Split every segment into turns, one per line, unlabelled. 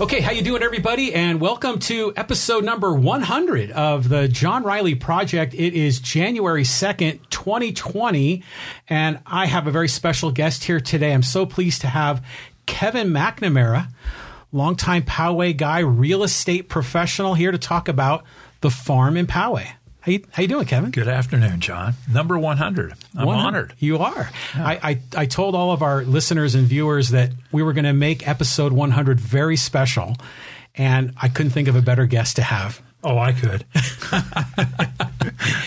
Okay, how you doing, everybody? And welcome to episode number 100 of the John Riley Project. It is January 2nd, 2020, and I have a very special guest here today. I'm so pleased to have Kevin McNamara, longtime Poway guy, real estate professional, here to talk about the farm in Poway. How you, how you doing, Kevin?
Good afternoon, John. Number 100. I'm
100.
honored.
You are. I, I, I told all of our listeners and viewers that we were going to make episode 100 very special, and I couldn't think of a better guest to have.
Oh, I could.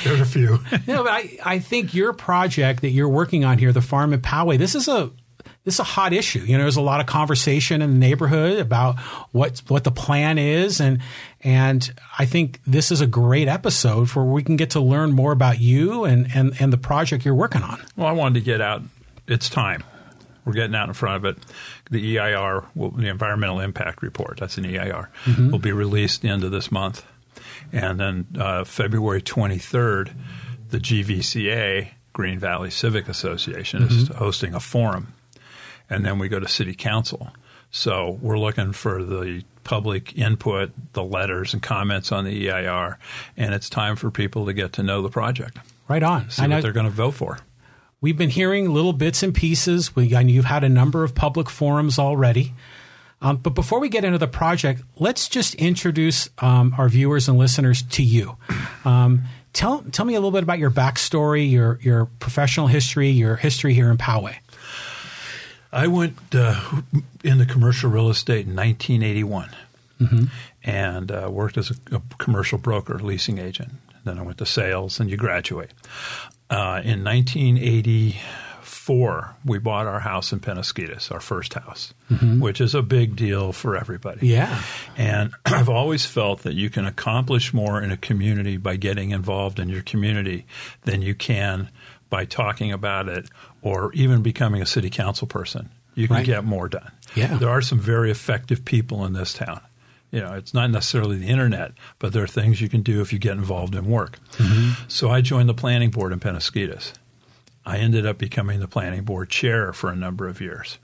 There's a few.
No, but I, I think your project that you're working on here, the farm in Poway, this is a this is a hot issue. You know, there's a lot of conversation in the neighborhood about what what the plan is, and and I think this is a great episode for we can get to learn more about you and and and the project you're working on.
Well, I wanted to get out. It's time. We're getting out in front of it. The EIR, will, the Environmental Impact Report, that's an EIR,
Mm-hmm.
will be released the end of this month. And then uh, February 23rd, the GVCA, Green Valley Civic Association, is
Mm-hmm.
hosting a forum. And then we go to City Council. So we're looking for the public input, the letters and comments on the EIR. And it's time for people to get to know the project,
Right on.
see
I know-
what they're going to vote for.
We've been hearing little bits and pieces. We, I know you've had a number of public forums already. Um, but before we get into the project, let's just introduce um, our viewers and listeners to you. Um, tell, tell me a little bit about your backstory, your, your professional history, your history here in Poway.
I went uh, into commercial real estate in 1981 and uh, worked as a, a commercial broker, leasing agent. Then I went to sales, and you graduate. Uh, in 1984, we bought our house in Penasquitas, our first house, which is a big deal for everybody.
Yeah.
And I've always felt that you can accomplish more in a community by getting involved in your community than you can by talking about it or even becoming a city council person. You can
Right.
get more done.
Yeah.
There are some very effective people in this town. You know, it's not necessarily the internet, but there are things you can do if you get involved in work. So I joined the planning board in Penasquitas. I ended up becoming the planning board chair for a number of years.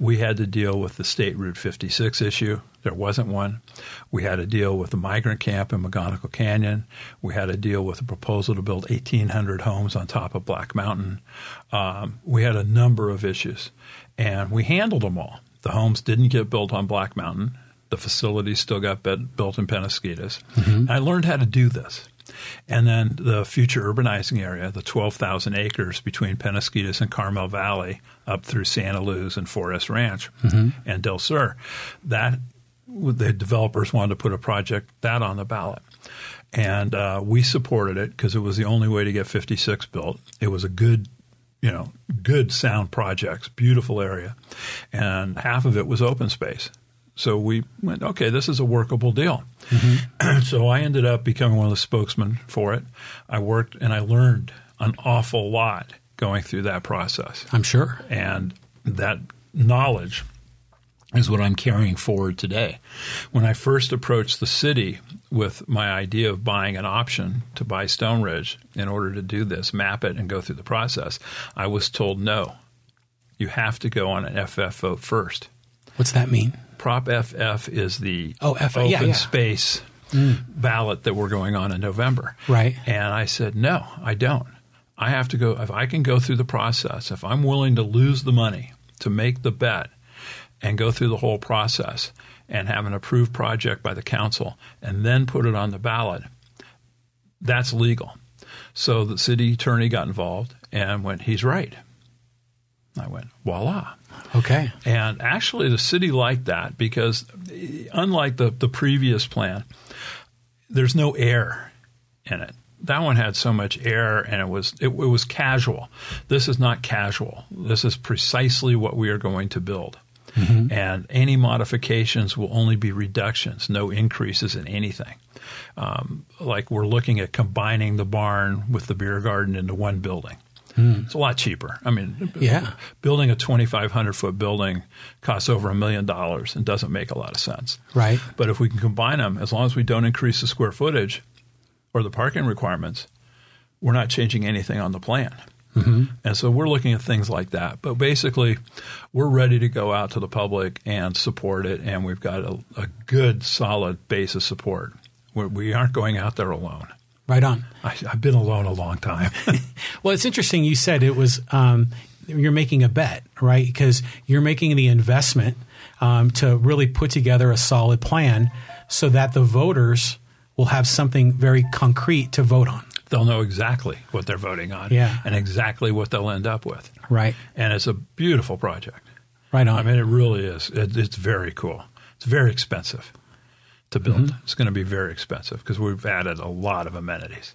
We had to deal with the state Route 56 issue. There wasn't one. We had to deal with the migrant camp in McGonagall Canyon. We had to deal with a proposal to build 1,800 homes on top of Black Mountain. Um, we had a number of issues, and we handled them all. The homes didn't get built on Black Mountain. The facility still got bet- built in Penasquitas. I learned how to do this. And then the future urbanizing area, the 12,000 acres between Penasquitas and Carmel Valley up through Santa Luz and Forest Ranch and Del Sur. That the developers wanted to put a project that on the ballot. And uh, we supported it because it was the only way to get 56 built. It was a good, you know, good sound projects, beautiful area. And half of it was open space. So we went, okay, this is a workable deal. so I ended up becoming one of the spokesmen for it. I worked and I learned an awful lot going through that process.
I'm sure.
And that knowledge is what I'm carrying forward today. When I first approached the city with my idea of buying an option to buy Stone Ridge in order to do this, map it, and go through the process, I was told no. You have to go on an FFO first.
What's that mean?
Prop FF is the
Oh, FF,
open
yeah, yeah. Mm.
space ballot that we're going on in November.
Right.
And I said, no, I don't. I have to go, if I can go through the process, if I'm willing to lose the money to make the bet and go through the whole process and have an approved project by the council and then put it on the ballot, that's legal. So the city attorney got involved and went, he's right. I went, voila.
Okay.
And actually, the city liked that because, unlike the, the previous plan, there's no air in it. That one had so much air, and it was it, it was casual. This is not casual. This is precisely what we are going to build. And any modifications will only be reductions, no increases in anything. Um, like we're looking at combining the barn with the beer garden into one building. It's a lot cheaper. I mean,
Yeah.
building a 2,500 foot building costs over a million dollars and doesn't make a lot of sense.
Right.
But if we can combine them, as long as we don't increase the square footage or the parking requirements, we're not changing anything on the plan. And so we're looking at things like that. But basically, we're ready to go out to the public and support it, and we've got a, a good, solid base of support. We're, we aren't going out there alone.
Right on.
I, I've been alone a long time.
Well, it's interesting. You said it was um, you're making a bet, right? Because you're making the investment um, to really put together a solid plan so that the voters will have something very concrete to vote on,
they'll know exactly what they're voting on
Yeah.
and exactly what they'll end up with.
right?
And it's a beautiful project.
Right on.
I mean, it really is. It, it's very cool. It's very expensive to build. It's going to be very expensive because we've added a lot of amenities.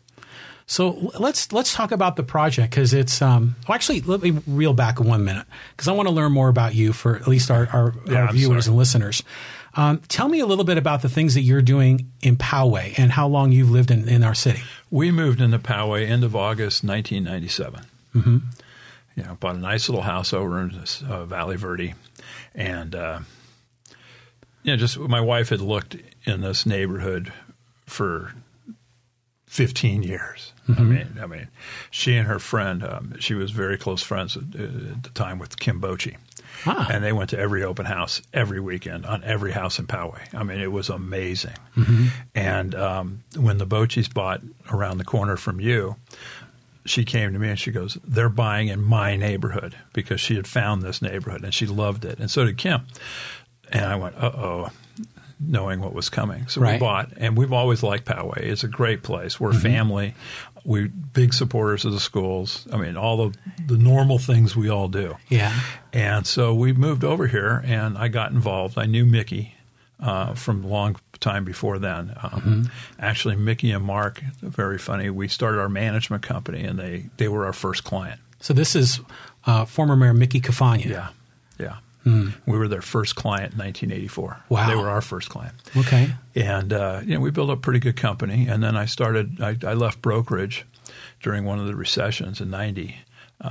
So l- let's let's talk about the project because it's um, well, actually let me reel back one minute because I want to learn more about you for at least our our,
Yeah,
our
I'm
viewers
sorry.
and listeners. Um, tell me a little bit about the things that you're doing in Poway and how long you've lived in, in our city.
We moved into Poway end of August 1997. Mm-hmm. You know, bought a nice little house over in uh, Valley Verde, and uh, you know, just my wife had looked in this neighborhood for 15 years. I mean, I mean, she and her friend, um, she was very close friends at, at the time with Kim Bochi.
Ah.
And they went to every open house every weekend on every house in Poway. I mean, it was amazing. And um, when the Bochis bought around the corner from you, she came to me and she goes, They're buying in my neighborhood because she had found this neighborhood and she loved it. And so did Kim. And I went, Uh oh, knowing what was coming. So we
Right.
bought lot, and we've always liked Poway. It's a great place. We're family. We're big supporters of the schools. I mean, all the the normal things we all do.
Yeah.
And so we moved over here, and I got involved. I knew Mickey uh, from a long time before then.
Mm-hmm.
Um, Actually, Mickey and Mark, very funny. We started our management company, and they they were our first client.
So this is uh, former Mayor Mickey Kafanya.
Yeah, yeah. We were their first client in 1984.
Hmm. Wow.
they were our first client.
Okay.
and uh, you know we built a pretty good company. And then I started. I, I left brokerage during one of the recessions in '90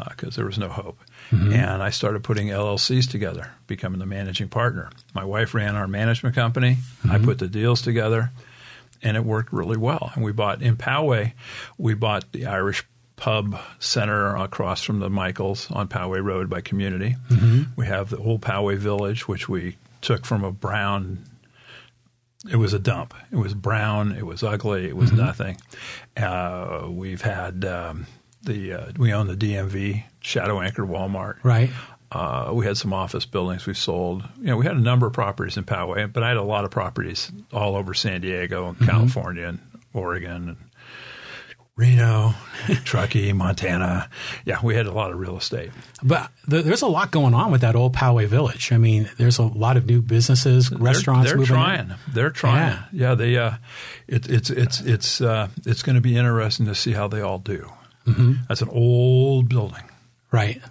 because there was no hope. And I started putting LLCs together, becoming the managing partner. My wife ran our management company. I put the deals together, and it worked really well. And we bought in Poway, we bought the Irish Pub Center across from the Michaels on Poway Road by Community. We have the old Poway Village, which we took from a brown it was a dump. It was brown. It was ugly. It was nothing. Uh, we've had um, the uh, we own the DMV, Shadow Anchor Walmart.
Right.
Uh, we had some office buildings we sold. You know, we had a number of properties in Poway, but I had a lot of properties all over San Diego and
Mm-hmm.
California and Oregon and Reno, Truckee, Montana. Yeah, we had a lot of real estate.
But th- there's a lot going on with that old Poway Village. I mean, there's a lot of new businesses, restaurants.
They're, they're
moving in.
trying. They're trying. Yeah, they. Uh, it, it's it's it's uh, it's going to be interesting to see how they all do.
Mm-hmm.
That's an old building.
Right.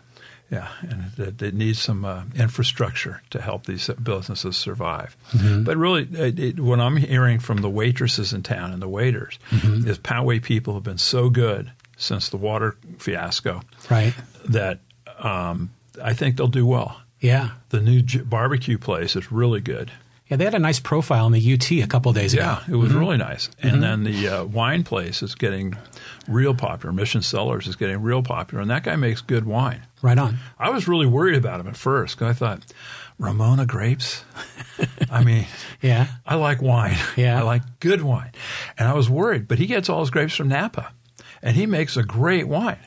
Yeah, and it, it needs some uh, infrastructure to help these businesses survive. But really, it, it, what I'm hearing from the waitresses in town and the waiters is Poway people have been so good since the water fiasco
Right.
that um, I think they'll do well.
Yeah.
The new j- barbecue place is really good.
Yeah. They had a nice profile in the UT a couple days ago.
Yeah, it was really nice. And then the uh, wine place is getting real popular. Mission Cellars is getting real popular, and that guy makes good wine.
Right on.
I was really worried about him at first because I thought Ramona grapes. I mean,
Yeah.
I like wine.
Yeah.
I like good wine, and I was worried. But he gets all his grapes from Napa, and he makes a great wine.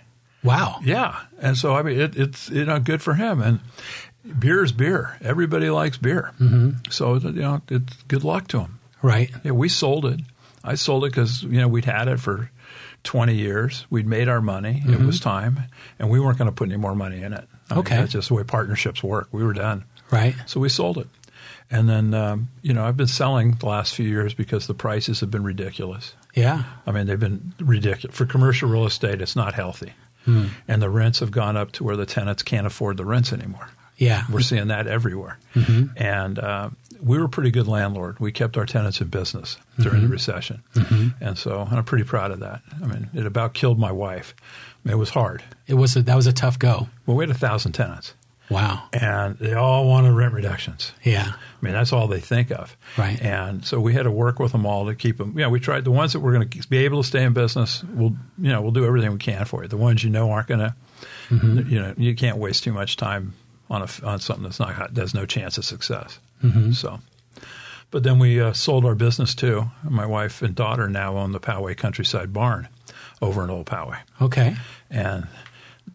Wow.
Yeah, and so I mean, it, it's you know good for him, and beer is beer. Everybody likes beer, mm-hmm. so you know it's good luck to him.
Right.
Yeah, we sold it. I sold it because you know we'd had it for twenty years. We'd made our money. It was time, and we weren't going to put any more money in it. I mean,
Okay.
that's just the way partnerships work. We were done,
Right.
so we sold it. And then um, you know I've been selling the last few years because the prices have been ridiculous.
Yeah.
I mean, they've been ridiculous. For commercial real estate, it's not healthy. And the rents have gone up to where the tenants can't afford the rents anymore.
Yeah.
We're seeing that everywhere. And uh, we were a pretty good landlord. We kept our tenants in business during the recession. And so I'm pretty proud of that. I mean, it about killed my wife. It was hard.
It was a, that was a tough go.
Well, we had a thousand tenants,
Wow.
and they all wanted rent reductions.
Yeah.
I mean, that's all they think of.
Right.
And so we had to work with them all to keep them. Yeah, we tried the ones that were going to be able to stay in business. We'll, you know, we'll do everything we can for you. The ones you know aren't going to You know, you can't waste too much time on a, on something that's not got- there's no chance of success. So, but then we uh, sold our business too. My wife and daughter now own the Poway Countryside Barn over in Old Poway,
Okay.
and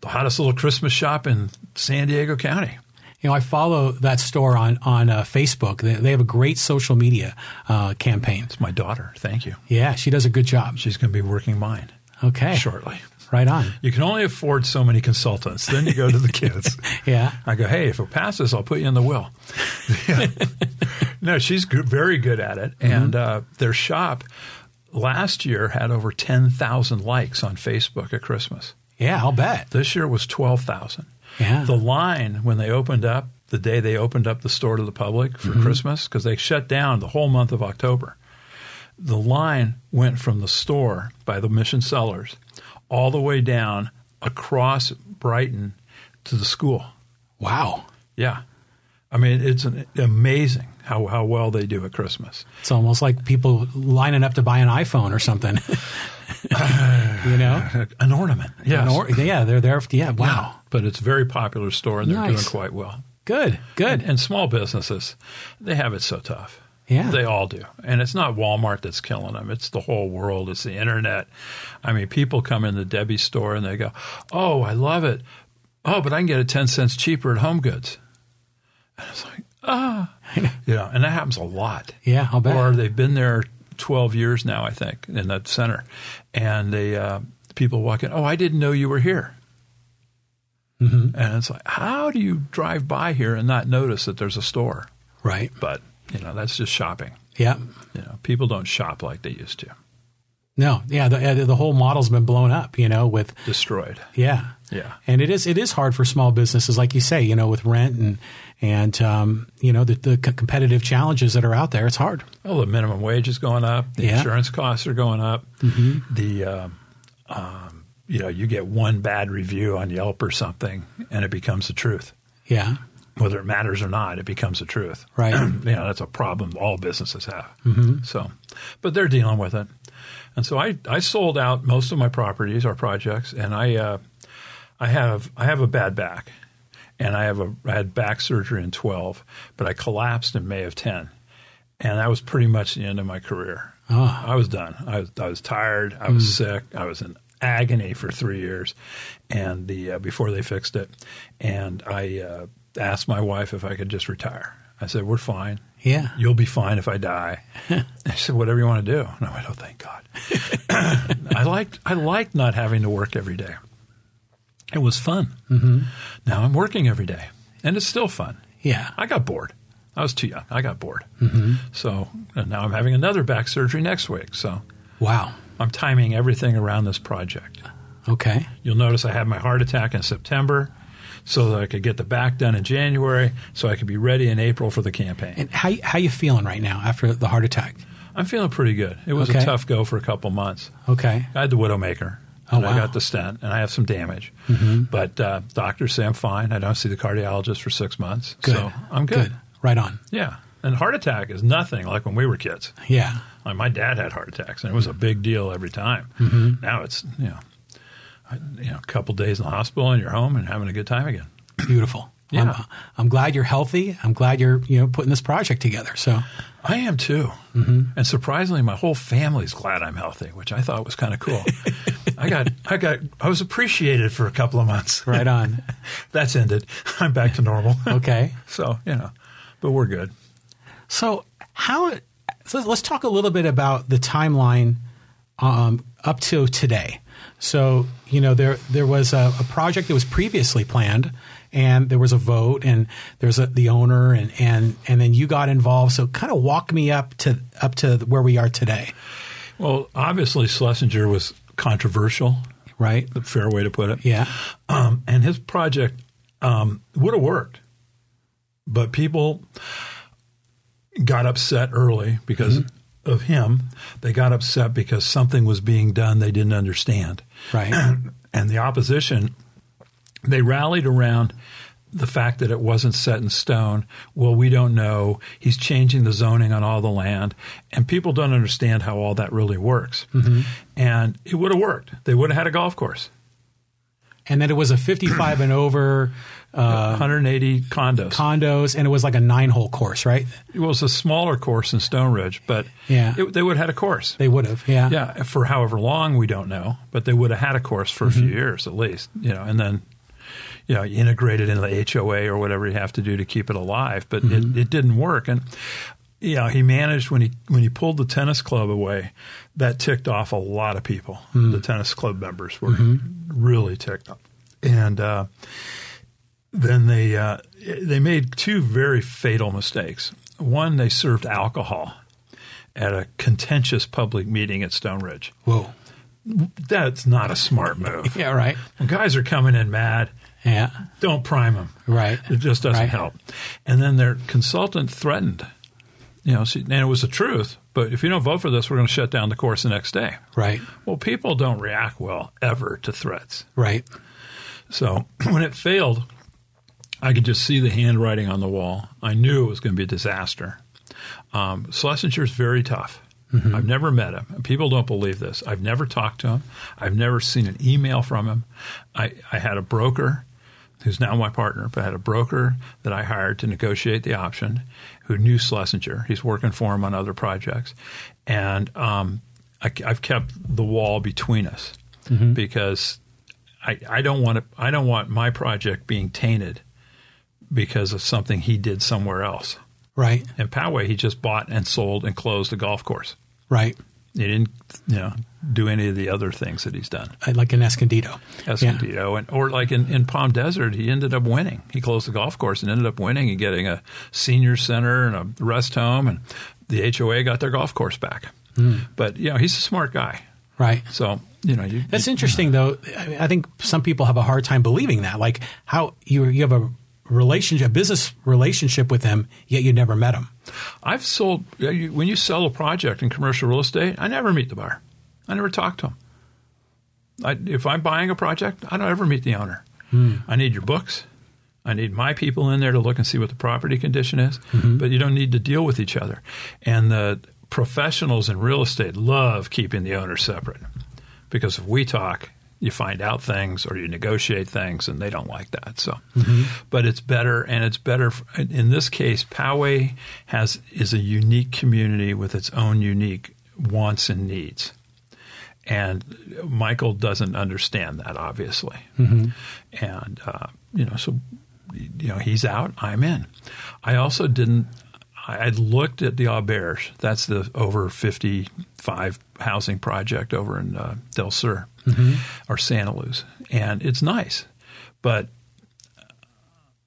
the hottest little Christmas shop in San Diego County.
You know, I follow that store on on uh, Facebook. They, they have a great social media uh, campaign.
It's my daughter. Thank you.
Yeah, she does a good job.
She's going to be working mine
Okay,
shortly.
right on.
You can only afford so many consultants. Then you go to the kids.
Yeah.
I go, hey, if it passes, I'll put you in the will. no, she's good, very good at it. And uh, their shop last year had over 10,000 likes on Facebook at Christmas.
Yeah, I'll bet.
This year was 12,000.
Yeah.
The line when they opened up, the day they opened up the store to the public
Mm-hmm.
for Christmas, because they shut down the whole month of October, the line went from the store by the mission sellers all the way down across Brighton to the school.
Wow.
Yeah. I mean, it's an, amazing how, how well they do at Christmas.
It's almost like people lining up to buy an iPhone or something. you know?
An ornament. Yes.
An or- yeah, they're there. Yeah, wow.
But it's a very popular store and they're
Nice.
doing quite well.
Good, good.
And small businesses, they have it so tough.
Yeah.
They all do. And it's not Walmart that's killing them. It's the whole world. It's the internet. I mean, people come in the Debbie store and they go, Oh, I love it. Oh, but I can get it 10 cents cheaper at Home Goods. And it's like, Ah. yeah. And that happens a lot.
yeah, I'll bet.
Or they've been there 12 years now, I think, in that center. And they, uh, people walk in, Oh, I didn't know you were here. And it's like, how do you drive by here and not notice that there's a store?
right.
But you know, that's just shopping.
Yeah.
You know, people don't shop like they used to.
No, yeah, the, uh, the whole model's been blown up, you know, with,
Destroyed.
yeah.
Yeah.
And it is it is hard for small businesses, like you say, you know, with rent and and um, you know the, the c- competitive challenges that are out there. It's hard.
Well, the minimum wage is going up. The
Yeah. Mm-hmm.
insurance costs are going up. The um, um, you know, you get one bad review on Yelp or something, and it becomes the truth.
Yeah,
Whether it matters or not, it becomes the truth.
Right. Mm-hmm.
you know, that's a problem all businesses have. So, but they're dealing with it. And so I, I sold out most of my properties, our projects, and I, uh, I have, I have a bad back, and I have a, I had back surgery in twelve, but I collapsed in May of ten, and that was pretty much the end of my career. I was done. I was, I was tired. I was sick. I was in agony for three years, and the uh, before they fixed it, and I uh, asked my wife if I could just retire. I said, "We're fine.
yeah,
You'll be fine if I die. I said, whatever you want to do. And I went, oh, thank God. I liked, I liked not having to work every day. It was fun. Mm-hmm. Now I'm working every day, and it's still fun.
yeah.
I got bored. I was too young. I got bored. So and now I'm having another back surgery next week. So
Wow.
I'm timing everything around this project.
Okay.
You'll notice I had my heart attack in September so that I could get the back done in January so I could be ready in April for the campaign.
And how how you feeling right now after the heart attack?
I'm feeling pretty good. It was
Okay.
a tough go for a couple months.
Okay.
I had the Widowmaker.
Oh,
and I
wow. Mm-hmm.
got the stent, and I have some damage. But uh, doctors say I'm fine. I don't see the cardiologist for six months.
Good.
So I'm good.
Right on.
Yeah. And heart attack is nothing like when we were kids.
Yeah.
Like my dad had heart attacks, and it was a big deal every time.
Mm-hmm.
Now it's, you know, I- you know, a couple days in the hospital and you're home and having a good time again.
Beautiful.
Yeah.
I'm, uh, I'm glad you're healthy. I'm glad you're you know putting this project together. So
I am too.
Mm-hmm.
And surprisingly, my whole family's glad I'm healthy, which I thought was kind of cool. I got, I got, I was appreciated for a couple of months.
right on.
That's ended. I'm back to normal.
Okay.
so, you know, but we're good.
So how? So let's talk a little bit about the timeline um, up to today. So you know there there was a, a project that was previously planned, and there was a vote, and there's a, the owner, and and and then you got involved. So kind of walk me up to up to where we are today,
Well, obviously, Schlesinger was controversial,
right?
the fair way to put it.
Yeah.
Um, and his project um, would have worked, but people got upset early because of him. They got upset because something was being done they didn't understand.
Right.
and the opposition they rallied around the fact that it wasn't set in stone. Well, we don't know. He's changing the zoning on all the land, and people don't understand how all that really works. And it would have worked. They would have had a golf course.
and then it was a 55 and over uh,
180 condos.
condos, and it was like a nine hole course, right?
it was a smaller course in Stone Ridge, but
Yeah.
it, they would have had a course.
They would have, yeah.
yeah, for however long we don't know, but they would have had a course for a few years at least, you know, and then you know integrate it into the HOA or whatever you have to do to keep it alive. But it, it didn't work, and you know he managed when he when he pulled the tennis club away, that ticked off a lot of people. The tennis club members were really ticked off, and. Uh, then they uh, they made two very fatal mistakes. One, they served alcohol at a contentious public meeting at Stone Ridge.
Whoa.
That's not a smart move.
Yeah, right.
When guys are coming in mad.
Yeah,
Don't prime them.
right.
It just doesn't
Right.
help. And then their consultant threatened. You know, she, and it was the truth. But if you don't vote for this, we're going to shut down the course the next day.
Right,
Well, people don't react well ever to threats.
right.
So when it failed, I could just see the handwriting on the wall. I knew it was going to be a disaster. Um, Schlesinger's very tough. I've never met him. People don't believe this. I've never talked to him. I've never seen an email from him. I, I had a broker who's now my partner, but I had a broker that I hired to negotiate the option who knew Schlesinger. He's working for him on other projects. And um, I, have kept the wall between us because I, I don't want to, I don't want my project being tainted because of something he did somewhere else.
Right,
In Poway, he just bought and sold and closed a golf course.
right.
He didn't, you know, do any of the other things that he's done.
I- Like in Escondido.
Escondido, and or like in, in Palm Desert, he ended up winning. He closed the golf course and ended up winning and getting a senior center and a rest home, and the HOA got their golf course back. But you know, he's a smart guy,
Right.
so you know, you,
That's interesting, though. I, mean, I think some people have a hard time believing that. Like how you you have a relationship, a business relationship with him, yet you never met him.
I've sold yeah, you- when you sell a project in commercial real estate, I never meet the buyer. I never talk to him. I, if I'm buying a project, I don't ever meet the owner. I need your books. I need my people in there to look and see what the property condition is, but you don't need to deal with each other. And the professionals in real estate love keeping the owner separate because if we talk, you find out things or you negotiate things, and they don't like that. So, but it's better, and it's better f- in this case. Poway has is a unique community with its own unique wants and needs. And Michael doesn't understand that, obviously. And, uh, you know, so, you know, he's out, I'm in. I also didn't, I I'd looked at the Auberge. That's the over 55 housing project over in uh, Del Sur or Santa Luz. And it's nice, but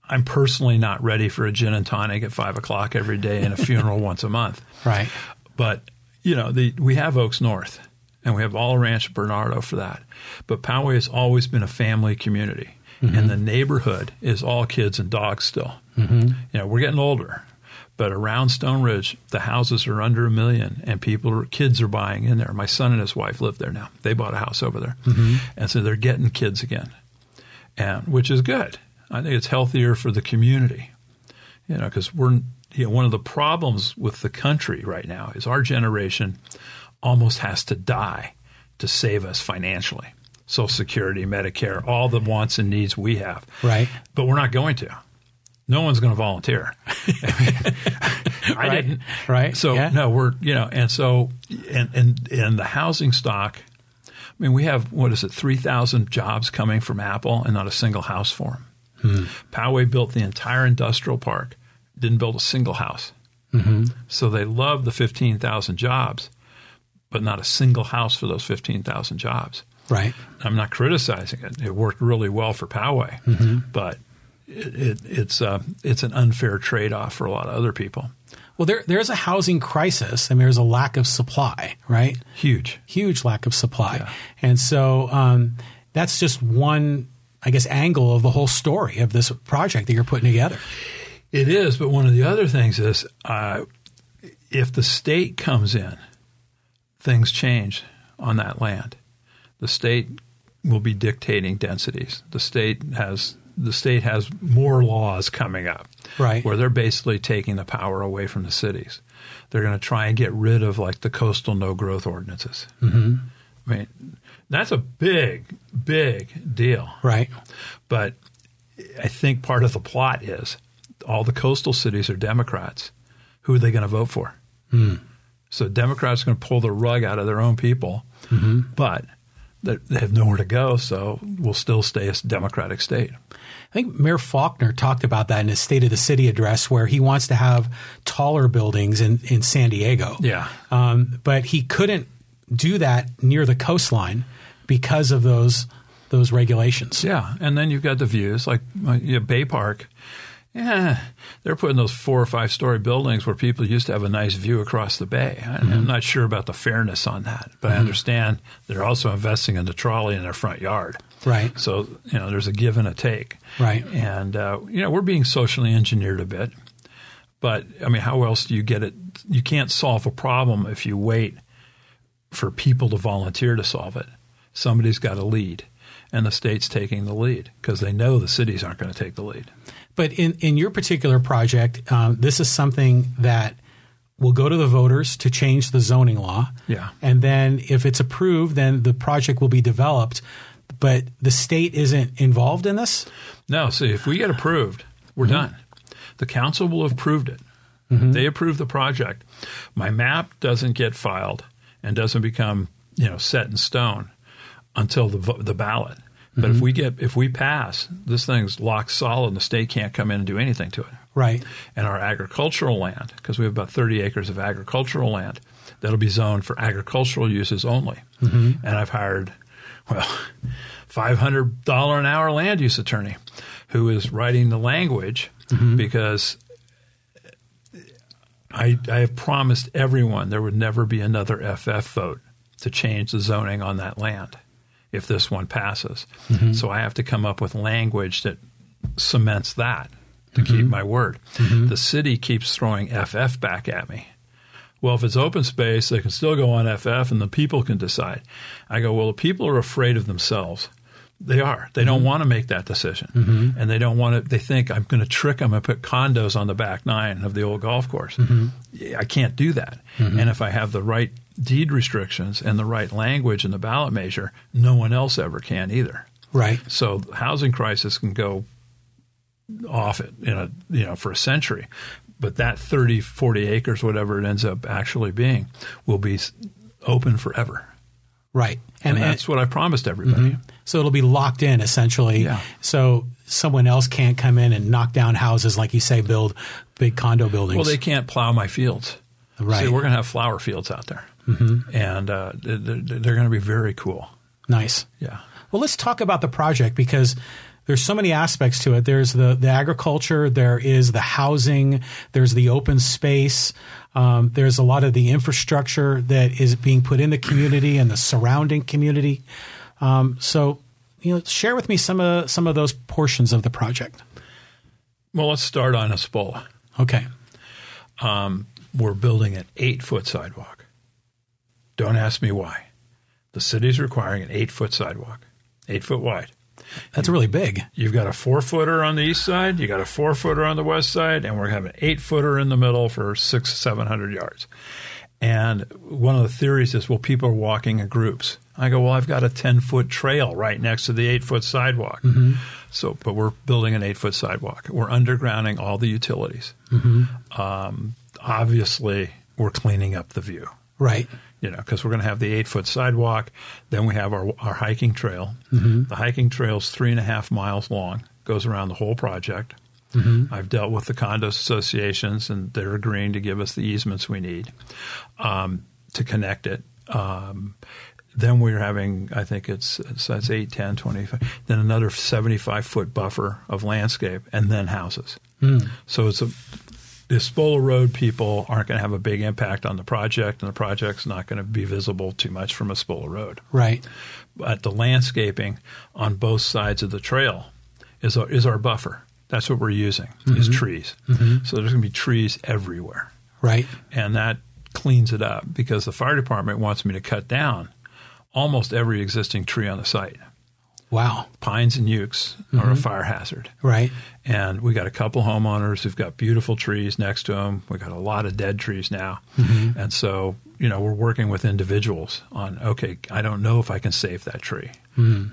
I'm personally not ready for a gin and tonic at five o'clock every day and a funeral once a month.
Right.
But you know, the, we have Oaks North, and we have All Ranch Bernardo for that. But Poway has always been a family community, and the neighborhood is all kids and dogs still. You know, we're getting older, but around Stone Ridge, the houses are under a million, and people, are, kids are buying in there. My son and his wife live there now. They bought a house over there, and so they're getting kids again, and which is good. I think it's healthier for the community you know, because we're you know, one of the problems with the country right now is our generation almost has to die to save us financially. Social Security, Medicare, all the wants and needs we have.
Right.
But we're not going to. No one's going to volunteer. I
Right.
didn't.
Right.
So
Yeah.
no, we're you know, and so and and and the housing stock. I mean, we have what is it, three thousand jobs coming from Apple, and not a single house for
Hmm.
them. Poway built the entire industrial park, didn't build a single house.
Mm-hmm.
So they love the fifteen thousand jobs, but not a single house for those fifteen thousand jobs.
Right.
I'm not criticizing it. It worked really well for Poway,
Mm-hmm.
but it, it, it's uh, it's an unfair trade off for a lot of other people.
Well, there there's a housing crisis, and there's a lack of supply. Right.
Huge.
huge lack of supply. And so um, that's just one, I guess, angle of the whole story of this project that you're putting together.
It is, but one of the other things is uh, if the state comes in, things change on that land. The state will be dictating densities. The state has the state has more laws coming up,
Right.
Where they're basically taking the power away from the cities. They're going to try and get rid of like the coastal no growth ordinances. I mean, that's a big, big deal.
Right.
But I think part of the plot is all the coastal cities are Democrats. Who are they going to vote for? So Democrats are going to pull the rug out of their own people, but they they have nowhere to go, so we'll still stay a Democratic state.
I think Mayor Faulkner talked about that in his State of the City address, where he wants to have taller buildings in, in San Diego.
Yeah.
Um, but he couldn't do that near the coastline because of those those regulations.
Yeah, and then you've got the views, like uh, yeah, Bay Park. Yeah, they're putting those four or five story buildings where people used to have a nice view across the bay. I- I'm not sure about the fairness on that, but I understand they're also investing in the trolley in their front yard.
Right.
So you know, there's a give and a take.
Right.
And uh, you know, we're being socially engineered a bit, but I mean, how else do you get it? You can't solve a problem if you wait for people to volunteer to solve it. Somebody's got to lead, and the state's taking the lead because they know the cities aren't going to take the lead.
But in, in your particular project, um, this is something that will go to the voters to change the zoning law.
Yeah.
And then if it's approved, then the project will be developed. But the state isn't involved in this?
No, see, if we get approved, we're done. The council will have approved it. They approve the project. My map doesn't get filed and doesn't become you know set in stone until the vo- the ballot. But if we get if we pass, this thing's locked solid, and the state can't come in and do anything to it.
Right.
And our agricultural land, because we have about 30 acres of agricultural land, that'll be zoned for agricultural uses only. And I've hired, well, $500 an hour land use attorney who is writing the language because I, I have promised everyone there would never be another FF vote to change the zoning on that land if this one passes. So I have to come up with language that cements that to keep my word. The city keeps throwing FF back at me. Well, if it's open space, they can still go on FF and the people can decide. I go, well, the people are afraid of themselves. They are. They don't want to make that decision. And they don't want to, they think I'm going to trick them and put condos on the back nine of the old golf course. Yeah, I can't do that. And if I have the right deed restrictions and the right language in the ballot measure, no one else ever can either.
Right.
So the housing crisis can go off it in a you know for a century, but that 30, 40 acres, whatever it ends up actually being, will be s- open forever.
Right.
And, that's what I Mm-hmm. promised everybody.
So it'll be locked in essentially.
Yeah.
So someone else can't come in and knock down houses, like you say, build big condo buildings.
Well, they can't plow my fields.
Right.
See, we're going to have flower fields out there, and uh, they're, they're going to be very cool.
nice.
Yeah.
Well, let's talk about the project because there's so many aspects to it. There's the, the agriculture, there is the housing, there's the open space, um, there's a lot of the infrastructure that is being put in the community and the surrounding community. Um, so, you know, share with me some of some of those portions of the project.
Well, let's start on Espola.
Okay,
we're building an eight foot sidewalk. Don't ask me why. The city's requiring an eight foot sidewalk, eight foot wide.
that's really big.
You've got a four footer on the east side, you got a four footer on the west side, and we're having an eight footer in the middle for six, seven hundred yards. And one of the theories is, well, people are walking in groups. I go, well, I've got a ten foot trail right next to the eight foot sidewalk. So, but we're building an eight foot sidewalk. We're undergrounding all the utilities. Um, obviously, we're cleaning up the view
Right,
you know, because we're going to have the eight foot sidewalk. Then we have our, our hiking trail. The hiking trail's three and a half miles long, goes around the whole project. I've dealt with the condos associations, and they're agreeing to give us the easements we need um, to connect it. Um, then we're having, I think it's, it's that's 8, 10, 25, then another 75 foot buffer of landscape, and then houses. So it's a the Spola Road people aren't going to have a big impact on the project, and the project's not going to be visible too much from Espola Road.
right,
But the landscaping on both sides of the trail is our, is our buffer. That's what we're using is trees. So there's going to be trees everywhere,
right,
and that cleans it up because the fire department wants me to cut down almost every existing tree on the site.
Wow.
Pines and ukes are a fire hazard.
Right.
And we got a couple homeowners who've got beautiful trees next to them. We got a lot of dead trees now. And so, you know, we're working with individuals on, okay, I don't know if I can save that tree.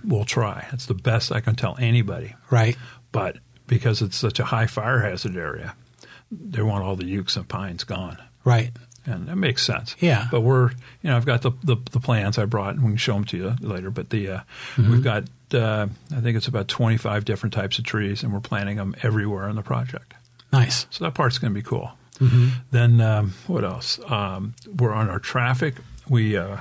We'll try. That's the best I can tell anybody.
Right.
But because it's such a high fire hazard area, they want all the ukes and pines gone.
Right.
And that makes sense.
Yeah.
But we're, you know, I've got the, the, the plans I brought, and we can show them to you later. But the uh, we've got, uh, I think it's about 25 different types of trees, and we're planting them everywhere in the project.
Nice.
So that part's going to be cool. Then um, what else? Um, we're on our traffic. We uh,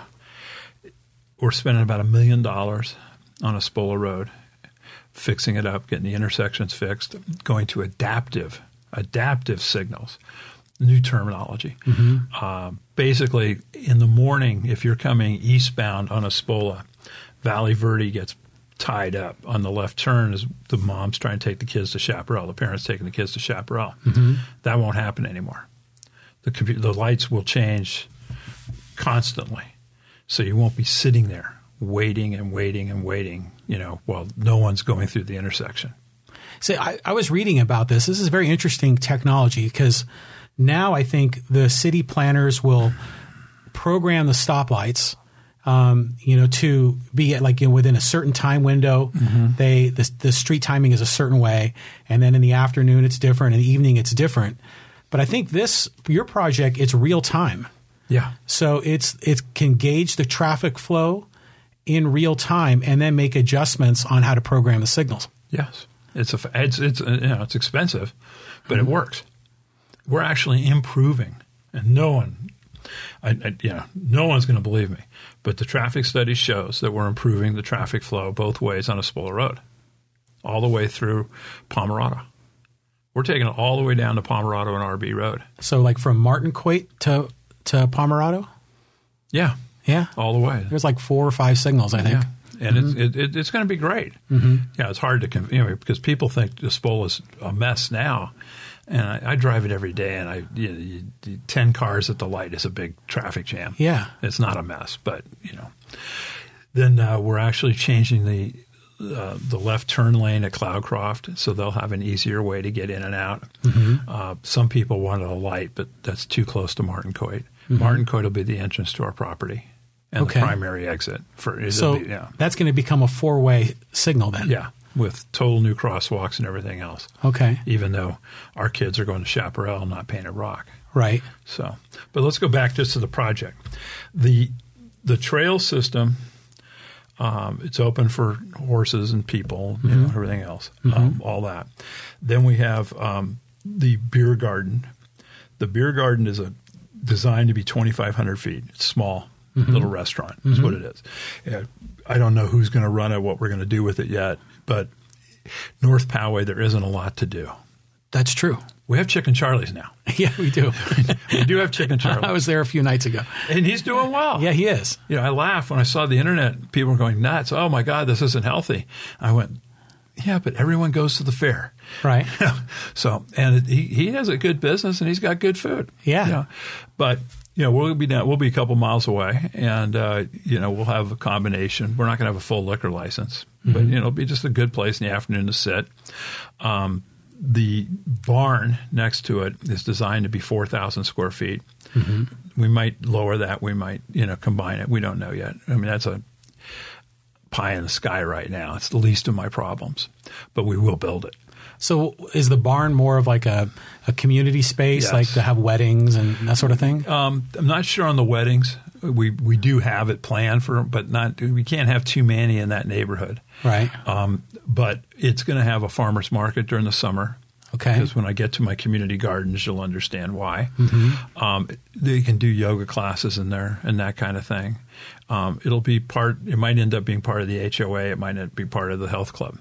we're spending about a million dollars on a Spola road, fixing it up, getting the intersections fixed, going to adaptive adaptive signals, new terminology. Um, basically, in the morning, if you're coming eastbound on a Spola, Valley Verde gets tied up on the left turn is the mom's trying to take the kids to chaparral, the parents taking the kids to chaparral. That won't happen anymore. The compu the lights will change constantly, so you won't be sitting there waiting and waiting and waiting. You know, while no one's going through the intersection.
See, I, I was reading about this. This is very interesting technology because now I think the city planners will program the stoplights, um, you know, to be at like you know, within a certain time window. They the, the street timing is a certain way, and then in the afternoon it's different, in the evening it's different. But I think this your project it's real time.
Yeah,
So it's it can gauge the traffic flow in real time and then make adjustments on how to program the signals.
Yes, it's a f- it's it's uh, you know it's expensive, but it works. We're actually improving, and no one, I, I you know, no one's going to believe me. But the traffic study shows that we're improving the traffic flow both ways on a Spoiler Road, all the way through Pomerata. We're taking it all the way down to Pomerado and RB Road.
So like from Martin Quate to to Pomerado,
Yeah,
yeah.
all the way.
There's like four or five signals, I think. Mm-hmm.
Yeah. And it's it, it, it's going to be great. Mm-hmm. Yeah, it's hard to conv- you know, because people think this bowl is a mess now, and I, I drive it every day, and I you know, you, you- ten cars at the light is a big traffic jam.
Yeah.
it's not a mess, but you know, then uh, we're actually changing the uh, the left turn lane at Cloudcroft, so they'll have an easier way to get in and out.
Mm-hmm.
Uh, some people wanted a light, but that's too close to Martin Coit. Martin Coit will be the entrance to our property and
Mm-hmm. Okay.
the primary exit for it'll
So
be, yeah,
that's going to become a four way signal then.
yeah, with total new crosswalks and everything else.
Okay.
Even though our kids are going to Chaparral, not Painted Rock.
Right.
So, but let's go back just to the project. the The trail system, um, it's open for horses and people, you know, everything else, um, all that. Then we have um, the beer garden. The beer garden is a designed to be twenty five hundred feet. It's small. Little restaurant is what it is. Yeah, I don't know who's going to run it, what we're going to do with it yet, but North Poway, there isn't a lot to do.
That's true.
We have Chicken Charlie's now.
Yeah, we do.
We do have Chicken Charlie's.
I was there a few nights ago.
and he's doing well.
Yeah, he is.
You know, I laugh when I saw the internet. People were going nuts. Oh my God, this isn't healthy. I went, yeah, but everyone goes to the fair.
Right.
so, and it, he, he has a good business and he's got good food.
Yeah.
You know, But, you know, we'll be down, we'll be a couple miles away and, uh, you know, we'll have a combination. We're not going to have a full liquor license, but, you know, it'll be just a good place in the afternoon to sit. Um, the barn next to it is designed to be 4,000 square feet. We might lower that. We might, you know, combine it. We don't know yet. I mean, that's a pie in the sky right now. It's the least of my problems, but we will build it.
So is the barn more of like a, a community space,
Yes.
like to have weddings and that sort of thing?
Um, I'm not sure on the weddings. We we do have it planned for, but not we can't have too many in that neighborhood.
right.
Um, but it's going to have a farmers market during the summer.
Okay.
Because when I get to my community gardens, you'll understand why. Um, they can do yoga classes in there and that kind of thing. Um, it'll be part. It might end up being part of the HOA. It might not be part of the health club.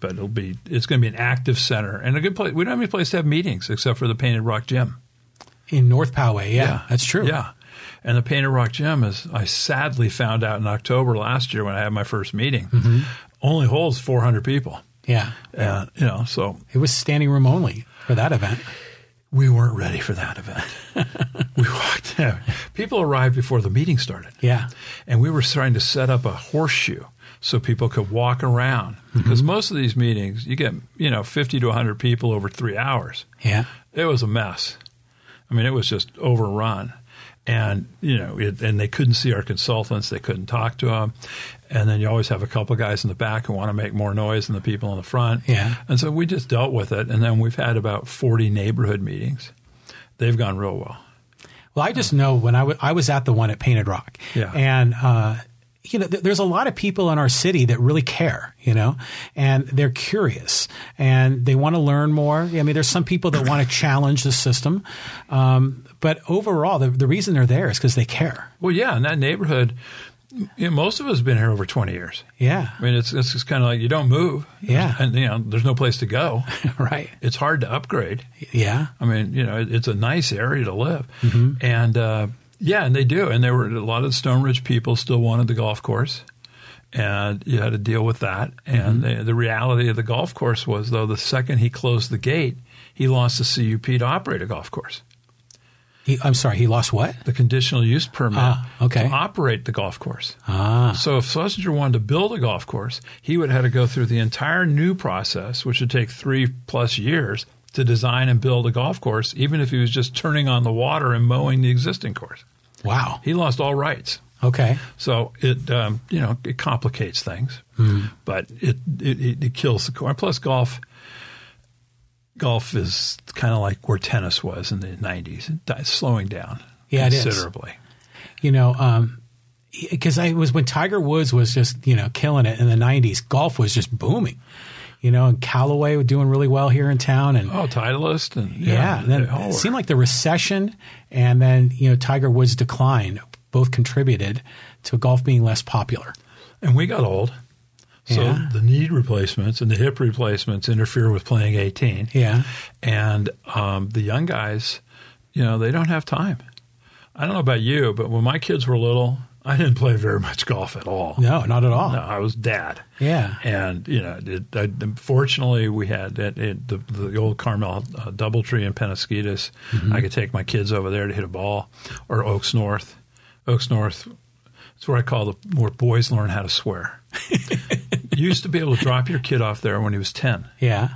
But it'll be. It's going to be an active center and a good place. We don't have any place to have meetings except for the Painted Rock Gym.
In North Poway. Yeah, That's true.
Yeah. And the Painted Rock Gym, as I sadly found out in October last year when I had my first meeting, only holds 400 people.
Mm-hmm. Yeah.
And, you know, so
It was standing room only for that event.
we weren't ready for that event. we walked people arrived before the meeting started.
Yeah.
And we were trying to set up a horseshoe so people could walk around
Mm-hmm.
because most of these meetings you get, you know, 50 to 100 people over 3 hours.
Yeah.
It was a mess. I mean, it was just overrun. And, you know, it, and they couldn't see our consultants, they couldn't talk to them. And then you always have a couple guys in the back who want to make more noise than the people in the front.
Yeah.
And so we just dealt with it. And then we've had about 40 neighborhood meetings. They've gone real well.
Well, I just know when I wa- I was at the one at Painted Rock,
Yeah.
and uh, you know, th- there's a lot of people in our city that really care, you know, and they're curious and they want to learn more. I mean, there's some people that want to challenge the system, um, but overall, the, the reason they're there is because they care.
Well, yeah, in that neighborhood, m- you know, most of us have been here over 20 years.
Yeah,
I mean, it's, it's just kind of like you don't move.
Yeah.
And, you know, there's no place to go.
right.
it's hard to upgrade.
Yeah,
I mean, you know, it, it's a nice area to live. And uh, yeah, and they do. And there were a lot of Stone Ridge people still wanted the golf course. And you had to deal with that. And the, the reality of the golf course was, though, the second he closed the gate, he lost the CUP to operate a golf course,
he, I'm sorry, he lost what?
the conditional use permit
Ah, okay.
to operate the golf course.
Ah,
So if Schlesinger wanted to build a golf course, he would have had to go through the entire new process, which would take three plus years to design and build a golf course, even if he was just turning on the water and mowing the existing course.
wow.
He lost all rights.
Okay,
So it, um, you know, it complicates things,
Hmm.
but it, it it- it kills the course. Plus, golf golf is kind of like where tennis was in the '90s. It's slowing down
Yeah, it is.
considerably.
you know. Um, because I was when Tiger Woods was just you know killing it in the '90s, golf was just booming, you know, and Callaway was doing really well here in town, and
Oh, Titleist and
yeah,
they
then
all
it
were.
seemed like the recession and then you know Tiger Woods' decline both contributed to golf being less popular.
And we got old. So
Yeah.
the knee replacements and the hip replacements interfere with playing 18.
Yeah,
And um, the young guys, you know, they don't have time. I don't know about you, but when my kids were little, I didn't play very much golf at all.
no, not at all.
No, I was dad.
Yeah.
And, you know, it, I, fortunately, we had it, it, the, the old Carmel uh, Doubletree in Penasquitas. I could take my kids over there to hit a ball or Oaks North. Oaks North, it's where I call the where boys learn how to swear. you used to be able to drop your kid off there when he was 10,
Yeah,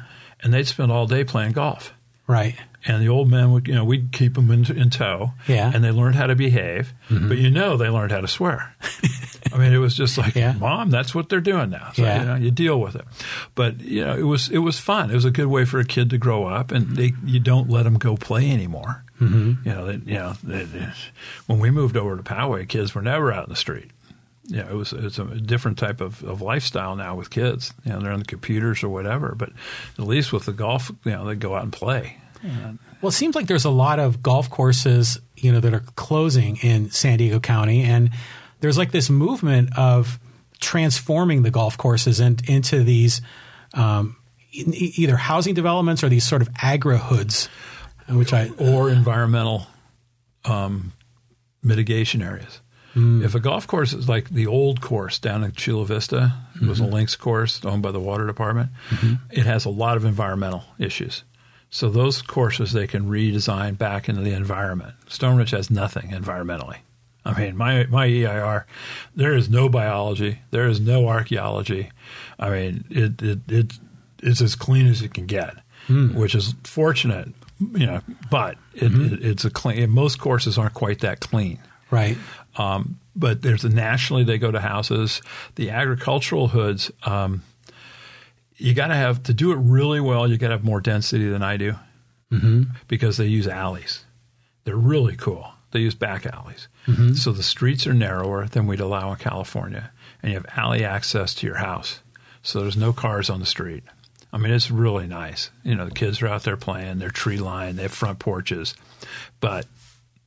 and they'd spend all day playing golf
right.
and the old men would, you know, we'd keep them in, in tow.
Yeah. Mm-hmm.
And they learned how to behave, but you know, they learned how to swear. I mean, it was just like,
Yeah.
mom, that's what they're doing now. So,
Yeah.
you know, you deal with it. But, you know, it was, it was fun. It was a good way for a kid to grow up and they, you don't let them go play anymore. Mm-hmm. You know, they, you know, they, they- when we moved over to Poway, kids were never out in the street. Yeah, it was it's a different type of, of lifestyle now with kids. You know, they're on the computers or whatever, but at least with the golf, you know, they go out and play.
Well, it seems like there's a lot of golf courses, you know, that are closing in San Diego County, and there's like this movement of transforming the golf courses in, into these um, e- e- either housing developments or these sort of agri hoods, which I
or environmental um, mitigation areas. If a golf course is like the old course down in Chula Vista, it was a links course owned by the water department, it has a lot of environmental issues. So those courses they can redesign back into the environment. Stone Ridge has nothing environmentally. I mean, my my EIR, there is no biology, there is no archaeology. I mean, it it, it it's as clean as it can get, which is fortunate, you know. But it, it, it's a clean. and Most courses aren't quite that clean.
right.
Um, but there's a, nationally they go to houses. The agricultural hoods, um, you got to have to do it really well. You got to have more density than I do because they use alleys. They're really cool. They use back alleys, so the streets are narrower than we'd allow in California, and you have alley access to your house. So there's no cars on the street. I mean, it's really nice. You know, the kids are out there playing. They're tree lined. They have front porches, but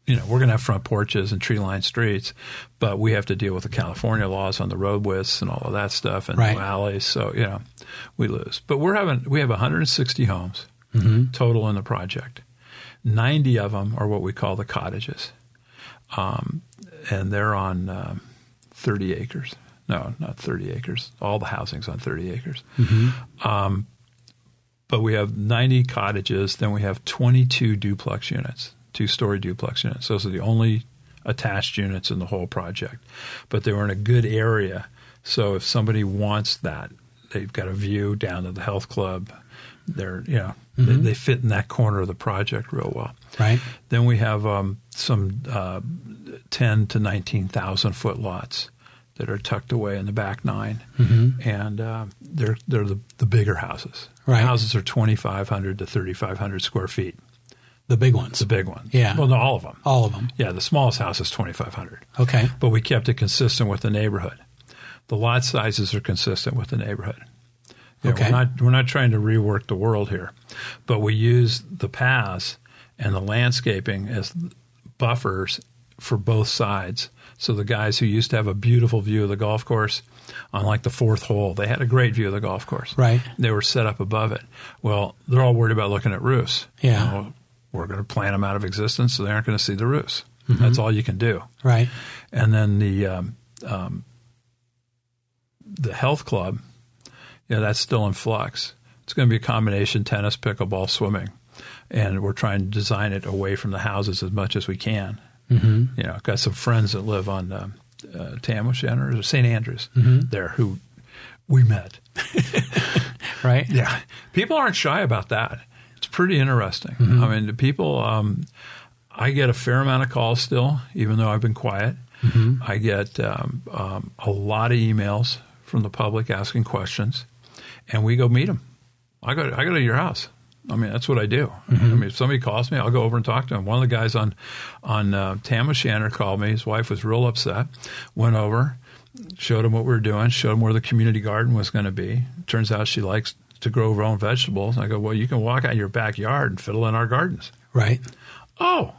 you know, we're going to have front porches and tree lined streets, but we have to deal with the California laws on the road widths and all of that stuff and
Right.
no alleys. So, you know, we lose. But we're having, we have 160 homes total in the project. 90 of them are what we call the cottages. Um, and they're on um, 30 acres. No, not 30 acres. All the housing's on 30 acres. But we have 90 cottages, then we have 22 duplex units, two story duplex units. Those are the only attached units in the whole project, but they were in a good area. So if somebody wants that, they've got a view down to the health club. They're you know they, they fit in that corner of the project real well.
Right.
Then we have um, some uh, ten to nineteen thousand foot lots that are tucked away in the back 9 and uh, they're they're the, the bigger houses.
Mm-hmm. Right.
Houses are twenty five hundred to thirty five hundred square feet.
The big ones.
The big one.
Yeah.
Well, no, all of them.
All of them.
Yeah, the smallest house is twenty five hundred
Okay.
but we kept it consistent with the neighborhood. The lot sizes are consistent with the neighborhood. Yeah,
Okay.
We're not, we're not trying to rework the world here, but we use the paths and the landscaping as buffers for both sides. So the guys who used to have a beautiful view of the golf course on like the fourth hole, they had a great view of the golf course.
Right.
They were set up above it. Well, they're all worried about looking at roofs.
Yeah.
Well, we're going to plant them out of existence, so they aren't going to see the roofs.
Mm-hmm.
That's all you can do
Right.
and then the um, um, the health club. Yeah, that's still in flux. It's going to be a combination tennis, pickleball, swimming, and we're trying to design it away from the houses as much as we can. Mm-hmm. You know, I've got some friends that live on um, uh, Tamush or St. Andrews there who we met.
Right.
Yeah, people aren't shy about that. It's pretty interesting. I mean, the people. Um, I get a fair amount of calls still, even though I've been quiet. I get um, um, a lot of emails from the public asking questions, and we go meet them. I go, I go to your house. I mean, that's what I do. I mean, if somebody calls me, I'll go over and talk to them. One of the guys on on uh, Tam O'Shanter called me. His wife was real upset. Went over, showed him what we were doing, showed him where the community garden was going to be. Turns out she likes to grow her own vegetables. And I go, well, you can walk out your backyard and fiddle in our gardens.
Right.
Oh,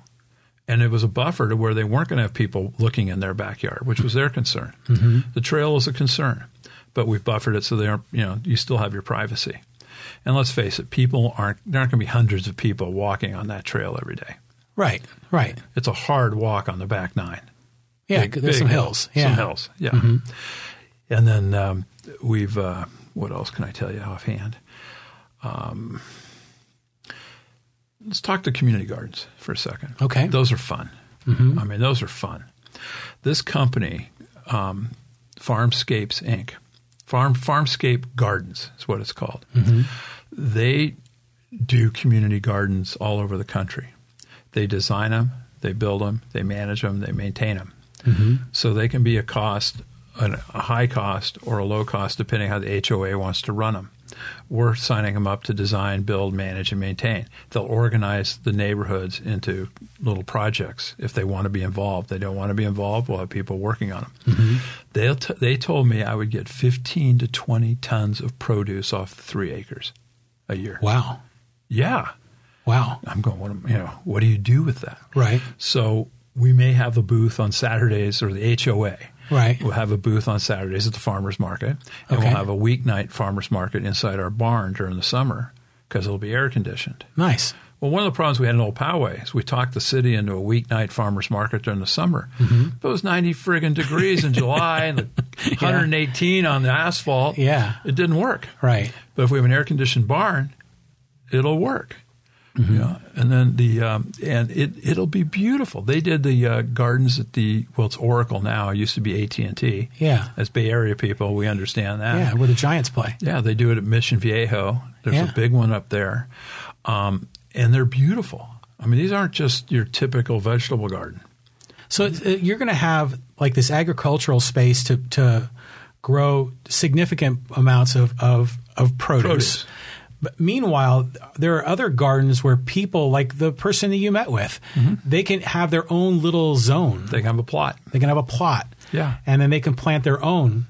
and it was a buffer to where they weren't going to have people looking in their backyard, which was their concern. The trail is a concern, but we've buffered it so they aren't, you know, you still have your privacy. And let's face it, people aren't, there aren't going to be hundreds of people walking on that trail every day.
Right. Right.
It's a hard walk on the back nine.
Yeah.
Big-
there's
big
some hills. Yeah. Mm-hmm.
Some hills, yeah. And then um, we've, uh, what else can I tell you offhand? Um, let's talk to community gardens for a second.
Okay. Mm-hmm.
Those are fun. I mean, those are fun. This company, um, Farmscapes Inc., Farm Farmscape Gardens is what it's called.
Mm-hmm.
They do community gardens all over the country. They design them, they build them, they manage them, they maintain them. So they can be a cost, an, a high cost or a low cost, depending how the HOA wants to run them. We're signing them up to design, build, manage, and maintain. They'll organize the neighborhoods into little projects if they want to be involved. They don't want to be involved, we'll have people working on them. They'll t- they told me I would get 15 to 20 tons of produce off the three acres a year.
Wow.
Yeah.
Wow.
I'm going, what, am- you know, what do you do with that?
Right.
So we may have a booth on Saturdays or the HOA.
Right.
We'll have a booth on Saturdays at the farmers market,
Okay.
and we'll have a weeknight farmers market inside our barn during the summer because it'll be air conditioned.
Nice.
Well, one of the problems we had in Old Poway is we talked the city into a weeknight farmers market during the summer.
Mm-hmm.
But it was 90 friggin' degrees in July and the 118 on the asphalt.
Yeah.
It didn't work.
Right.
But if we have an air conditioned barn, it'll work.
Mm-hmm.
Yeah, and then the um, and it it'll be beautiful. They did the uh, gardens at the well, it's Oracle now. It used to be AT and T.
Yeah.
as Bay Area people, we understand that.
Yeah. Where the Giants play.
Yeah, they do it at Mission Viejo. There's
Yeah.
a big one up there, um, and they're beautiful. I mean, these aren't just your typical vegetable garden.
So it's- uh, you're going to have like this agricultural space to to grow significant amounts of of of produce.
Produce.
But meanwhile, there are other gardens where people, like the person that you met with,
Mm-hmm.
they can have their own little zone.
They have a plot.
They can have a plot,
Yeah. Mm-hmm.
and then they can plant their own.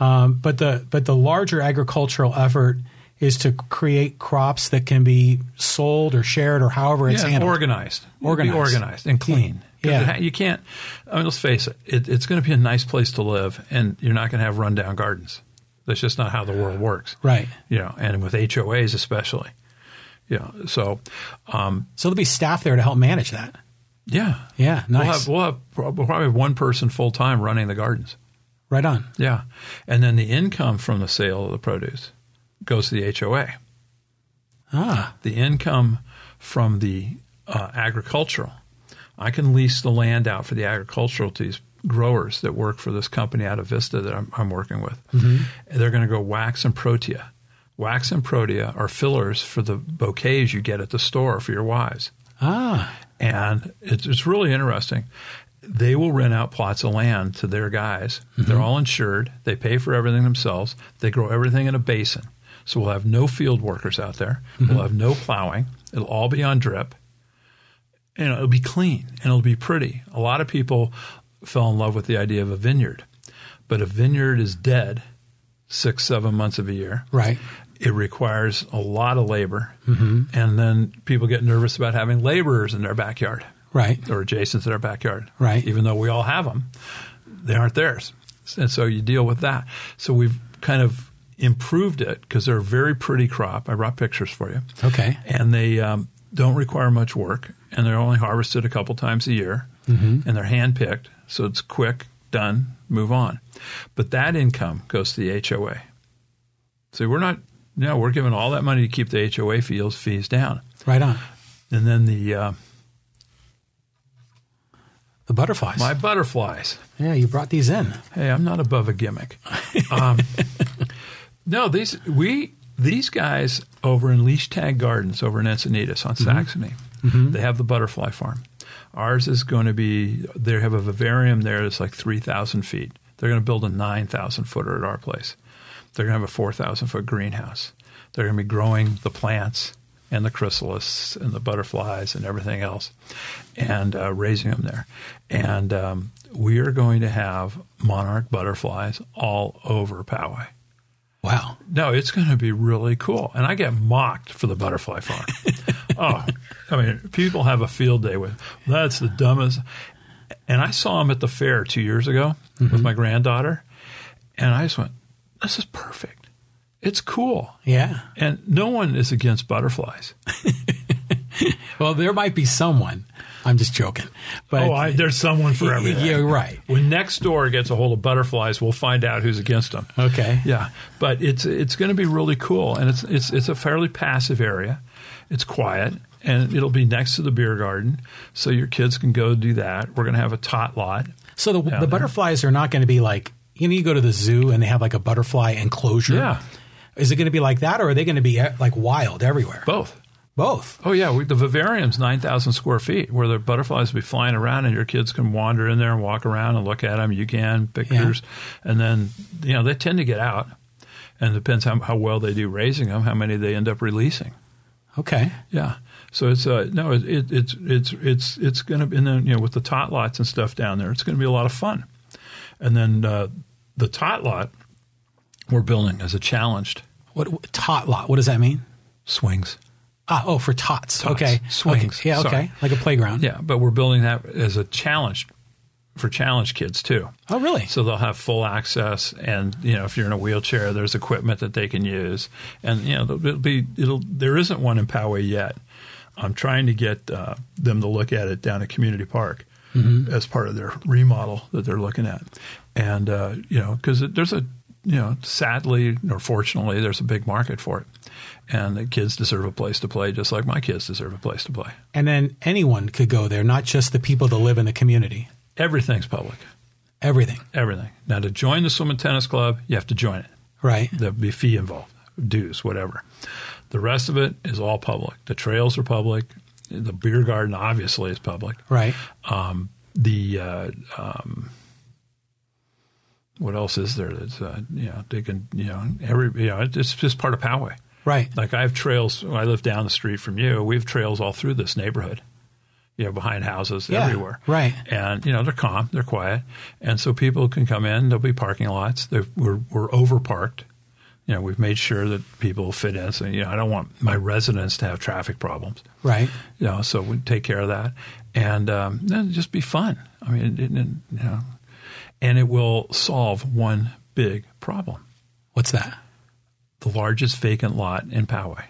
Um, but the but the larger agricultural effort is to create crops that can be sold or shared or however it's
yeah,
handled.
organized, Be
Organized.
organized, and clean.
Yeah.
'Cause it ha- you can't. I mean, let's face it, it it's going to be a nice place to live, and you're not going to have rundown gardens. That's just not how the world works,
right.
You know, and with HOAs especially. Yeah. So, um,
So there'll be staff there to help manage that.
yeah,
Yeah, nice.
We'll have we'll have prob- we'll probably have one person full time running the gardens.
Right on.
Yeah, and then the income from the sale of the produce goes to the HOA.
Ah,
the income from the uh, agricultural I can lease the land out for the agricultural these growers that work for this company out of Vista that I'm, I'm working with. And they're going to go wax and protea. Wax and protea are fillers for the bouquets you get at the store for your wives
Ah,
and it's, it's really interesting. They will rent out plots of land to their guys. They're all insured. They pay for everything themselves. They grow everything in a basin. So we'll have no field workers out there. We'll have no plowing. It'll all be on drip. And it'll be clean and it'll be pretty. A lot of people fell in love with the idea of a vineyard, but a vineyard is dead six, seven months of a year
right.
it requires a lot of labor. And then people get nervous about having laborers in their backyard
Right.
or adjacent to their backyard.
Right.
Even though we all have them, they aren't theirs. And so you deal with that. So we've kind of improved it because they're a very pretty crop. I brought pictures for you.
Okay.
And they um, don't require much work. And they're only harvested a couple times a year. And they're handpicked. So it's quick, done, move on. But that income goes to the HOA. So we're not, no, we're giving all that money to keep the HOA fees, fees down.
Right on.
And then the uh,
The butterflies.
my butterflies.
yeah, you brought these in.
Hey, I'm not above a gimmick. um, no, these we these guys over in Leash Tag Gardens over in Encinitas on Saxony, they have the butterfly farm. Ours is going to be they have a vivarium there that's like three thousand feet. They're going to build a nine thousand footer at our place. They're going to have a four thousand foot greenhouse. They're going to be growing the plants and the chrysalis and the butterflies and everything else, and uh, raising them there. And um, we are going to have monarch butterflies all over Poway.
Wow.
No, it's going to be really cool. And I get mocked for the butterfly farm. oh, I mean, people have a field day with that's the dumbest. And I saw him at the fair two years ago
Mm-hmm.
with my granddaughter, and I just went, "This is perfect. It's cool."
Yeah.
And no one is against butterflies.
Well, there might be someone. I'm just joking. But
oh, I, there's someone for everything.
Yeah, right.
When next door gets a hold of butterflies, we'll find out who's against them.
Okay.
Yeah, but it's it's going to be really cool, and it's it's it's a fairly passive area. It's quiet, and it'll be next to the beer garden, so your kids can go do that. We're going to have a tot lot.
So the, the
there.
butterflies are not going to be like you know you go to the zoo and they have like a butterfly enclosure.
Yeah.
Is it going to be like that, or are they going to be eh, like wild everywhere?
Both.
Both.
Oh yeah, we, the vivarium's nine thousand square feet, where the butterflies will be flying around, and your kids can wander in there and walk around and look at them. You can pictures, and then you know they tend to get out, and it depends how how well they do raising them, how many they end up releasing.
Okay.
Yeah. So it's uh no it, it it's it's it's it's gonna be and then you know with the tot lots and stuff down there it's gonna be a lot of fun, and then uh, the tot lot we're building as a challenged
What, what tot lot? What does that mean?
swings.
Ah, oh, for tots. Okay.
Swings.
Okay. Yeah. Okay.
Sorry.
Like a playground.
Yeah, but we're building that as a challenge for challenge kids too.
Oh, really?
So they'll have full access, and you know, if you're in a wheelchair, there's equipment that they can use, and you know, it'll be it'll there isn't one in Poway yet. I'm trying to get uh, them to look at it down at Community Park as part of their remodel that they're looking at, and uh, you know, because there's a you know, sadly or fortunately, there's a big market for it, and the kids deserve a place to play, just like my kids deserve a place to play.
And then anyone could go there, not just the people that live in the community.
Everything's public.
Everything.
Everything. Now, to join the swim and tennis club, you have to join it.
Right.
There'll be fee involved, dues, whatever. The rest of it is all public. The trails are public. The beer garden, obviously, is public.
Right.
Um, the uh, um, what else is there? That's uh, you know they can you know every you know it's just part of Poway.
Right.
Like I have trails. I live down the street from you. We have trails all through this neighborhood. You know, behind houses
Yeah,
everywhere.
right.
And you know they're calm, they're quiet, and so people can come in. There'll be parking lots. They're, we're we're over parked. You know, we've made sure that people fit in. So you know, I don't want my residents to have traffic problems.
Right.
You know, so we take care of that, and um, then just be fun. I mean, it, it, you know, and it will solve one big problem:
What's that?
the largest vacant lot in Poway.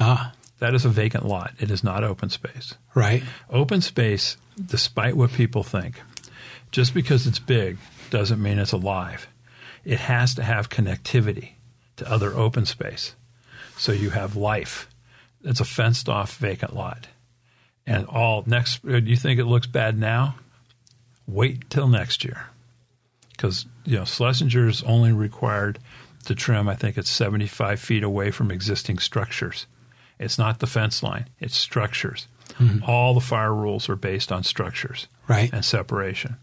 Ah.
That is a vacant lot. It is not open space.
Right.
Open space, despite what people think, just because it's big doesn't mean it's alive. It has to have connectivity to other open space. So you have life. It's a fenced off vacant lot. And all next, do you think it looks bad now? Wait till next year, because you know Schlesinger is only required to trim. I think it's seventy-five feet away from existing structures. It's not the fence line; it's structures. All the fire rules are based on structures
Right.
and separation.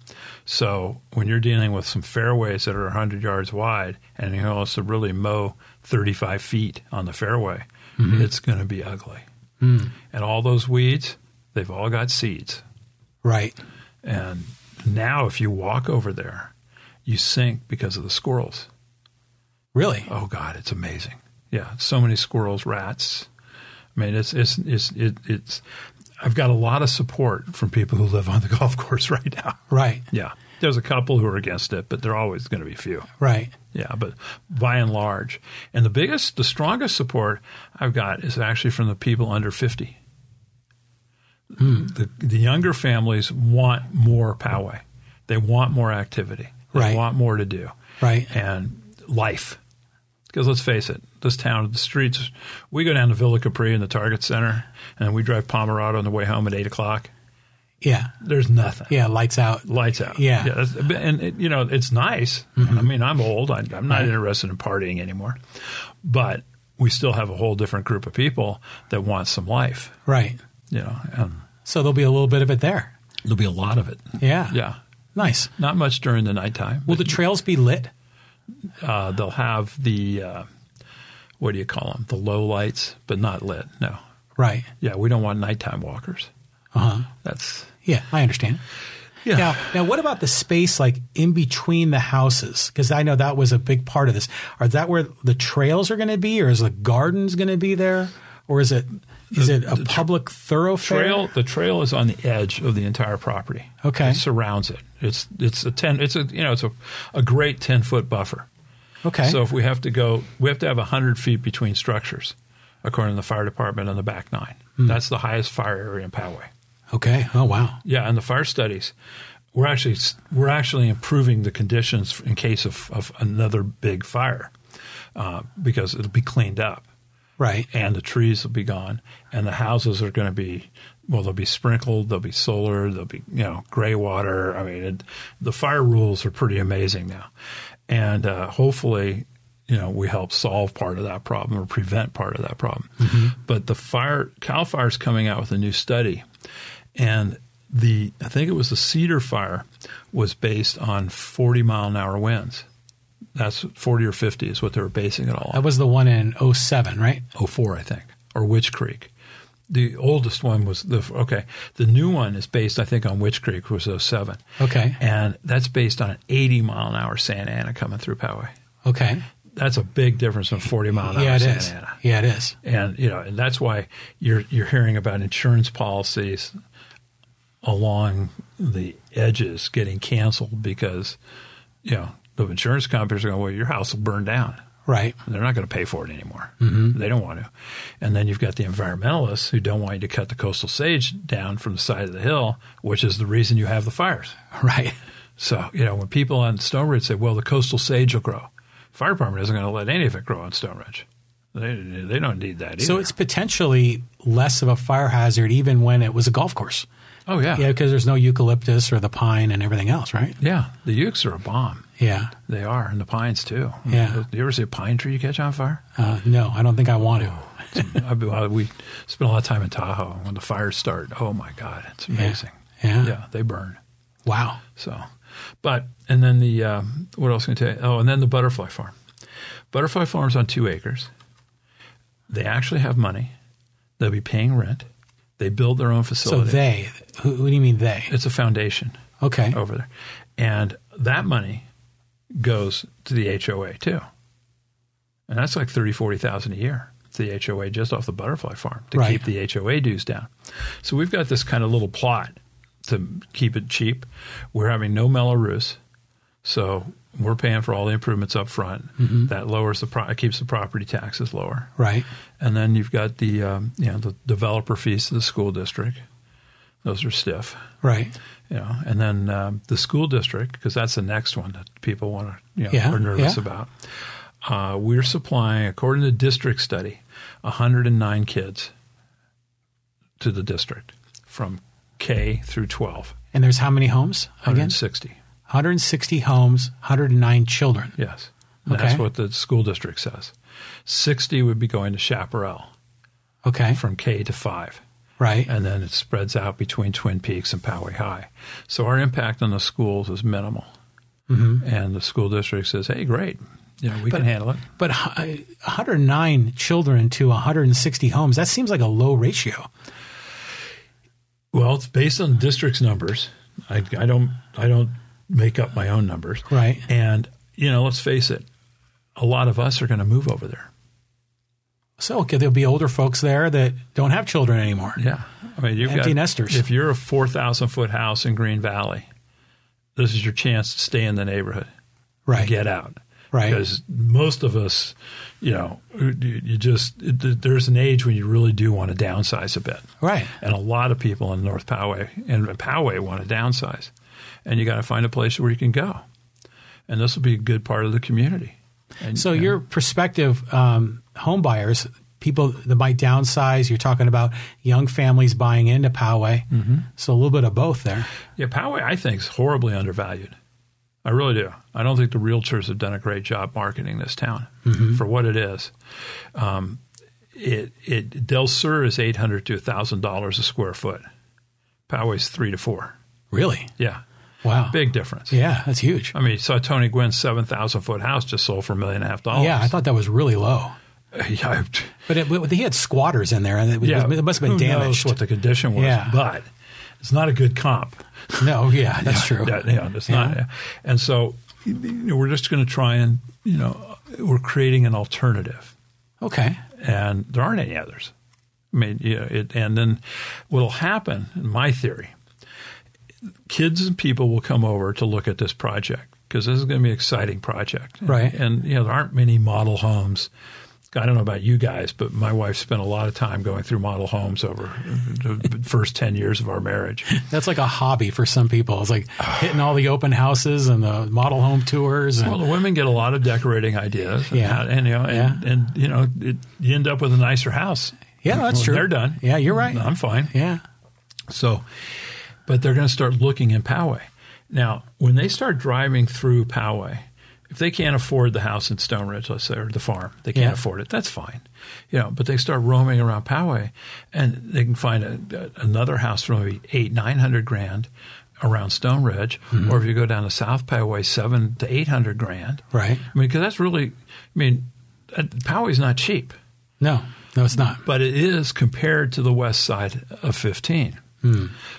So when you're dealing with some fairways that are 100 yards wide and you also to really mow 35 feet on the fairway, it's going to be ugly. And all those weeds, they've all got seeds.
Right.
And now if you walk over there, you sink because of the squirrels.
Really?
Oh God, it's amazing. Yeah, so many squirrels, rats. I mean, it's it's it's it, it's. I've got a lot of support from people who live on the golf course right now.
Right.
Yeah, there's a couple who are against it, but there are always going to be a few.
Right.
Yeah, but by and large, and the biggest, the strongest support I've got is actually from the people under fifty. The the younger families want more poway. They want more activity. They
Right.
want more to do
Right.
and life. Because let's face it, this town, the streets, we go down to Villa Capri and the Target Center, and we drive Pomerado on the way home at 8 o'clock.
Yeah.
There's nothing.
Yeah. Lights out.
Lights out.
Yeah.
that's- and, it, you know, it's nice. I mean, I'm old. I, I'm not
Right.
interested in partying anymore. But we still have a whole different group of people that want some life,
Right.
you know, and
So there'll be a little bit of it there.
there'll be a lot of it.
Yeah.
Yeah.
Nice.
Not much during the nighttime.
Will the trails be lit?
uh, they'll have the uh, what do you call them? The low lights, but not lit. No,
Right.
yeah, we don't want nighttime walkers.
Uh huh.
That's
Yeah, I understand.
yeah,
Now, now, what about the space like in between the houses? Because I know that was a big part of this. Are that where the trails are going to be, or is the gardens going to be there, or is it is it a public thoroughfare?
trail. The trail is on the edge of the entire property.
Okay.
it surrounds it. It's it's a ten. It's a you know it's a a great ten foot buffer.
Okay.
So if we have to go, we have to have hundred feet between structures, according to the fire department on the back nine.
Hmm.
That's the highest fire area in Poway.
okay. Oh wow.
Yeah, and the fire studies, we're actually we're actually improving the conditions in case of, of another big fire, uh, because it'll be cleaned up
Right.
and the trees will be gone and the houses are going to be well they'll be sprinkled they'll be solar they'll be you know gray water i mean it, the fire rules are pretty amazing now and uh, hopefully you know we help solve part of that problem or prevent part of that problem but the fire cal fire is coming out with a new study and the i think it was the cedar fire was based on 40 mile an hour winds that's 40 or 50 is what they were basing it all on
That was the one in 07, right?
04, I think, or Witch Creek. The oldest one was the okay. The new one is based, I think, on Witch Creek, was 07.
Okay.
and that's based on an 80 mile an hour Santa Ana coming through Poway.
Okay.
That's a big difference from 40 mile an hour
Yeah, it
Santa
is.
Ana.
Yeah, it is.
And you know, and that's why you're you're hearing about insurance policies along the edges getting canceled because you know the insurance companies are going, well, your house will burn down.
Right.
They're not going to pay for it anymore.
Mm-hmm.
They don't want to. And then you've got the environmentalists who don't want you to cut the coastal sage down from the side of the hill, which is the reason you have the fires.
Right.
So, you know, when people on Stone Ridge say, well, the coastal sage will grow, fire department isn't going to let any of it grow on Stone Ridge. They, they don't need that either.
So it's potentially less of a fire hazard even when it was a golf course.
oh,
Yeah,
yeah. Yeah.
because there's no eucalyptus or the pine and everything else, right?
The ukes are a bomb.
Yeah.
They are, and the pines too.
Yeah.
Do you ever see a pine tree you catch on fire?
Uh, no, I don't think I want to.
I, I- we spent a lot of time in Tahoe. and When the fires start, oh my God, it's amazing.
Yeah.
yeah they burn.
Wow.
So, but and then the uh, what else can I tell you? Oh, and then the butterfly farm. Butterfly farm's on two acres. They actually have money. They'll be paying rent. They build their own
So
facility.
they, who, who do you mean they?
it's a foundation
Okay.
over there, and that money goes to the HOA too. And that's like thirty, forty thousand a year to the HOA just off the butterfly farm to
Right.
keep the HOA dues down. So we've got this kind of little plot to keep it cheap. We're having no mellow roofs, so we're paying for all the improvements up front. That lowers the pro- keeps the property taxes lower.
Right.
And then you've got the um, you know the developer fees to the school district. Those are stiff
Right.
you know, and then um, the school district because that's the next one that people want to you know
Yeah,
are nervous
yeah.
about. Uh, we're supplying, according to district study, 109 kids to the district from K through 12,
And there's how many homes again?
160.
160 homes, 109 children.
Yes. And
Okay.
That's what the school district says. 60 would be going to Chaparral
Okay,
from K to 5.
right.
And then it spreads out between Twin Peaks and Poway High. So our impact on the schools is minimal. And the school district says, hey, great. You know, we can handle it.
But hu- 109 children to 160 homes, that seems like a low ratio.
Well, it's based on the district's numbers. I, I don't I don't make up my own numbers.
Right.
And you know, let's face it, a lot of us are going to move over there.
So okay, there'll be older folks there that don't have children anymore.
Yeah. I mean, you've
Empty
got,
nesters.
If you're a 4,000 foot house in Green Valley, this is your chance to stay in the neighborhood,
Right.
get out.
Right.
Because most of us, you know, you you just, it- there's an age when you really do want to downsize a bit.
Right.
And a lot of people in North Poway and Poway want to downsize. And you got to find a place where you can go. And this will be a good part of the community. And,
So
you know,
your prospective um, home buyers, people that might downsize, you're talking about young families buying into Poway. So a little bit of both there.
Yeah, Poway, I think, is horribly undervalued. I really do. I don't think the realtors have done a great job marketing this town
Mm-hmm.
for what it is. Um, it, it Del Sur is eight hundred to thousand dollars a square foot. Poway's three to four.
Really?
Yeah,
Wow.
big difference.
Yeah, that's huge.
I mean, saw Tony Gwynn's seven thousand foot house just sold for a million and a half dollars.
Yeah, I thought that was really low.
yeah,
But, it, but he had squatters in there, and it, was- it must have been
who
damaged.
Knows what the condition was,
Yeah.
but it's not a good comp.
no, yeah, that's true.
Yeah, yeah, it's not. And so you know, we're just going to try and you know we're creating an alternative,
Okay.
and there aren't any others. I mean, you know, it, and then what'll happen, in my theory, kids and people will come over to look at this project because this is going to be an exciting project,
Right.
And you know, there aren't many model homes. I don't know about you guys, but my wife spent a lot of time going through model homes over the first ten years of our marriage.
That's like a hobby for some people. It's like hitting all the open houses and the model home tours. And,
Well, the women get a lot of decorating ideas. and
Yeah.
that, And, you know, and, and you know, it, you end up with a nicer house.
yeah, that's
When
true.
They're done.
Yeah, you're right.
I'm fine.
Yeah.
So, but they're going to start looking in Poway. Now, when they start driving through Poway, if they can't afford the house in Stone Ridge, let's say, or the farm, they can't
Yeah.
afford it. That's fine, you know. But they start roaming around Poway, and they can find a, a- another house for maybe eight, nine hundred grand around Stone Ridge,
Mm-hmm.
or if you go down to South Poway, seven to eight hundred grand.
Right.
I mean, because that's really, I mean, uh, Poway's not cheap,
No, no, it's not.
but it is compared to the west side of 15.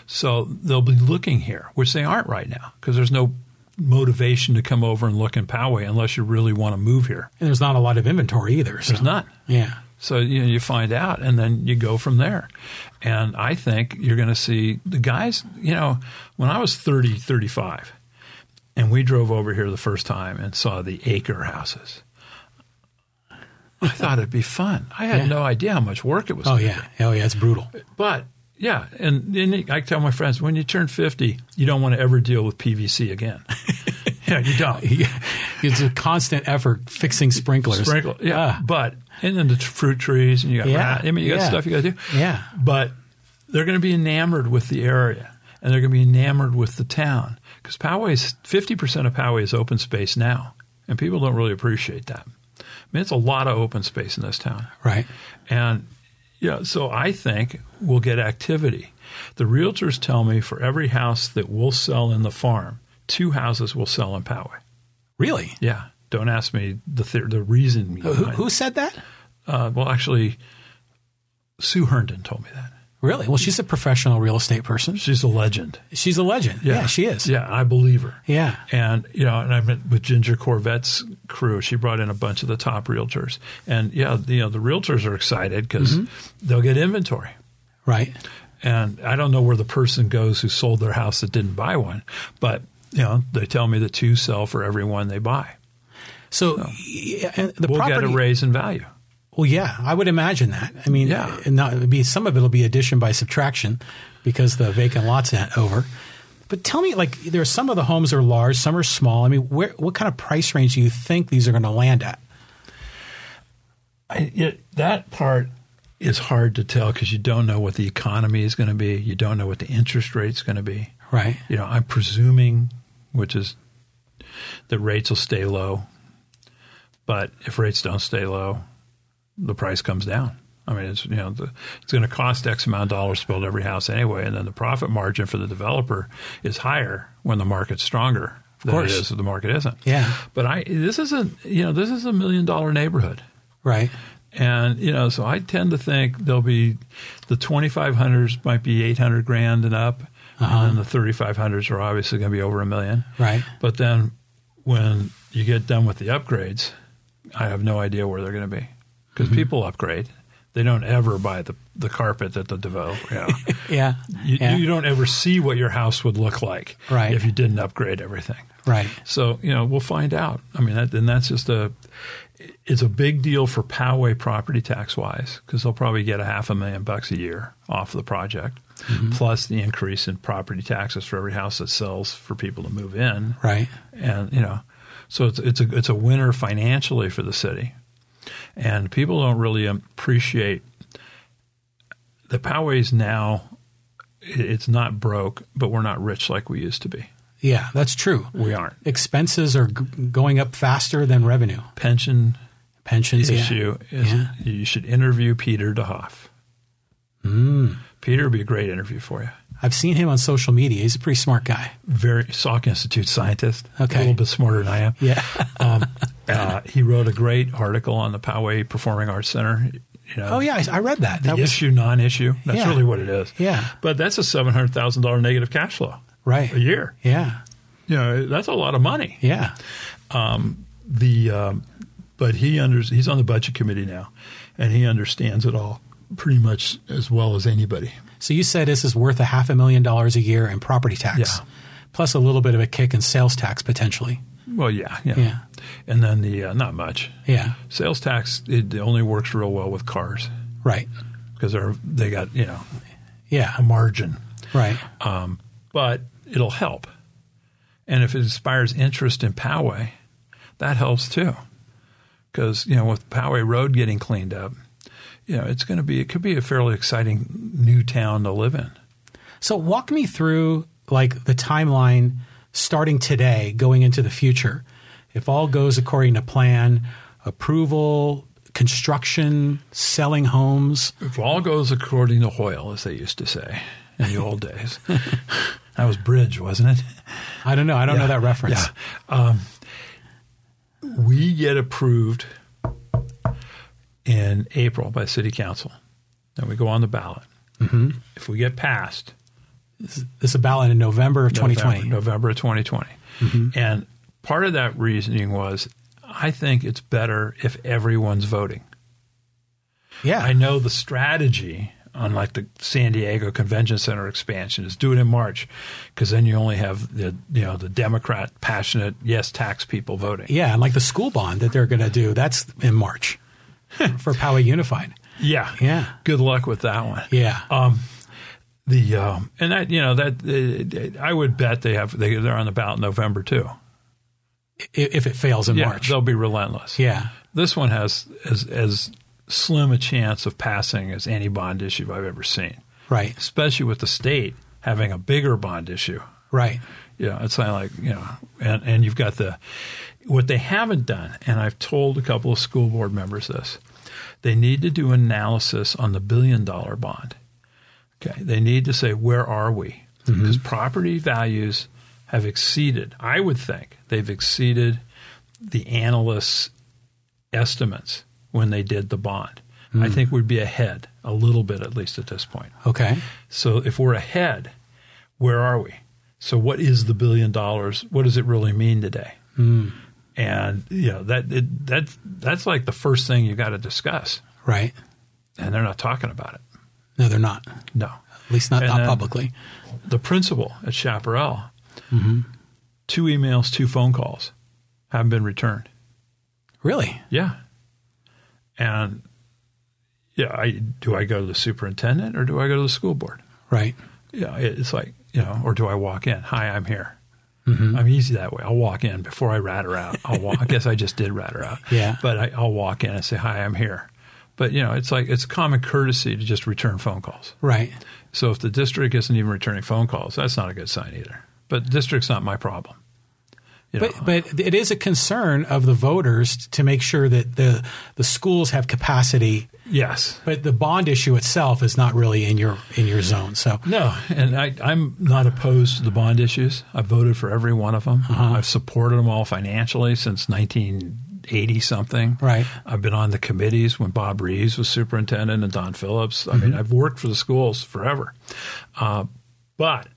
So they'll be looking here, which they aren't right now because there's no motivation to come over and look in Poway unless you really want to move here.
And there's not a lot of inventory either. So.
There's none.
Yeah.
So you know, you find out, and then you go from there. And I think you're going to see the guys. You know, when I was 30, 35, and we drove over here the first time and saw the acre houses, I thought it'd be fun. I had
Yeah.
no idea how much work it was.
Oh, yeah. Oh, yeah. It's brutal.
But yeah, and, and I tell my friends when you turn 50, you don't want to ever deal with PVC again. yeah, you don't.
It's a constant effort fixing sprinklers.
Sprinkle, yeah.
Ah.
But and then the t- fruit trees, and you got
Yeah,
rat- I mean, you got
yeah.
stuff you got to do.
Yeah.
But they're going to be enamored with the area, and they're going to be enamored with the town because Poway's fifty percent of Poway is open space now, and people don't really appreciate that. I mean, it's a lot of open space in this town.
Right.
And yeah, so I think we'll get activity. The realtors tell me for every house that we'll sell in the farm, two houses will sell in Poway.
Really?
Yeah. Don't ask me the theor the reason.
Who,
behind-
who said that?
Uh, well, actually, Sue Herndon told me that.
Really? Well, she's a professional real estate person.
She's a legend.
She's a legend. Yeah, she is.
Yeah, I believe her.
Yeah.
And you know, and I met with Ginger Corvette's crew. She brought in a bunch of the top realtors, and yeah, the, you know, the realtors are excited because they'll get inventory.
Right.
And I don't know where the person goes who sold their house that didn't buy one, but you know, they tell me the two sell for every one they buy.
So yeah, and the
We'll
property.
get a raise in value.
Well, yeah, I would imagine that. I mean,
Yeah.
and not, it'd be some of it'll be addition by subtraction because the vacant lots at over. But tell me, like, there are some of the homes are large, some are small. I mean, where, what kind of price range do you think these are going to land at?
I, it, that part is hard to tell because you don't know what the economy is going to be. You don't know what the interest rate's going to be.
Right.
You know, I'm presuming, which is that rates will stay low. But if rates don't stay low, the price comes down. I mean, it's you know, the, it's going to cost X amount of dollars to build every house anyway, and then the profit margin for the developer is higher when the market's stronger than
course.
it is if the market isn't.
Yeah.
But I this isn't you know this is a million dollar neighborhood.
Right.
And you know, so I tend to think there'll be the 2500s might be 800 grand and up, and then the 3500s are obviously going to be over a million.
Uh-huh. Right.
But then when you get done with the upgrades, I have no idea where they're going to be because
Mm-hmm.
people upgrade. They don't ever buy the, the carpet that the developer. You, know.
Yeah.
you,
yeah.
you don't ever see what your house would look like
Right.
if you didn't upgrade everything.
right.
So you know we'll find out. I mean, that, and that's just a it's a big deal for Poway property tax wise because they'll probably get a half a million bucks a year off the project, plus the increase in property taxes for every house that sells for people to move in.
Right.
And you know, so it's it's a it's a winner financially for the city, and people don't really appreciate the Poway's now. it- It's not broke, but we're not rich like we used to be.
Yeah. That's true.
We aren't.
Expenses are g- going up faster than revenue.
pension
Pensions yeah.
issue is
Yeah.
you should interview Peter DeHoff.
Hmm.
Peter would be a great interview for you.
I've seen him on social media. He's a pretty smart guy.
Very Salk Institute scientist,
Okay.
a little bit smarter than I am.
Yeah.
Um, uh, he wrote a great article on the Poway Performing Arts Center. You know,
Oh yeah, I, I read that.
the
That was
issue non-issue. That's
Yeah.
really what it is.
Yeah.
but that's a seven hundred thousand dollar negative cash flow
right.
a year.
Yeah.
You know, that's a lot of money.
Yeah.
the um, but he under, he's on the budget committee now, and he understands it all pretty much as well as anybody.
So you said this is worth a half a million dollars a year in property tax,
Yeah.
plus a little bit of a kick in sales tax potentially.
Well, yeah, yeah,
Yeah.
and then the uh, not much
Yeah.
sales tax. It only works real well with cars
Right.
because they're they got you know
Yeah.
a margin, Um,
Right.
but it'll help, and if it inspires interest in Poway, that helps too, because you know with Poway Road getting cleaned up. You know, it's going to be, it could be a fairly exciting new town to live in.
So walk me through like the timeline starting today going into the future. If all goes according to plan, approval, construction, selling homes.
If all goes according to Hoyle, as they used to say in the old days, that was bridge, wasn't it?
I don't know. I don't know that reference.
Yeah. Um, we get approved in April by City Council, and we go on the ballot. If we get passed,
This is a ballot in November of 2020.
November, November of 2020. And part of that reasoning was I think it's better if everyone's voting.
Yeah.
I know the strategy on like the San Diego Convention Center expansion is do it in March because then you only have the you know the Democrat passionate yes tax people voting.
yeah. And like the school bond that they're going to do, that's in March
Hmm.
for Poway Unified.
Yeah,
Yeah.
Good luck with that one.
Yeah.
Um, The um, and that you know that uh, I would bet they have they, they're on the ballot in November too.
I- if it fails in
Yeah,
March.
they'll be relentless.
Yeah.
This one has as as slim a chance of passing as any bond issue I've ever seen,
Right.
especially with the state having a bigger bond issue.
Right.
Yeah, it's not like you know, and and you've got the what they haven't done, and I've told a couple of school board members this. They need to do analysis on the billion dollar bond. Okay, they need to say where are we because property values have exceeded. I would think they've exceeded the analysts' estimates when they did the bond. I think we'd be ahead a little bit at least at this point.
Okay.
So if we're ahead, where are we? So what is the billion dollars? What does it really mean today? And you know that it, that that's like the first thing you got to discuss,
Right.
and they're not talking about it.
No, they're not.
No,
At least not,
And
not
then-
publicly.
the principal at Chaparral, two emails, two phone calls, haven't been returned.
Really?
Yeah, and yeah, I do. I go to the superintendent or do I go to the school board?
Right.
yeah, it- it's like you know, or do I walk in? Hi, I'm here.
Mm-hmm.
I'm easy that way. I'll walk in before I rat her out. I'll walk. I guess I just did rat her out.
Yeah.
but I, I'll walk in and say, "Hi, I'm here." But you know, it's like it's common courtesy to just return phone calls.
Right.
So if the district isn't even returning phone calls, that's not a good sign either. But district's not my problem. You know,
But, but it is a concern of the voters t- to make sure that the, the schools have capacity,
yes.
but the bond issue itself is not really in your in your zone. So
No, and I, I'm not opposed to the bond issues. I've voted for every one of them. I've supported them all financially since 1980 something.
Right.
I've been on the committees when Bob Reeves was superintendent and Don Phillips. I mean, I've worked for the schools forever. Uh, but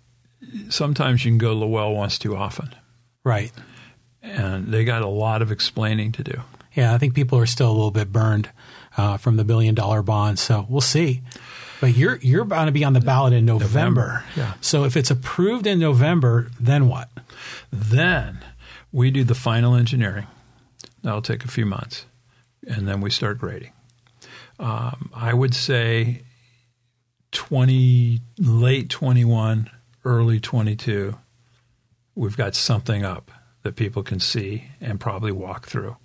sometimes you can go to the well once too often,
right,
and they got a lot of explaining to do.
yeah, I think people are still a little bit burned uh, from the billion dollar bond. So we'll see. But you're you're going to be on the ballot in November.
November, yeah.
So if it's approved in November, then what?
Then we do the final engineering. That'll take a few months, and then we start grading. Um, I would say twenty, late twenty-one, early twenty-two. We've got something up that people can see and probably walk through,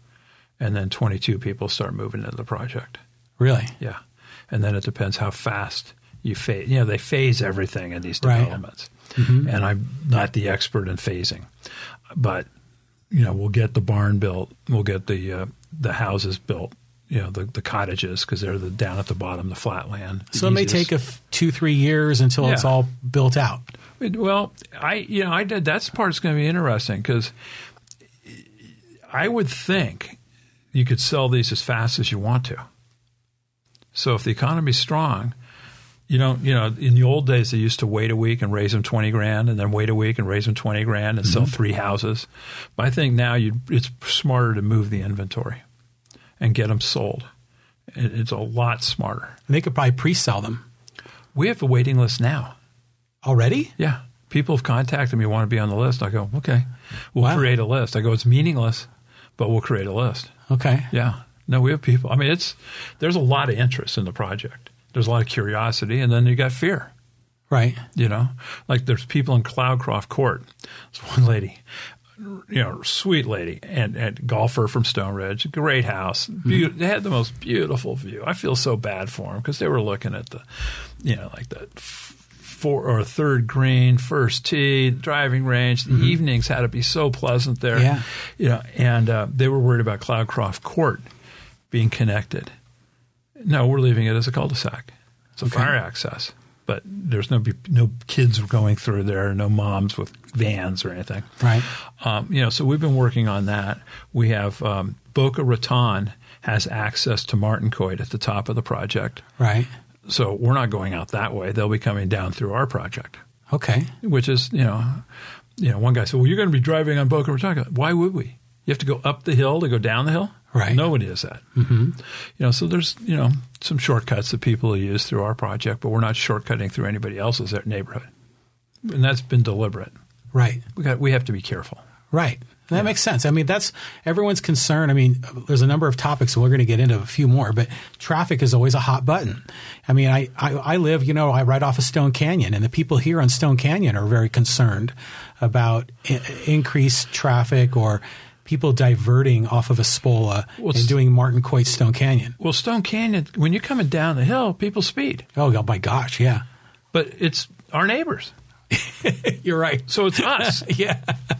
and then twenty-two people start moving into the project.
Really?
Yeah, and then it depends how fast you phase. You know, they phase everything in these
Right. Mm-hmm.
developments, and I'm not the expert in phasing, but you know, we'll get the barn built, we'll get the uh, the houses built, you know, the the cottages because they're the down at the bottom, the flat land. the
So it may
easiest.
take a f- two three years until it's
Yeah.
all built out.
It- Well, I you know I did that's part's going to be interesting because I would think you could sell these as fast as you want to. So if the economy's strong, you don't you know in the old days they used to wait a week and raise them twenty grand and then wait a week and raise them twenty grand and sell three houses. But I think now you it's smarter to move the inventory and get them sold. It, it's a lot smarter.
And they could probably pre-sell them
We have a waiting list now.
already.
Yeah. People have contacted me, want to be on the list. I go, okay, we'll
Wow.
create a list. I go, it's meaningless, but we'll create a list.
Okay.
Yeah. No, we have people. I mean, it's there's a lot of interest in the project. There's a lot of curiosity, and then you got fear.
Right.
You know, like there's people in Cloudcroft Court. There's one lady, you know, sweet lady, and, and golfer from Stone Ridge, great house. Beau- They had the most beautiful view. I feel so bad for them because they were looking at the, you know, like the f- four or third green, first tee, driving range. The evenings had to be so pleasant there.
Yeah.
You know, and uh, they were worried about Cloudcroft Court being connected. No, we're leaving it as a cul-de-sac. It's a fire access, but there's no no kids going through there, no moms with vans or anything.
Right.
Um, you know, so we've been working on that. We have um, Boca Raton has access to Martincoit at the top of the project,
Right.
so we're not going out that way. They'll be coming down through our project,
Okay.
which is you know, you know, one guy said, "Well, you're going to be driving on Boca Raton." I go, Why would we? You have to go up the hill to go down the hill.
Right.
Nobody does that. Mm-hmm. You know, so there's you know some shortcuts that people use through our project, but we're not shortcutting through anybody else's neighborhood, and that's been deliberate.
Right.
We got we have to be careful.
Right. That makes sense. I mean, that's everyone's concern. I mean, there's a number of topics, and we're going to get into a few more, but traffic is always a hot button. I mean, I, I, I live, you know, I right off of Stone Canyon, and the people here on Stone Canyon are very concerned about I- increased traffic or people diverting off of Espola and
Well, it's-
doing Martin Coit Stone Canyon.
Well, Stone Canyon, when you're coming down the hill, people speed,
Oh, oh my gosh. Yeah.
but it's our neighbors,
You're right.
so it's us.
Yeah.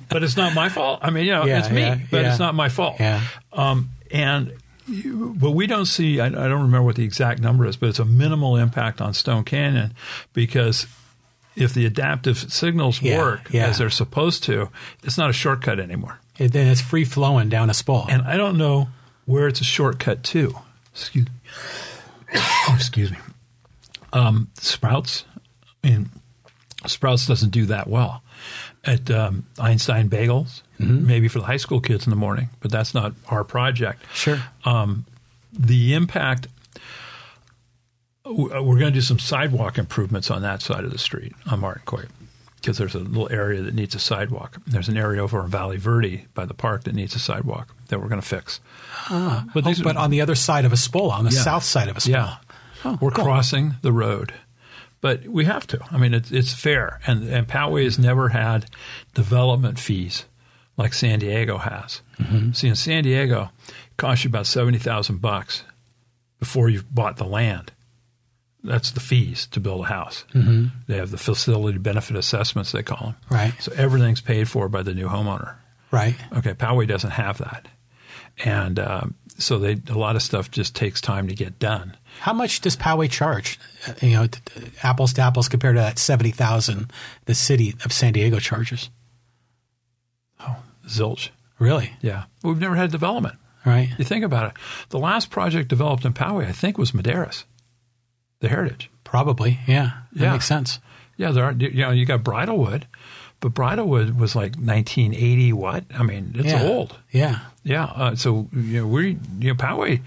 but it's not my fault. I mean, you know,
Yeah,
it's me,
yeah,
but
yeah.
it's not my fault.
Yeah.
Um, and you, but we don't see. I, I don't remember what the exact number is, but it's a minimal impact on Stone Canyon because if the adaptive signals
Yeah,
work
yeah.
as they're supposed to, it's not a shortcut anymore.
And then it's free flowing down Espola.
And I don't know where it's a shortcut to. Excuse me. Excuse me. Um, Sprouts. I mean, Sprouts doesn't do that well. At um, Einstein Bagels, maybe for the high school kids in the morning, but that's not our project.
Sure.
The impact. w- We're going to do some sidewalk improvements on that side of the street on Martin Court because there's a little area that needs a sidewalk. There's an area over in Valley Verde by the park that needs a sidewalk that we're going to fix.
but,
these are-
Oh, but on the other side of Espola, on the
Yeah.
south side of Espola.
Yeah. We're crossing the road. But we have to. I mean, it's, it's fair. And, and Poway has never had development fees like San Diego has. See, in San Diego, it costs you about 70000 bucks before you've bought the land. That's the fees to build a house. They have the facility benefit assessments, they call them.
Right.
So everything's paid for by the new homeowner.
Right.
Okay, Poway doesn't have that, and um, so they a lot of stuff just takes time to get done.
How much does Poway charge? Uh, You know, t- t- apples to apples compared to that seventy thousand the city of San Diego charges.
Zilch.
Really?
Yeah, we've never had development.
Right.
You think about it. The last project developed in Poway, I think, was Madaris, the Heritage.
Probably. Yeah. That
Yeah.
makes sense.
Yeah, there are. You know, you got Bridlewood, but Bridlewood was like 1980. What? I mean, it's
yeah.
old.
Yeah.
Yeah. Uh, so you know, we you know Poway.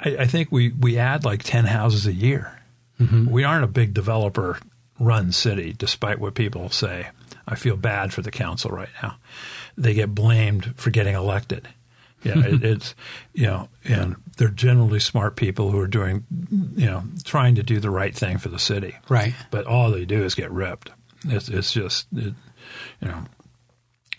I, I think we we add like ten houses a year. We aren't a big developer run city, despite what people say. I feel bad for the council right now. They get blamed for getting elected. Yeah, it, it's you know, and they're generally smart people who are doing, you know, trying to do the right thing for the city
Right.
but all they do is get ripped. It's, it's just, it, you know,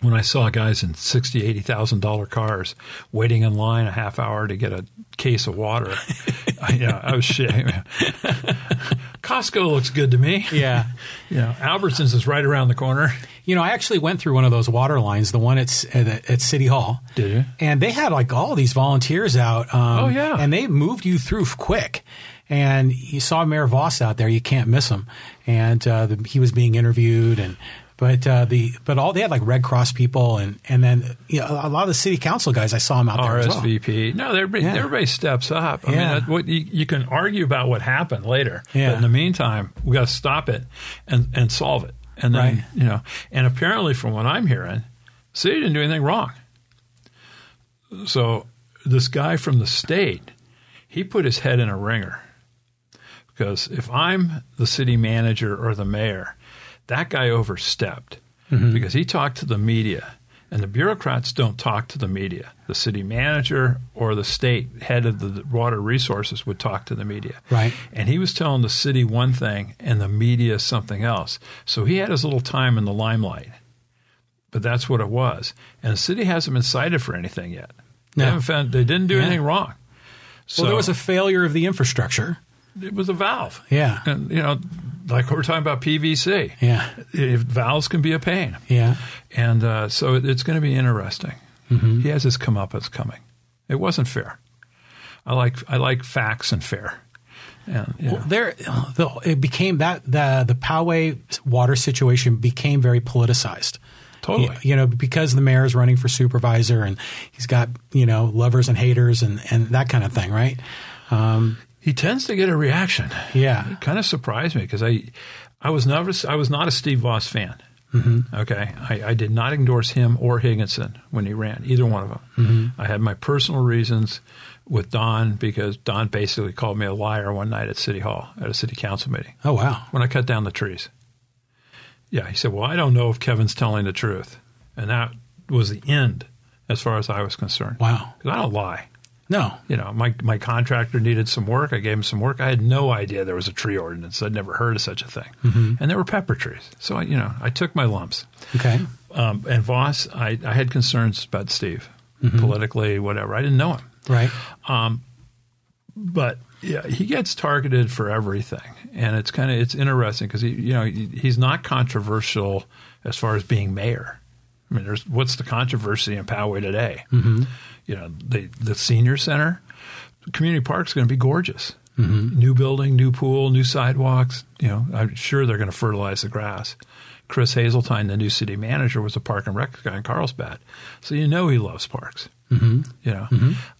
when I saw guys in sixty, eighty thousand dollar cars waiting in line a half hour to get a case of water, I, you know, I was shit. Costco looks good to me.
Yeah.
You know, Albertsons is right around the corner.
You know, I actually went through one of those water lines, the one at C- at, at City Hall.
Did you?
And they had like all these volunteers out. Um,
Oh, yeah.
And they moved you through quick. And you saw Mayor Voss out there. You can't miss him. And uh, the, he was being interviewed. And but uh, the but all they had like Red Cross people and and then you know, a lot of the city council guys. I saw them out there as well.
RSVP. No, everybody,
Yeah.
everybody steps up. I mean,
Yeah.
that, what, you, you can argue about what happened later,
Yeah.
but in the meantime, we got to stop it and, and solve it. And then,
Right.
you know, and apparently, from what I'm hearing, city didn't do anything wrong. So this guy from the state, he put his head in a ringer because if I'm the city manager or the mayor, that guy overstepped
Mm-hmm.
because he talked to the media. And the bureaucrats don't talk to the media. The city manager or the state head of the water resources would talk to the media.
Right.
And he was telling the city one thing and the media something else. So he had his little time in the limelight. But that's what it was. And the city hasn't been cited for anything yet. They,
No.
haven't found, they didn't do
Yeah.
anything wrong. So
Well, there was a failure of the infrastructure.
it was a valve.
Yeah.
And, you know, like we're talking about PVC.
Yeah.
If valves can be a pain.
Yeah.
And uh, so it, it's going to be interesting. He has his comeuppance coming. It wasn't fair. I like I like facts and fair. And you know,
there the, it became that the the Poway water situation became very politicized.
Totally.
Y- You, know, because the mayor is running for supervisor and he's got, you know, lovers and haters and and that kind of thing, right?
he tends to get a reaction.
Yeah.
It kind of surprised me because I I was nervous. I was not a Steve Voss fan.
Mm-hmm.
Okay, I, I did not endorse him or Higginson when he ran, either one of them.
Mm-hmm.
I had my personal reasons with Don because Don basically called me a liar one night at City Hall at a city council meeting
Oh wow.
when I cut down the trees. Yeah, he said, Well, I don't know if Kevin's telling the truth. And that was the end as far as I was concerned.
Wow.
'Cause I don't lie.
No.
You know, my, my contractor needed some work. I gave him some work. I had no idea there was a tree ordinance. I'd never heard of such a thing. And there were pepper trees. So, I, you know, I took my lumps.
Okay.
Um, and Voss, I, I had concerns about Steve politically, whatever. I didn't know him
Right.
but yeah, he gets targeted for everything, and it's kind of it's interesting because he you know he, he's not controversial as far as being mayor. I mean, there's what's the controversy in Poway today? Mm-hmm. You know, the the senior center, community park's going to be gorgeous. New building, new pool, new sidewalks. You know, I'm sure they're going to fertilize the grass. Chris Hazeltine, the new city manager, was a park and rec guy in Carlsbad, so you know he loves parks.
Mm-hmm.
You know,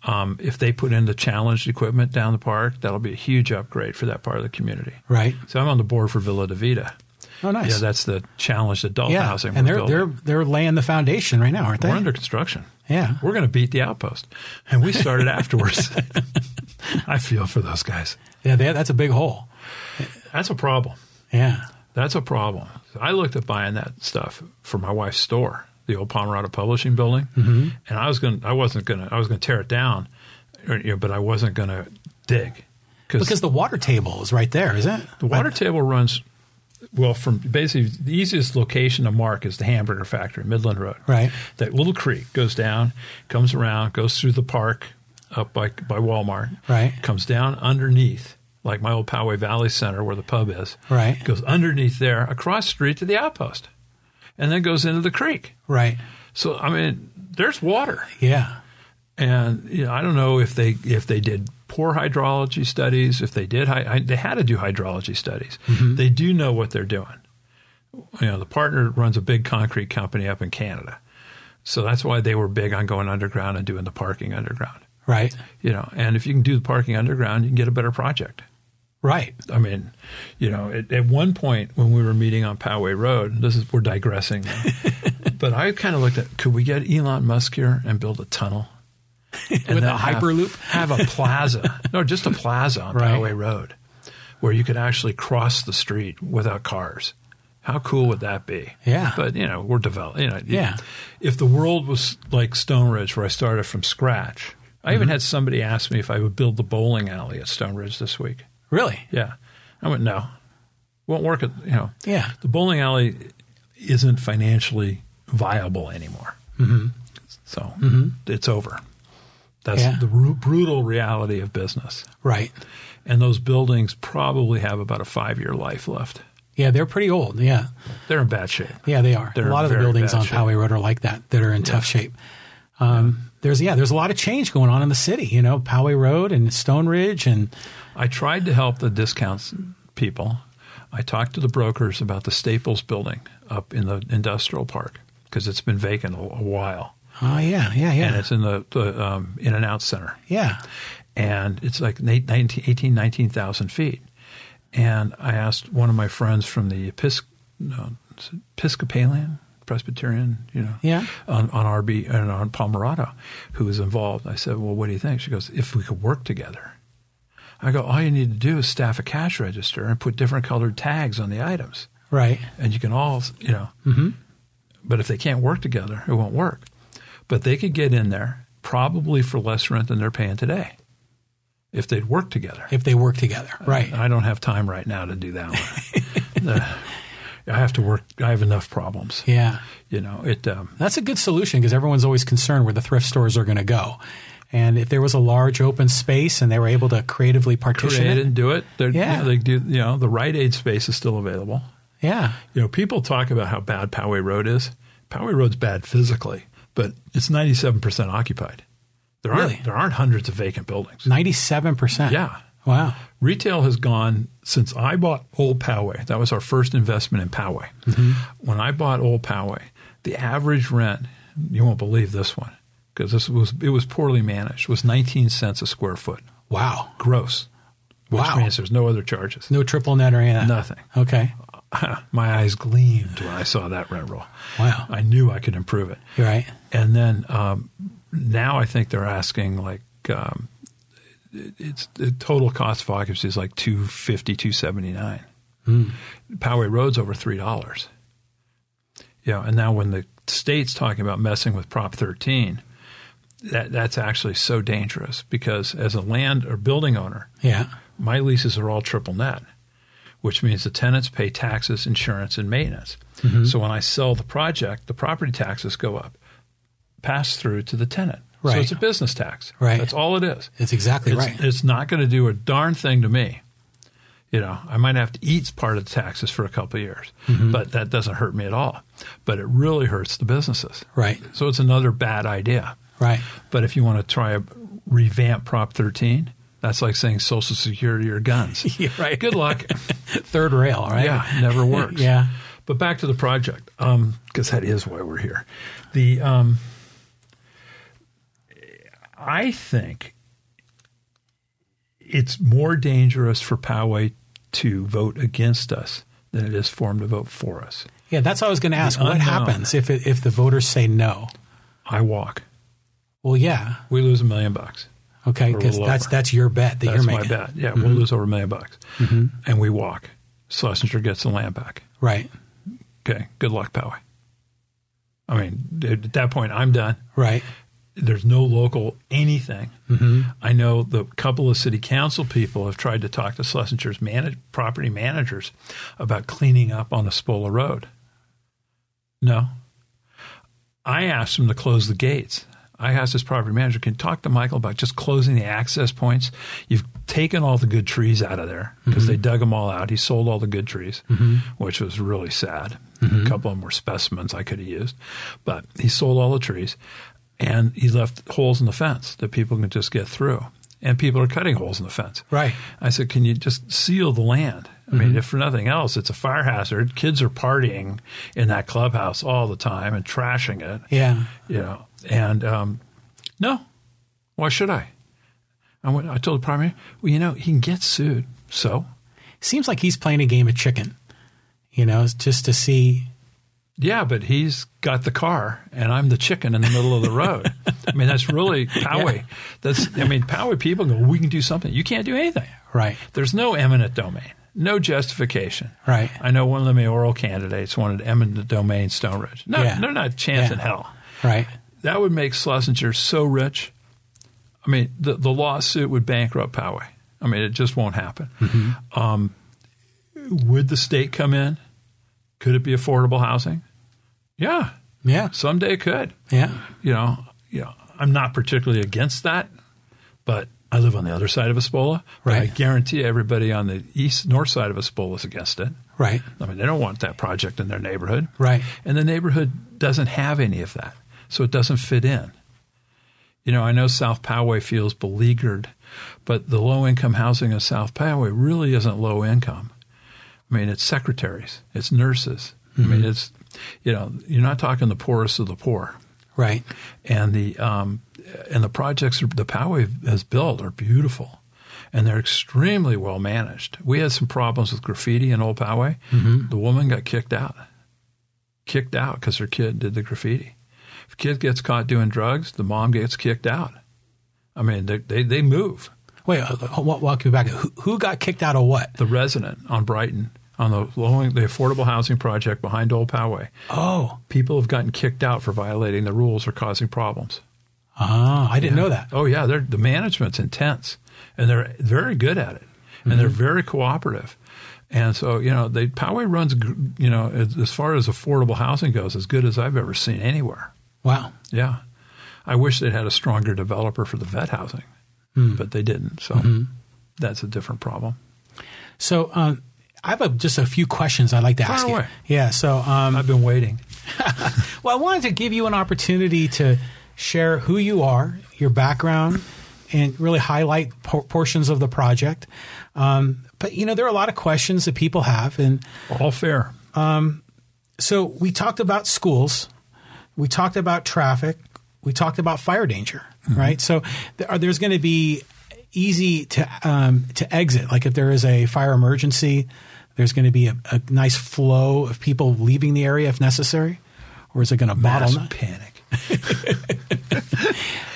um, if they put in the challenged equipment down the park, that'll be a huge upgrade for that part of the community.
Right.
So I'm on the board for Villa de Vida.
Oh nice.
Yeah, that's the challenged adult
Yeah.
housing.
And
we're
they're
building.
they're they're laying the foundation right now, aren't they?
we're under construction.
Yeah.
we're going to beat the outpost, and we started afterwards. I feel for those guys.
yeah, they, that's a big hole.
That's a problem.
Yeah.
That's a problem. I looked at buying that stuff for my wife's store, the old Pomerata Publishing building,
Mm-hmm.
and I was going. to I wasn't going to. I was going to tear it down, or, you know, but I wasn't going to dig
Because the water table is right there, is it?
The water table runs well from basically the easiest location to mark is the hamburger factory, Midland Road.
Right.
That little creek goes down, comes around, goes through the park, up by by Walmart.
Right.
Comes down underneath, like my old Poway Valley Center where the pub is.
Right.
Goes underneath there, across the street to the outpost, and then goes into the creek.
Right.
So I mean, there's water,
Yeah.
and you know, I don't know if they if they did poor hydrology studies, if they did, hy- hy- they had to do hydrology studies. They do know what they're doing. You know, the partner runs a big concrete company up in Canada, so that's why they were big on going underground and doing the parking underground.
Right.
You know, and if you can do the parking underground, you can get a better project.
Right.
I mean, you know, at, at one point when we were meeting on Poway Road, this is we're digressing, now, but I kind of looked at could we get Elon Musk here and build a tunnel and
With a
then have-
Hyperloop?
Have, a plaza, no, just a plaza on
Right.
Poway Road where you could actually cross the street without cars. How cool would that be?
Yeah.
but you know, we're developing. You know,
Yeah.
if the world was like Stone Ridge, where I started from scratch. I even
Mm-hmm.
had somebody ask me if I would build the bowling alley at Stone Ridge this week.
Really?
Yeah. I went, no, won't work. At, you know,
Yeah.
the bowling alley isn't financially viable anymore. Mm-hmm. So it's over. That's
Mm-hmm. Yeah.
the ru- brutal reality of business.
Right.
And those buildings probably have about a five year life left.
Yeah, they're pretty old. Yeah.
They're in bad shape.
Yeah, they are.
They're
a lot of the
very
buildings
bad
on
shape.
Poway Road are like that, that are in tough shape. Um, There's yeah, there's a lot of change going on in the city. You know, Poway Road and Stone Ridge, and
I tried to help the discounts people. I talked to the brokers about the Staples building up in the industrial park because it's been vacant a, a while.
oh yeah, yeah,
And
yeah,
it's in the, the um, In and Out Center.
yeah,
and it's like na- 19, 18, 19,000 feet. And I asked one of my friends from the Episc- no, it's Episcopalian, Presbyterian, you know,
Yeah.
on, on RB and on Palmerado, who was involved. I said, Well, what do you think? She goes, If we could work together. I go, All you need to do is staff a cash register and put different colored tags on the items.
right,
And you can all, you know,
Mm-hmm.
but if they can't work together, it won't work. But they could get in there probably for less rent than they're paying today if they'd work together.
if they work together, right,
I don't have time right now to do that one. Uh, I have to work. I have enough problems.
yeah.
You know, it. Um,
That's a good solution because everyone's always concerned where the thrift stores are going to go. And if there was a large open space and they were able to creatively partition
create
it,
and do it. They're,
Yeah.
they do. You know, the Rite Aid space is still available.
yeah,
You know, people talk about how bad Poway Road is. Poway Road's bad physically, but it's ninety-seven percent occupied. There aren't
Really?
there aren't hundreds of vacant buildings.
ninety-seven percent.
Yeah.
wow,
Retail has gone since I bought Old Poway. That was our first investment in Poway. When I bought Old Poway, the average rent, you won't believe this one because this was it was poorly managed, was 19 cents a square foot
wow,
gross. Which
Wow.
means there's no other charges.
no triple net or any of that.
Nothing.
Okay,
My eyes gleamed when I saw that rent roll.
Wow.
I knew I could improve it.
you're right.
And then um, now I think they're asking like um, it- it's the total cost of occupancy is like 250 279 Poway Road's over three dollars. Yeah, and now when the state's talking about messing with Prop 13, that that's actually so dangerous because as a land or building owner,
Yeah,
my leases are all triple net, which means the tenants pay taxes, insurance, and maintenance.
Mm-hmm.
So when I sell the project, the property taxes go up, pass through to the tenant. So
Right.
it's a business tax.
Right.
That's all it is.
that's exactly
It's,
right.
it's not going to do a darn thing to me. You know, I might have to eat part of the taxes for a couple of years,
Mm-hmm.
but that doesn't hurt me at all. But it really hurts the businesses.
Right.
So it's another bad idea.
Right.
But if you want to try a revamp Prop 13, that's like saying Social Security or guns.
Yeah, right.
Good luck.
Third rail, right?
yeah, never works.
Yeah.
But back to the project, because that is why we're here. The um, I think it's more dangerous for Poway to vote against us than it is for him to vote for us.
Yeah, that's what I was going to ask. What
unknown.
happens if it, if the voters say no?
I walk.
Well, yeah,
We lose a million bucks.
okay,
Or
because
we'll
that's
over.
that's your bet that
That's
you're
my
making, Mm-hmm.
bet. Yeah, we'll lose over a million bucks, and we walk. Schlesinger gets the land back.
right?
Okay, good luck, Poway. I mean, at that point, I'm done.
Right.
There's no local anything.
Mm-hmm.
I know the couple of city council people have tried to talk to Schlesinger's manage, property managers about cleaning up on Espola Road. No. I asked them to close the gates. I asked this property manager, can you talk to Michael about just closing the access points? You've taken all the good trees out of there because they dug them all out. He sold all the good trees, which was really sad. A couple of them were specimens I could have used, but he sold all the trees and he left holes in the fence that people can just get through. And people are cutting holes in the fence.
Right.
I said, can you just seal the land? I mean, if for nothing else, it's a fire hazard. Kids are partying in that clubhouse all the time and trashing it
Yeah.
you know, and um, no, why should I? I went. I told the prime minister, well, you know, he can get sued. So
Seems like he's playing a game of chicken, you know, just to see.
yeah, but he's got the car, and I'm the chicken in the middle of the road. I mean, that's really Poway. That's I mean, Poway people go, we can do something. You can't do anything.
Right.
There's no eminent domain. No justification.
Right.
I know one of the mayoral candidates wanted eminent domain Stone Ridge. No,
Yeah.
they're not a chance
Yeah.
in hell.
Right.
That would make Schlesinger so rich. I mean, the, the lawsuit would bankrupt Poway. I mean, it just won't happen.
Mm-hmm.
Um, would the state come in? Could it be affordable housing? Yeah,
Yeah.
someday it could.
Yeah.
You know, you know, I'm not particularly against that, but I live on the other side of Espola. But I
Right.
guarantee everybody on the east, north side of Espola is against it.
Right.
I mean, they don't want that project in their neighborhood.
Right.
And the neighborhood doesn't have any of that. So it doesn't fit in. You know, I know South Poway feels beleaguered, but the low income housing of South Poway really isn't low income. I mean, it's secretaries, it's nurses. I mean, it's, you know, you're not talking the poorest of the poor
Right.
and the um, and the projects are- the Poway has built are beautiful, and they're extremely well managed. We had some problems with graffiti in Old Poway. The woman got kicked out, kicked out because her kid did the graffiti. If a kid gets caught doing drugs, the mom gets kicked out. I mean, they they, they move.
Wait, uh, uh, wa- walk me back. Who, who got kicked out of what?
The resident on Brighton on the low, the affordable housing project behind Old Poway,
Oh,
people have gotten kicked out for violating the rules or causing problems.
ah, I didn't know that.
Oh yeah, they're, the management's intense, and they're very good at it, and
Mhm.
they're very cooperative. And so you know, they Poway runs gr- you know as, as far as affordable housing goes, as good as I've ever seen anywhere.
Wow.
Yeah, I wish they had a stronger developer for the vet housing,
Hmm.
but they didn't. So
Mm-hmm.
that's a different problem.
So um, I have a, just a few questions I'd like to
Fire
ask
away.
you. Yeah. So, um,
I've been waiting.
well, I wanted to give you an opportunity to share who you are, your background, and really highlight por- portions of the project. Um, but you know, there are a lot of questions that people have, and
All fair.
so we talked about schools, we talked about traffic, we talked about fire danger,
Mm-hmm.
right? So there are, there's going to be easy to um, to exit. Like if there is a fire emergency, there's going to be a, a nice flow of people leaving the area if necessary, or is it going to
Mass
bottleneck?
panic.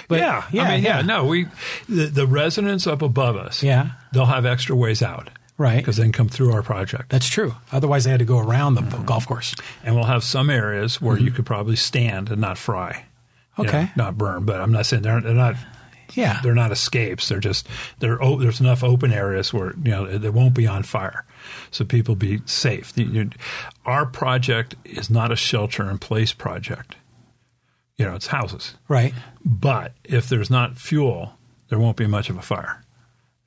But-
yeah,
yeah,
I mean, yeah.
yeah.
No, we the, the residents up above us.
Yeah.
they'll have extra ways out.
Right.
because they can come through our project.
That's true. Otherwise, they had to go around the
Mm-hmm.
golf course.
and we'll have some areas where you could probably stand and not fry. You
Okay.
know, not burn, but I'm not saying they're, they're not.
Yeah.
They're not escapes. They're just they're o- there's enough open areas where you know they won't be on fire, so people be safe. You- you- our project is not a shelter in place project. You know, it's houses.
Right.
But if there's not fuel, there won't be much of a fire,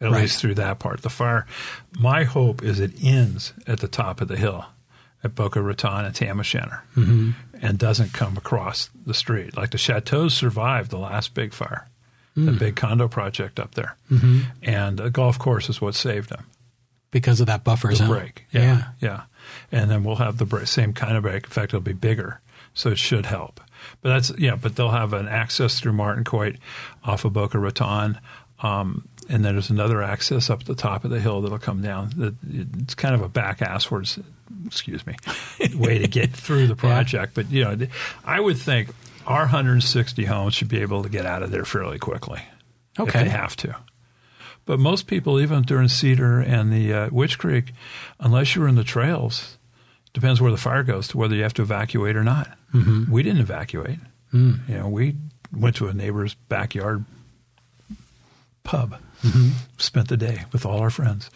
at
Right.
least through that part. The fire, my hope is it ends at the top of the hill at Boca Raton and Tam O'Shanter and doesn't come across the street. Like the chateaus survived the last big fire, the big condo project up there. And a golf course is what saved them
Because of that buffer zone.
break. Yeah,
Yeah.
yeah. And then we'll have the break, same kind of break. In fact, it'll be bigger. So it should help. But that's, yeah, but they'll have an access through Martin Coit off of Boca Raton. Um, and then there's another access up the top of the hill that'll come down. That- It's kind of a back asswards, excuse me, way to get through the project. But, you know, th- I would think our 160 homes should be able to get out of there fairly quickly
Okay.
if they have to. But most people, even during Cedar and the uh, Witch Creek, unless you were in the trails, depends where the fire goes to whether you have to evacuate or not. We didn't evacuate. You know, we went to a neighbor's backyard pub, spent the day with all our friends.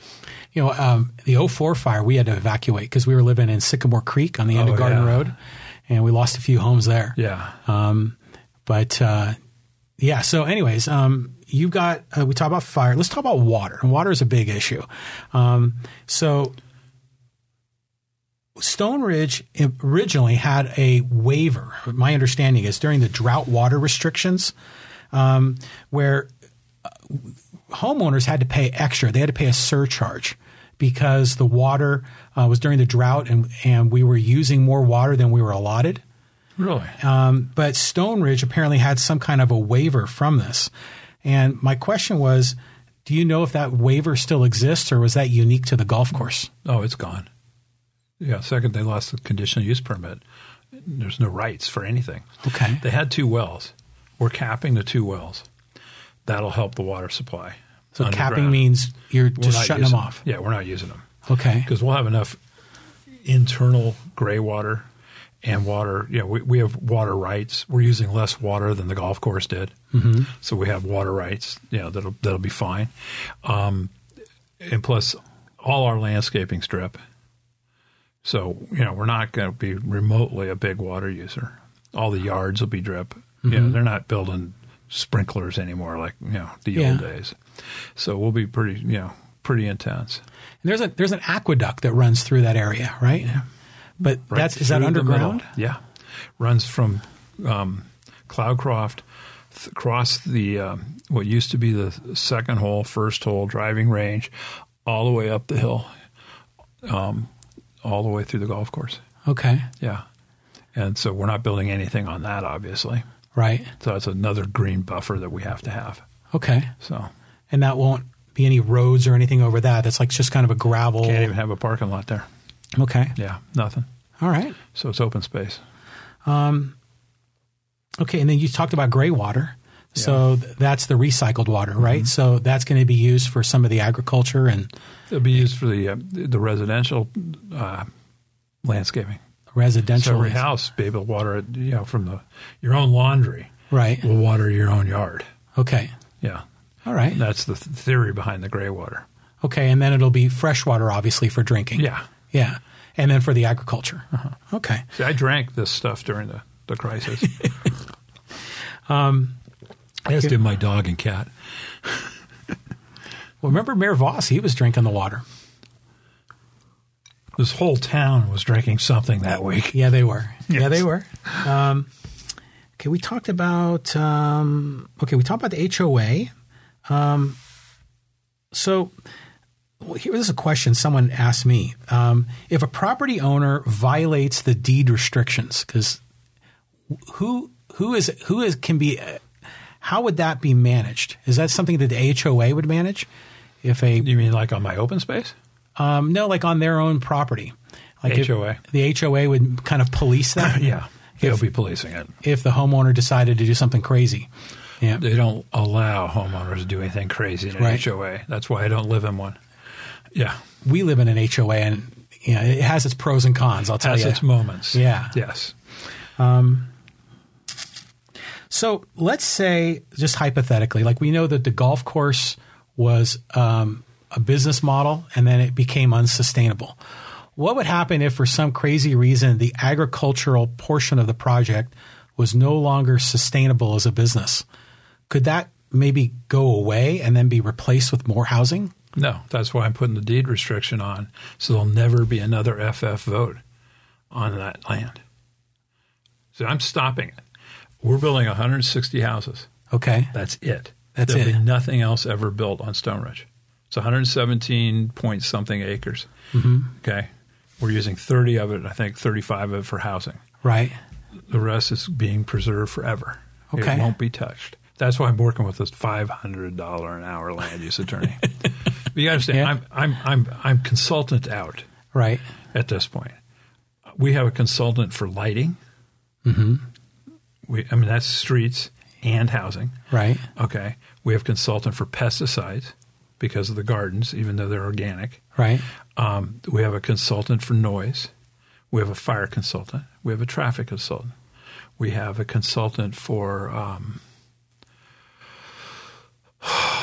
You know, um, the 04 fire, we had to evacuate because we were living in Sycamore Creek on the end
Oh,
of Garden
yeah.
Road, and we lost a few homes there.
Yeah,
Um, but uh, yeah. So, anyways, um, you've got uh, we talk about fire. Let's talk about water. And water is a big issue. Um, so, Stone Ridge originally had a waiver. My understanding is during the drought water restrictions, um, where uh, homeowners had to pay extra. They had to pay a surcharge because the water uh, was during the drought, and and we were using more water than we were allotted.
Really?
Um, but Stone Ridge apparently had some kind of a waiver from this. And my question was, do you know if that waiver still exists, or was that unique to the golf course?
Oh, it's gone. Yeah, second they lost the conditional use permit. There's no rights for anything.
Okay.
They had two wells. We're capping the two wells. That'll help the water supply.
So capping
underground.
means you're
We're
just
not
shutting
using
them off.
Yeah, we're not using them
Okay.
because we'll have enough internal gray water and water. You know, we, we have water rights. We're using less water than the golf course did, mm-hmm. so we have water rights. You know, that'll that'll be fine. Um, and plus, all our landscaping strip. So you know, we're not going to be remotely a big water user. All the yards will be drip. You know, they're not building sprinklers anymore like you know the
Yeah.
old days. So we'll be pretty you know pretty intense.
And there's a there's an aqueduct that runs through that area, right? But
Right
that's is that
through the
underground?
middle. Yeah, runs from um, Cloudcroft th- across the um, what used to be the second hole, first hole driving range, all the way up the hill, um, all the way through the golf course.
Okay.
Yeah, and so we're not building anything on that, obviously.
Right.
So that's another green buffer that we have to have.
Okay.
So
And that won't be any roads or anything over that. That's like just kind of a gravel.
can't even have a parking lot there.
Okay.
Yeah, nothing.
All right.
So it's open space.
Okay, and then you talked about gray water. So th- that's the recycled water, right?
Mm-hmm.
So that's going to be used for some of the agriculture and
It'll be used for the uh, the residential uh, landscaping. So
residential.
every house be able to water it, you know, from the your own laundry
right.
will water your own yard.
Okay.
Yeah,
All right.
that's the th- theory behind the gray water.
Okay, and then it'll be fresh water, obviously, for drinking.
Yeah, Uh-huh.
Yeah. And then for the agriculture. Okay.
see, I drank this stuff during the the crisis. um, as did my dog and cat.
Well, remember Mayor Voss? He was drinking the water.
This whole town was drinking something that week.
Yeah, they were. Yeah,
Yes.
they were. Um, okay, we talked about um, okay, we talked about the HOA. Um, so well, here is a question someone asked me: um, If a property owner violates the deed restrictions, because who who is who is can be uh, how would that be managed? Is that something that the HOA would manage? If a
You mean like on my open space?
um, no, like on their own property, like if-
HOA.
the HOA would kind of police that.
Yeah, they'll be policing it.
if the homeowner decided to do something crazy. Yeah.
They don't allow homeowners to do anything crazy in an
Right.
HOA. That's why I don't live in one. Yeah,
We live in an HOA and you know, it has its pros and cons, I'll tell
has
you.
its moments.
Yeah.
Yes.
so let's say, just hypothetically, like we know that the golf course was um, a business model and then it became unsustainable. What would happen if, for some crazy reason, the agricultural portion of the project was no longer sustainable as a business? Could that maybe go away and then be replaced with more housing?
No, that's why I'm putting the deed restriction on. So there'll never be another FF vote on that land. So I'm stopping it. We're building 160 houses.
Okay.
That's it.
That's
There'll
it.
be nothing else ever built on Stone Ridge. It's 117 point something acres.
Mm-hmm.
Okay. We're using 30 of it, I think 35 of it for housing.
Right.
The rest is being preserved forever.
Okay.
It won't be touched. That's why I'm working with this five hundred dollar an hour land use attorney. but you understand,
Yeah.
I'm I'm I'm I'm consultant out
Right.
at this point. We have a consultant for lighting. Mm-hmm. We I mean that's streets and housing.
Right.
Okay. We have consultant for pesticides because of the gardens, even though they're organic.
Right.
Um, we have a consultant for noise. We have a fire consultant. We have a traffic consultant. We have a consultant for, um,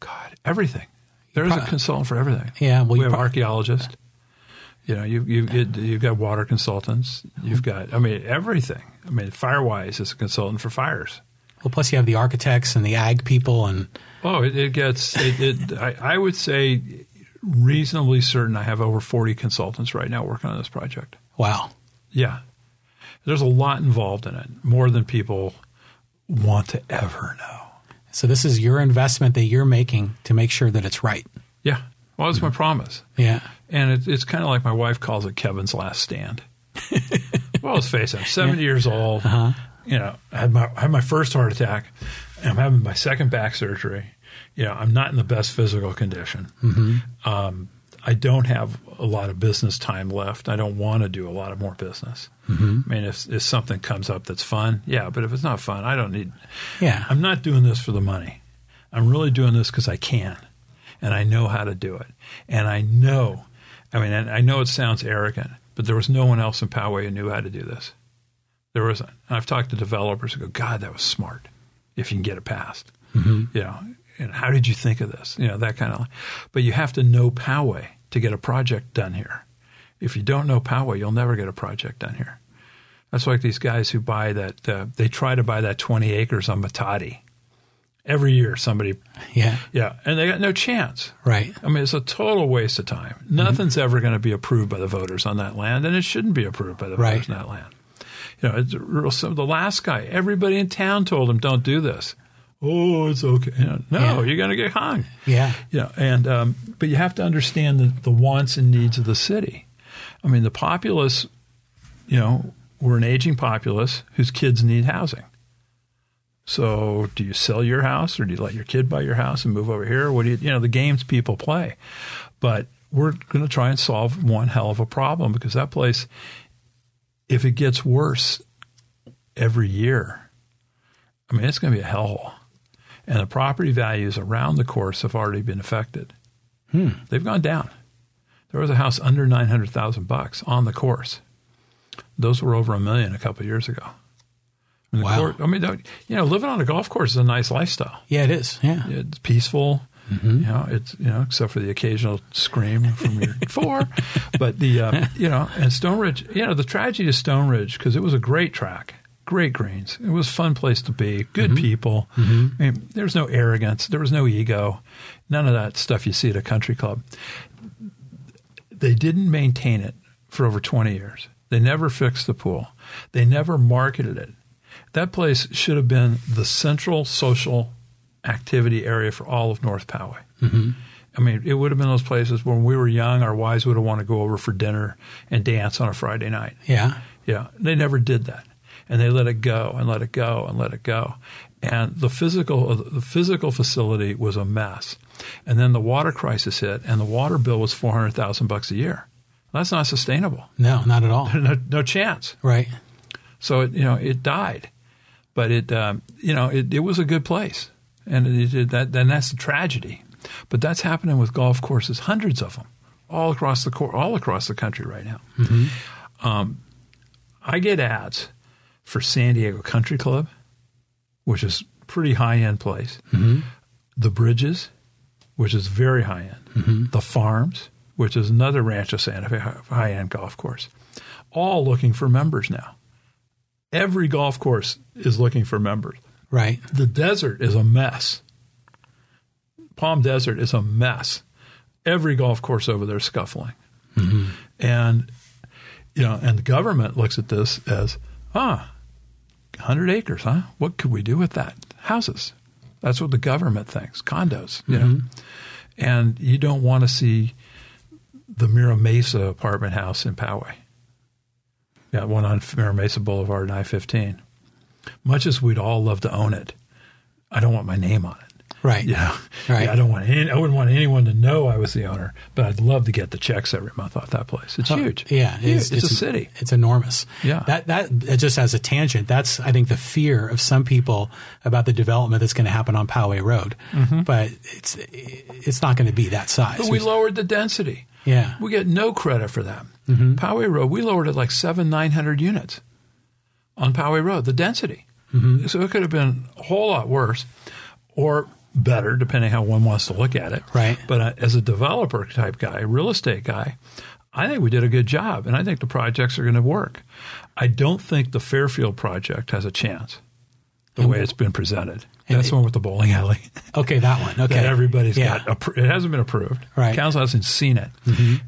God, everything. There is a consultant for everything.
Yeah, well,
we
you
have
prob-
archaeologists. You know, you you it, you've got water
Mm-hmm.
consultants. You've got, I mean, everything. I mean, Firewise is a consultant for fires.
Well, plus you have the architects and the ag people, and
Oh, it, it gets. It, it, I, I would say reasonably certain I have over 40 consultants right now working on this project.
wow,
Yeah. There's a lot involved in it, more than people want to ever know.
so this is your investment that you're making to make sure that it's right.
Yeah. Well, that's my promise.
Yeah,
And it, it's kind of like my wife calls it Kevin's last stand. well, let's face it, I'm 70 years old. You know, I had my I had my first heart attack. and I'm having my second back surgery. You know, I'm not in the best physical condition. Um, I don't have a lot of business time left. I don't want to do a lot of more business. I mean, if, if something comes up that's fun, yeah. But if it's not fun, I don't need.
yeah,
I'm not doing this for the money. I'm really doing this because I can, and I know how to do it. And I know, I mean, and I know it sounds arrogant, but there was no one else in Poway who knew how to do this. There wasn't. And I've talked to developers who go, God, that was smart. If you can get it passed, you know, and how did you think of this? You know, that kind of. But you have to know Poway to get a project done here. If you don't know Poway, you'll never get a project done here. That's like these guys who buy that. Uh, they try to buy that twenty acres on Matadi. Every year, somebody,
yeah,
yeah, and they got no chance.
right,
I mean, it's a total waste of time.
Mm-hmm.
Nothing's ever going to be approved by the voters on that land, and it shouldn't be approved by the
Right.
voters on that land. You know, it's real, so the last guy, everybody in town told him, "Don't do this." Oh, it's okay. You know, no,
Yeah.
you're going to get hung.
yeah,
You know, and um, but you have to understand the, the wants and needs of the city. I mean, the populace. You know, we're an aging populace whose kids need housing. So, do you sell your house, or do you let your kid buy your house and move over here? What do you? You know, the games people play, but we're going to try and solve one hell of a problem because that place, if it gets worse every year, I mean, it's going to be a hellhole and the property values around the course have already been affected. They've gone down. There was a house under nine hundred thousand bucks on the course. Those were over a million a couple of years ago. I mean, the
Wow.
cour- I mean, don't- you know, living on a golf course is a nice lifestyle.
yeah. It is, yeah,
It's peaceful. You know, it's you know, except for the occasional scream from your four, but the uh, you know, and Stone Ridge, you know, the tragedy of Stone Ridge because it was a great track, great greens. It was a fun place to be, good people. I mean, there was no arrogance, there was no ego, none of that stuff you see at a country club. They didn't maintain it for over twenty years. They never fixed the pool. They never marketed it. That place should have been the central social activity area for all of North Poway. I mean, it would have been those places when we were young, our wives would have wanted to go over for dinner and dance on a Friday night.
yeah,
Yeah, they never did that, and they let it go and let it go and let it go, and the physical uh, the physical facility was a mess, and then the water crisis hit, and the water bill was four hundred thousand bucks a year. That's not sustainable.
no, not at all,
No, no chance.
right,
So it, you know, it died, but it, um, you know, it, it was a good place, and it, it, that, and that's the tragedy. But that's happening with golf courses, hundreds of them, all across the cor- all across the country right now. Um, I get ads for San Diego Country Club, which is pretty high end place. The Bridges, which is very high end. The Farms, which is another Rancho Santa Fe high end golf course, all looking for members now. Every golf course is looking for members.
right,
The desert is a mess. Palm Desert is a mess. Every golf course over there is scuffling. And you know, and the government looks at this as, ah, 100 acres, huh? What could we do with that? Houses. That's what the government thinks, condos, you know. And you don't want to see the Mira Mesa apartment house in Poway. Yeah, one on Mira Mesa Boulevard and I 15 much as we'd all love to own it, I don't want my name on it.
right,
You know,
Right.
Yeah, I don't want any, I wouldn't want anyone to know I was the owner, but I'd love to get the checks every month off that place. It's huge.
Yeah,
Huge. It's, a city.
It's enormous.
Yeah.
that that it just as a tangent. That's I think the fear of some people about the development that's going to happen on Poway Road, but it's it's not going to be that size.
Mm-hmm. But we lowered the density.
yeah, Mm-hmm.
We get no credit for that. Poway Road, we lowered it like seven, nine hundred units on Poway Road, the density.
Mm-hmm.
So it could have been a whole lot worse or better, depending how one wants to look at it.
Right.
But uh, as a developer type guy, real estate guy, I think we did a good job, and I think the projects are going to work. I don't think the Fairfield project has a chance. the way it's been presented. That's the one with the bowling alley
Okay, that one. Okay,
that everybody's
Yeah.
got. Appro- it hasn't been approved.
Right. Mm-hmm.
Council hasn't seen it,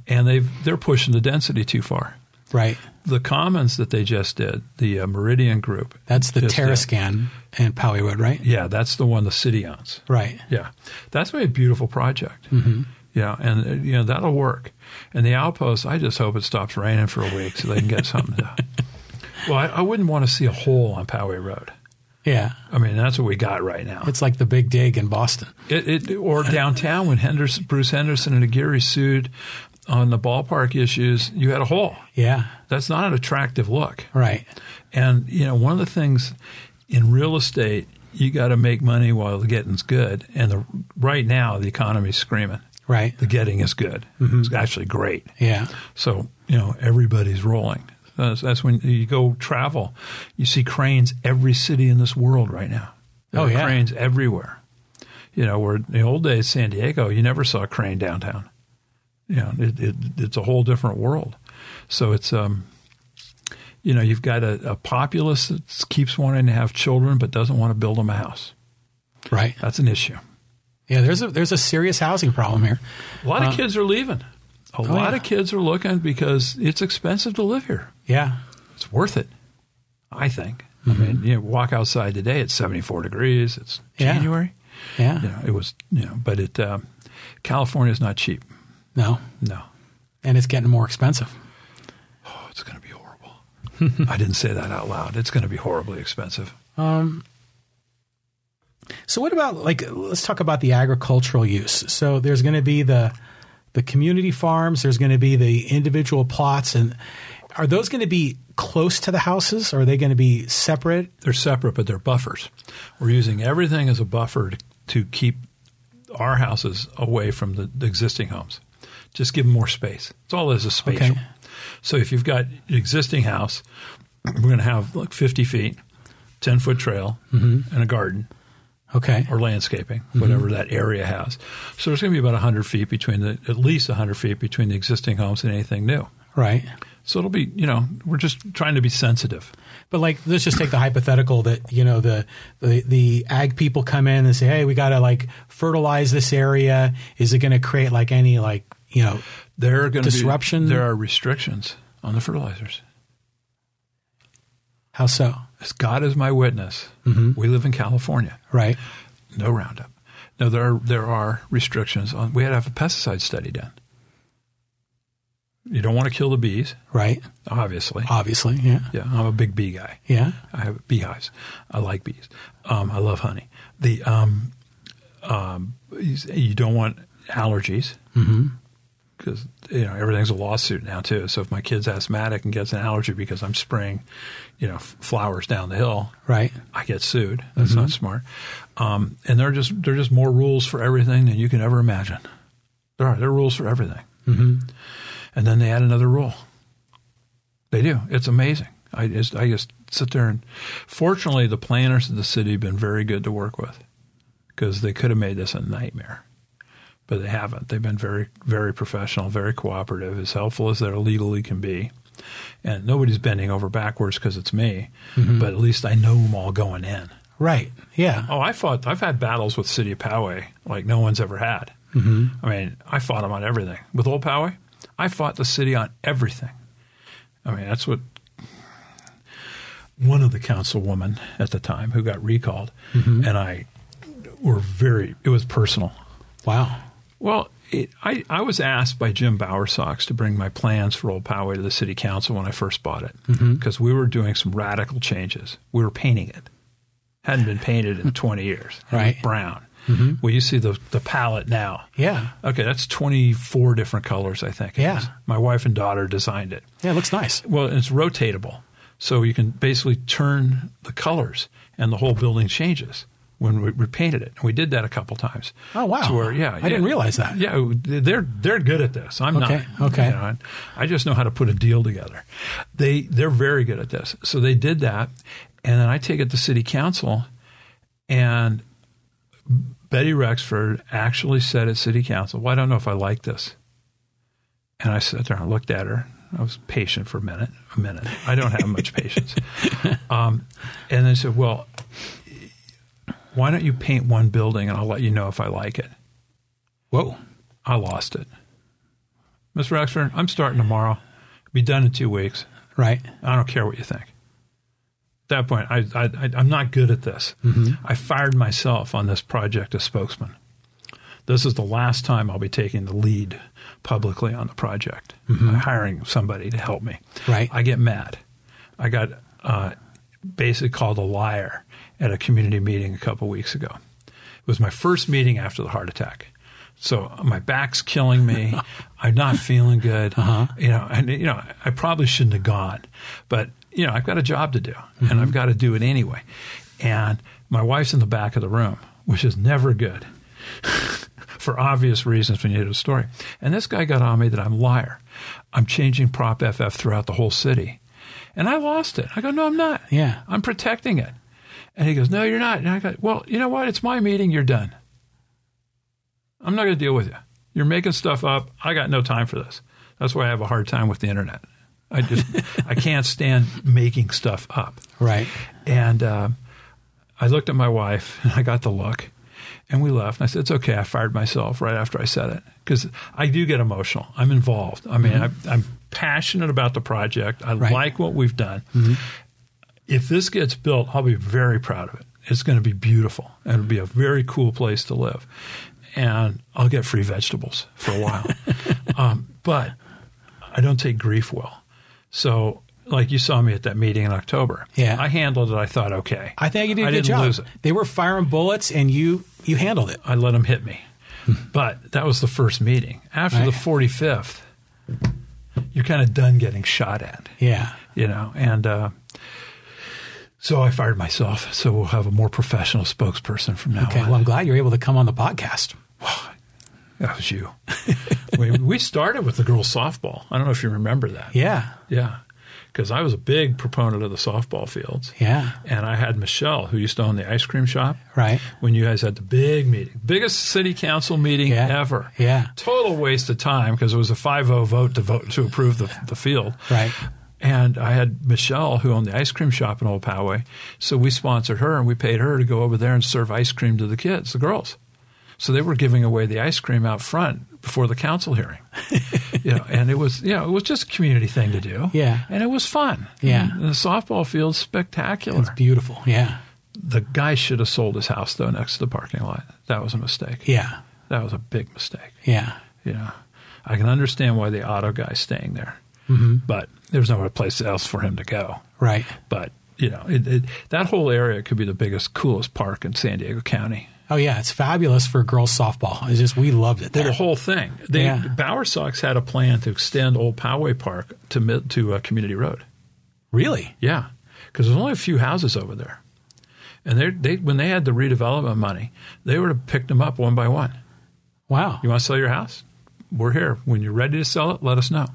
and they've they're pushing the density too far.
right.
The commons that they just did, the uh, Meridian Group.
That's the
just did.
Terrascan and Poway Road, right?
Yeah, that's the one the city owns.
Right.
Yeah, that's gonna be a beautiful project. Mm-hmm. Yeah, and uh, you know that'll work. And the outpost, I just hope it stops raining for a week so they can get something done. Well, I, I wouldn't want to see a hole on Poway Road.
Yeah.
I mean, that's what we got right now.
It's like the Big Dig in Boston.
It, it, or downtown when Henderson, Bruce Henderson and Aguirre sued on the ballpark issues, you had a hole.
Yeah.
That's not an attractive look.
Right.
And you know, one of the things in real estate, you got to make money while the getting's good. And the, right now, the economy's screaming.
Right.
The getting is good. It's actually great.
Yeah.
So you know, everybody's rolling. That's, that's when you go travel. You see cranes every city in this world right now. There
Oh,
are
yeah.
cranes everywhere. You know, where in the old days, San Diego, you never saw a crane downtown. You know, it, it, it's a whole different world. So it's um, you know, you've got a, a populace that keeps wanting to have children but doesn't want to build them a house.
Right.
That's an issue.
Yeah. There's a there's a serious housing problem here.
A lot of kids are leaving. A lot
oh, yeah.
of kids are looking because it's expensive to live here.
Yeah.
it's worth it. I think. I mean, you know, walk outside today; it's seventy-four degrees. It's
Yeah.
January.
Yeah.
You know, it was. You know, but it. Um, California is not cheap.
No.
No,
And it's getting more expensive.
oh, it's going to be horrible. I didn't say that out loud. It's going to be horribly expensive.
So what about like let's talk about the agricultural use. So there's going to be the the community farms, there's going to be the individual plots and are those going to be close to the houses or are they going to be separate?
They're separate, but they're buffers. We're using everything as a buffer to, to keep our houses away from the, the existing homes. Just give them more space. It's all as a spatial.
Okay.
So if you've got an existing house, we're going to have like 50 feet, 10 foot trail, and a garden
Okay.
or landscaping, whatever that area has. So there's going to be about 100 feet between the, at least 100 feet between the existing homes and anything new.
Right.
So it'll be, you know, we're just trying to be sensitive.
But like let's just take the hypothetical that you know the the, the ag people come in and say, "Hey, we got to like fertilize this area. Is it going to create like any like, you know,
There are going to
Disruption?
Be, there are restrictions on the fertilizers.
how so?"
As God is my witness, we live in California.
Right.
No Roundup. No, there are, there are restrictions on. We had to have a pesticide study done. You don't want to kill the bees,
Right.
obviously.
Obviously, yeah.
Yeah, I'm a big bee guy.
Yeah.
I have beehives. I like bees. Um, I love honey. The um, um, you s- you don't want allergies because you know everything's a lawsuit now too. So if my kid's asthmatic and gets an allergy because I'm spraying, you know, f- flowers down the hill,
Right.
I get sued. That's not smart. Um, and there are just there are just more rules for everything than you can ever imagine. There are there are rules for everything. Mm-hmm. And then they add another rule. They do. It's amazing. I just I just sit there and fortunately the planners of the city have been very good to work with because they could have made this a nightmare. But they haven't. They've been very, very professional, very cooperative, as helpful as they legally can be. And nobody's bending over backwards because it's me. But at least I know them all going in.
Right. Yeah.
Mm-hmm. Oh, I fought. I've had battles with City of Poway like no one's ever had. Mm-hmm. I mean, I fought them on everything. With Old Poway, I fought the city on everything. I mean, that's what one of the councilwomen at the time who got recalled and I were very. It was personal.
Wow.
Well, it, I, I was asked by Jim Bowersox to bring my plans for Old Poway to the city council when I first bought it
Mm-hmm.
because we were doing some radical changes. We were painting it. Hadn't been painted in 20 years. It was
Right. Mm-hmm.
brown. Well, you see the, the palette now.
Yeah.
Okay, that's 24 different colors, I think. it
Yeah.
is. My wife and daughter designed it.
Yeah, it looks nice.
Well, it's rotatable. So you can basically turn the colors and the whole building changes when we, we painted it. And we did that a couple times.
Oh, wow.
To where, yeah.
I
yeah.
didn't realize that.
Yeah, oh, they're they're good at this. I'm
Okay,
not.
okay.
You know, I- I just know how to put a deal together. They they're very good at this. So they did that and then I take it to city council and Betty Rexford actually said at city council, "Well, I don't know if I like this." And I sat there and looked at her. I was patient for a minute. A minute. I don't have much patience. Um, and they said, "Well, Why don't you paint one building and I'll let you know if I like it? Whoa, I lost it. Miss Rexford, I'm starting tomorrow. Be done in two weeks.
Right.
I don't care what you think. At that point, I, I, I, I'm not good at this. I fired myself on this project as spokesman. This is the last time I'll be taking the lead publicly on the project. I'm hiring somebody to help me.
Right.
I get mad. I got uh, basically called a liar at a community meeting a couple weeks ago. It was my first meeting after the heart attack. So my back's killing me. I'm not feeling good. You know, and you know, I probably shouldn't have gone, but you know, I've got a job to do, and I've got to do it anyway. And my wife's in the back of the room, which is never good for obvious reasons when you hear the story. And this guy got on me that I'm a liar. I'm changing prop FF throughout the whole city. And I lost it. I go, no, I'm not.
Yeah.
I'm protecting it. And he goes, no, you're not. And I go, well, you know what? It's my meeting. You're done. I'm not going to deal with you. You're making stuff up. I got no time for this. That's why I have a hard time with the internet. I just, I can't stand making stuff up.
Right.
And um, I looked at my wife and I got the look and we left. And I said, It's okay. I fired myself right after I said it because I do get emotional. I'm involved. I mean, I, I'm passionate about the project. I
Mm-hmm. Right. Mm-hmm.
like what we've done. If this gets built, I'll be very proud of it. It's going to be beautiful. and It'll be a very cool place to live. And I'll get free vegetables for a while. um, but I don't take grief well. So, like you saw me at that meeting in October.
Yeah.
I handled it. I thought, okay.
I think you did a
I
good
didn't
job.
lose it.
They were firing bullets, and you you handled it.
I let them hit me. but that was the first meeting. After the
Hmm. Right.
45th, you're kind of done getting shot at,
Yeah.
you know? And uh, so I fired myself. So we'll have a more professional spokesperson from now
Okay.
on.
Well, I'm glad you're able to come on the podcast.
that was you. we, we started with the girls' softball. I don't know if you remember that.
Yeah.
Yeah. Because I was a big proponent of the softball fields.
Yeah.
And I had Michelle, who used to own the ice cream shop.
Right.
When you guys had the big meeting, biggest city council meeting
Yeah.
ever.
Yeah.
Total waste of time because it was a 5 0 vote to vote to approve the, the field.
Right.
And I had Michelle, who owned the ice cream shop in Old Poway. So we sponsored her and we paid her to go over there and serve ice cream to the kids, the girls. So they were giving away the ice cream out front before the council hearing. you know, and it was you know, it was just a community thing to do.
Yeah.
And it was fun.
Yeah.
And the softball field's spectacular.
It's beautiful. Yeah.
the guy should have sold his house though next to the parking lot. That was a mistake.
Yeah.
That was a big mistake.
Yeah.
Yeah. I can understand why the auto guy's staying there. But there's no other place else for him to go.
Right.
But you know, it, it, that whole area could be the biggest, coolest park in San Diego County.
Oh yeah, it's fabulous for girls softball. It's just we loved it.
Well,
There.
the whole thing. They,
Yeah.
Bower Sox had a plan to extend Old Poway Park to mid, to uh, Community Road.
really?
Yeah, because there's only a few houses over there, and they they when they had the redevelopment money, they would have picked them up one by one.
Wow.
You want to sell your house? We're here. When you're ready to sell it, let us know.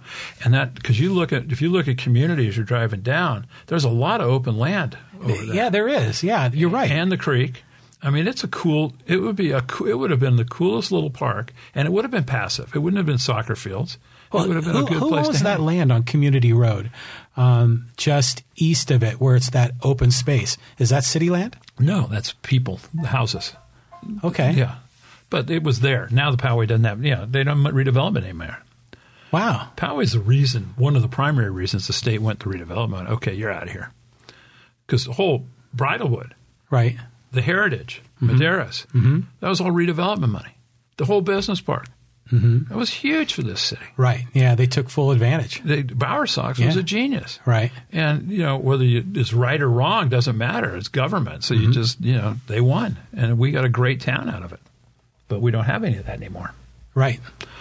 And that because you look at if you look at community as you're driving down, there's a lot of open land over there.
Yeah, there is. Yeah, you're right.
and the creek. I mean, it's a cool. It would be a. coo- It would have been the coolest little park, and it would have been passive. It wouldn't have been soccer fields. it would have been
who,
a good
who
place
owns
to
that
hang.
land on Community Road, um, just east of it, where it's that open space? Is that city land?
No, that's people, houses.
Okay.
Yeah, but it was there. Now the Poway doesn't have. Yeah, they don't redevelopment anymore.
Wow.
Poway's the reason, one of the primary reasons the state went to redevelopment. Okay, you're out of here. Because the whole Bridalwood,
Right.
the Heritage, Madeiras, that was all redevelopment money. The whole business park. That was huge for this city.
Right. Yeah, they took full advantage.
The Bower Sox was
Yeah.
a genius.
Right.
And, you know, whether you, it's right or wrong doesn't matter. It's government. So you just, you know, they won. And we got a great town out of it. But we don't have any of that anymore.
Right.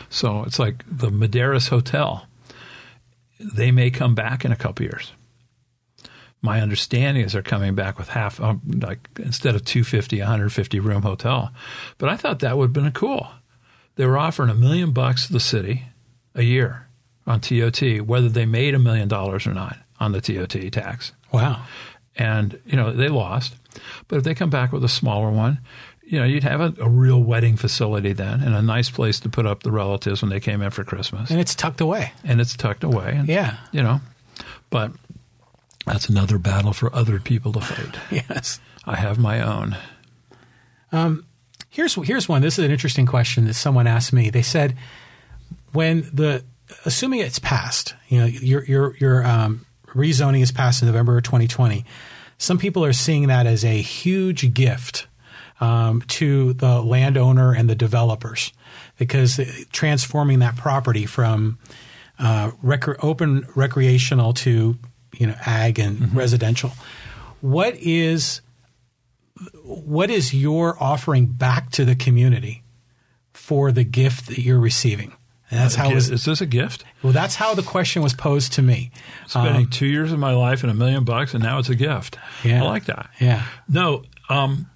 So it's like the Madeiras Hotel. They may come back in a couple years. My understanding is they're coming back with half, um, like instead of 250, 150 room hotel. But I thought that would have been cool. They were offering a million bucks to the city a year on TOT, whether they made a million dollars or not on the TOT tax
Wow.
and you know they lost. But if they come back with a smaller one, you know you'd have a, a real wedding facility then, and a nice place to put up the relatives when they came in for Christmas,
And it's tucked away.
and it's tucked away. And,
Yeah.
you know, but that's another battle for other people to fight.
Yes.
I have my own.
Here's here's one. This is an interesting question that someone asked me. They said, when the assuming it's passed, you know, your your your um, rezoning is passed in November of 2020. Some people are seeing that as a huge gift um, to the landowner and the developers because transforming that property from uh, recre- open recreational to you know ag and residential. What is what is your offering back to the community for the gift that you're receiving? And that's how it
is,
was,
is this a gift?
well, that's how the question was posed to me.
Spending two years of my life and a million bucks, and now it's a gift.
Yeah.
I like that.
Yeah.
No, um,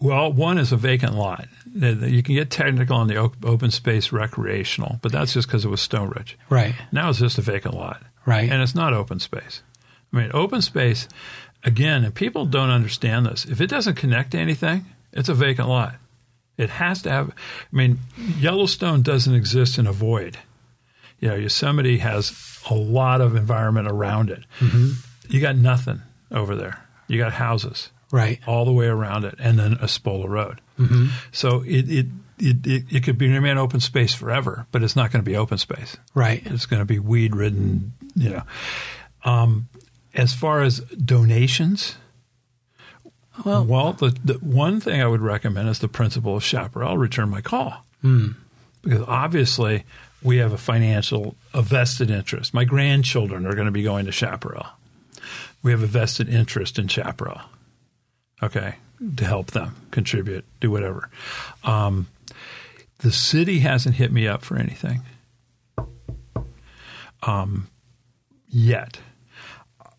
well, one is a vacant lot. The- the- You can get technical on the o- open space recreational, but that's just because it was Stone Ridge.
Right.
Now it's just a vacant lot.
Right.
And it's not open space. I mean, open space, again, and people don't understand this. If it doesn't connect to anything, it's a vacant lot. It has to have, I mean, Yellowstone doesn't exist in a void. You know, Yosemite has a lot of environment around it. You got nothing over there, you got houses
Right.
all the way around it, and then Espola Road. So it, it, it, it, it could be remain open space forever, but it's not going to be open space.
Right.
It's going to be weed ridden, you know. Um, as far as donations, well, the, the one thing I would recommend is the principle of Chaparral return my call. Because obviously, we have a financial, a vested interest. My grandchildren are going to be going to Chaparral. We have a vested interest in Chaparral. Okay. To help them contribute, do whatever. Um, the city hasn't hit me up for anything. Um, yet.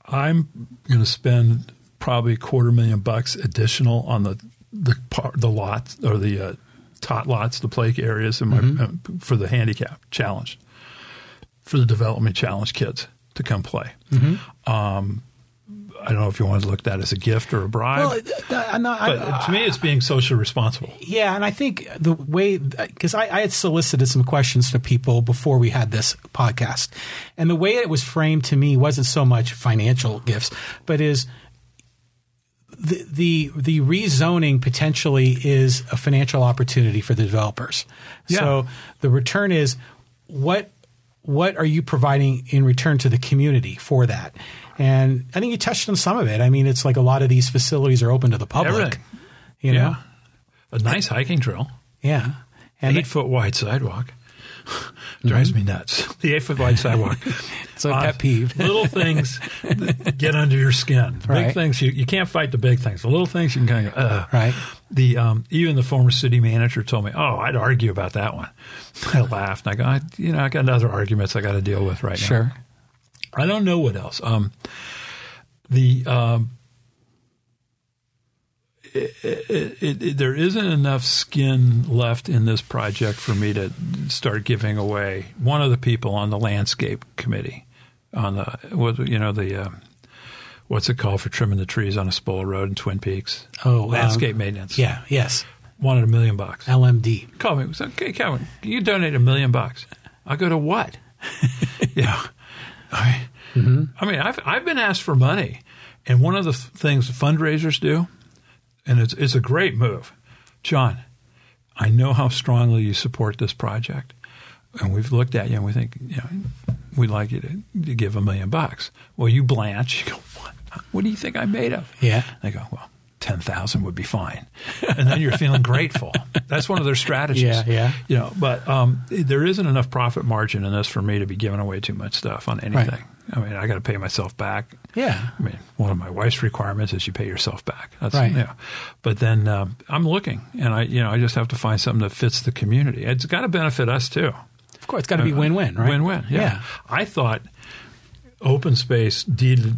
I'm going to spend probably a quarter million bucks additional on the the part the lots or the uh, tot lots, the plague areas, in my, uh, for the handicap challenge for the development challenge kids to come play. Um, I don't know if you want to look at that as a gift or a bribe,
Well, th- th- I'm not,
but
I,
to me, it's being socially responsible.
yeah, and I think the way because I, I had solicited some questions to people before we had this podcast, and the way it was framed to me wasn't so much financial gifts, but is the the the rezoning potentially is a financial opportunity for the developers.
Yeah.
So the return is what what are you providing in return to the community for that? And I think you touched on some of it. I mean, it's like a lot of these facilities are open to the public.
Everything.
You know,
a nice hiking trail.
yeah. And
eight foot wide sidewalk drives me nuts. The eight foot wide sidewalk. Uh,
It's a pet peeve.
little things that get under your skin. The
Right.
Big things you, you can't fight the big things. The little things you can kind of go, Ugh.
Right.
The um, even the former city manager told me, "Oh, I'd argue about that one." I laughed. And I go, I, "You know, I got other arguments I got to deal with right now."
sure.
I don't know what else. Um, the um, it, it, it, there isn't enough skin left in this project for me to start giving away. One of the people on the landscape committee on the what you know the um, what's it called for trimming the trees on Espola Road in Twin Peaks?
Oh, um,
landscape maintenance.
Yeah. Yes.
wanted a million bucks.
LMD.
Call me. It's okay, Calvin, you donate a million bucks. I go to what? you know, I, I mean, I've I've been asked for money, and one of the f- things fundraisers do, and it's it's a great move, John. I know how strongly you support this project, and we've looked at you, and we think, you know, we'd like you to, to give a million bucks. Well, you blanch. You go, what? What do you think I'm made of?
Yeah.
They go, well, 10,000 would be fine. And then you're feeling grateful. That's one of their strategies.
Yeah, yeah.
You know, but um, there isn't enough profit margin in this for me to be giving away too much stuff on anything. I mean, I got to pay myself back.
Yeah.
I mean, one of my wife's requirements is you pay yourself back. That's
Right.
yeah. But then um, I'm looking and I, you know, I just have to find something that fits the community. It's got to benefit us too.
Of course, it's got to be win-win, right?
Uh, Win-win. Yeah. I thought open space deed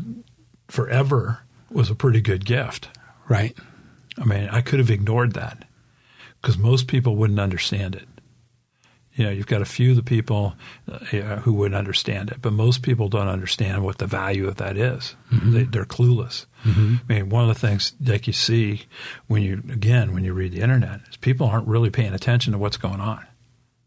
forever was a pretty good gift.
Right.
I mean, I could have ignored that because most people wouldn't understand it. You know, you've got a few of the people uh, yeah, who would understand it, but most people don't understand what the value of that is. They, they're clueless. I mean, one of the things that you see when you, again, when you read the internet is people aren't really paying attention to what's going on.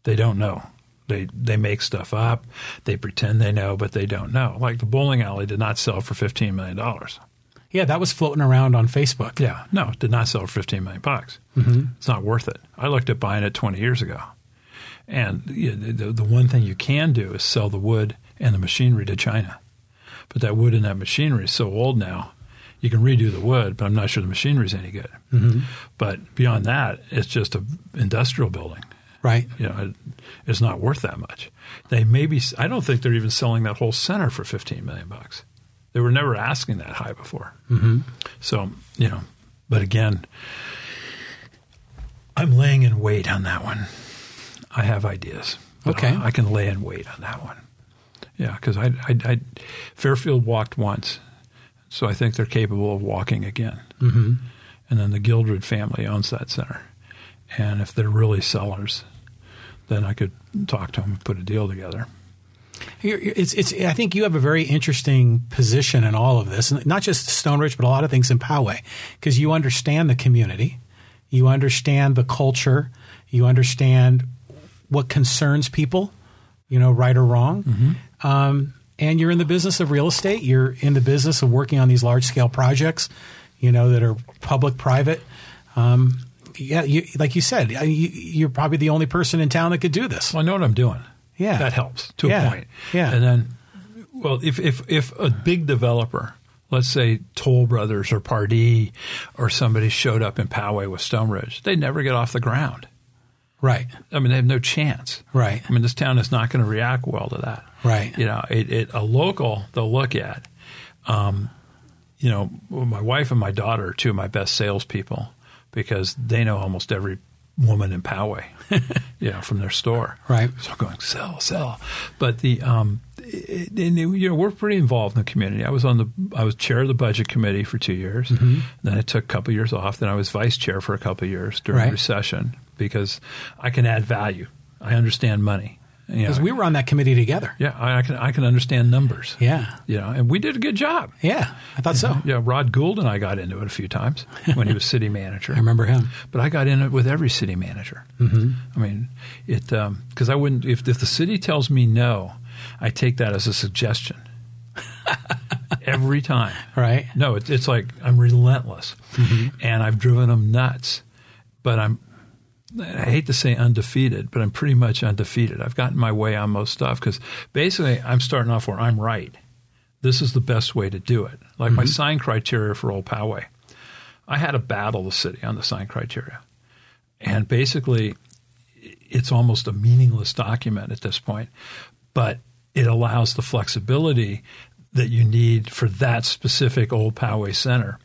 They don't know. They, they make stuff up. They pretend they know, but they don't know. Like the bowling alley did not sell for $15 million.
Yeah, that was floating around on Facebook.
Yeah, no, it did not sell for 15 million bucks. It's not worth it. I looked at buying it 20 years ago. And you know, the, the one thing you can do is sell the wood and the machinery to China. But that wood and that machinery is so old now, you can redo the wood, but I'm not sure the machinery is any good. But beyond that, it's just an industrial building.
Right.
You know, it, it's not worth that much. They maybe I don't think they're even selling that whole center for 15 million bucks. They were never asking that high before. Mm-hmm. So you know, but again, I'm laying in wait on that one. I have ideas. but
Okay.
I, I can lay in wait on that one. Yeah, because I, I, I, Fairfield walked once, so I think they're capable of walking again. Mm-hmm. And then the Gildred family owns that center, and if they're really sellers, then I could talk to them and put a deal together.
You're- you're- It's, it's, I think you have a very interesting position in all of this, and not just Stone Ridge, but a lot of things in Poway, because you understand the community, you understand the culture, you understand what concerns people, you know, right or wrong. Um, and you're in the business of real estate. You're in the business of working on these large scale projects, you know, that are public, private. Um, yeah, you, like you said, you, you're probably the only person in town that could do this.
Well, I know what I'm doing.
Yeah.
that helps to
Yeah.
a point.
Yeah.
and then, well, if if if a big developer, let's say Toll Brothers or Pardee, or somebody showed up in Poway with Stone Ridge, they'd never get off the ground.
Right,
I mean, they have no chance.
Right.
I mean, this town is not going to react well to that.
Right.
You know, it, it a local they'll look at. Um, you know, well, my wife and my daughter are two of my best salespeople because they know almost every woman in Poway. you know, from their store.
Right.
So I'm going sell, sell. But the um, it, and, you know, we're pretty involved in the community. I was on the I was chair of the budget committee for two years.
Mm-hmm.
Then I took a couple years off. Then I was vice chair for a couple years during
Right.
the recession because I can add value. I understand money. You
because
know,
we were on that committee together.
yeah, I, I can I can understand numbers.
Yeah.
You know, and we did a good job.
Yeah, I thought so.
Yeah, Rod Gould and I got into it a few times when he was city manager.
I remember him.
But I got in it with every city manager. Mm-hmm. I mean, it because I wouldn't if if the city tells me no, I take that as a suggestion every time.
Right.
No, it's it's like I'm relentless, and I've driven them nuts. But I'm I hate to say undefeated, but I'm pretty much undefeated. I've gotten my way on most stuff because basically I'm starting off where I'm right. This is the best way to do it. Like my sign criteria for Old Poway, I had to battle the city on the sign criteria, and basically it's almost a meaningless document at this point, but it allows the flexibility that you need for that specific old Poway Center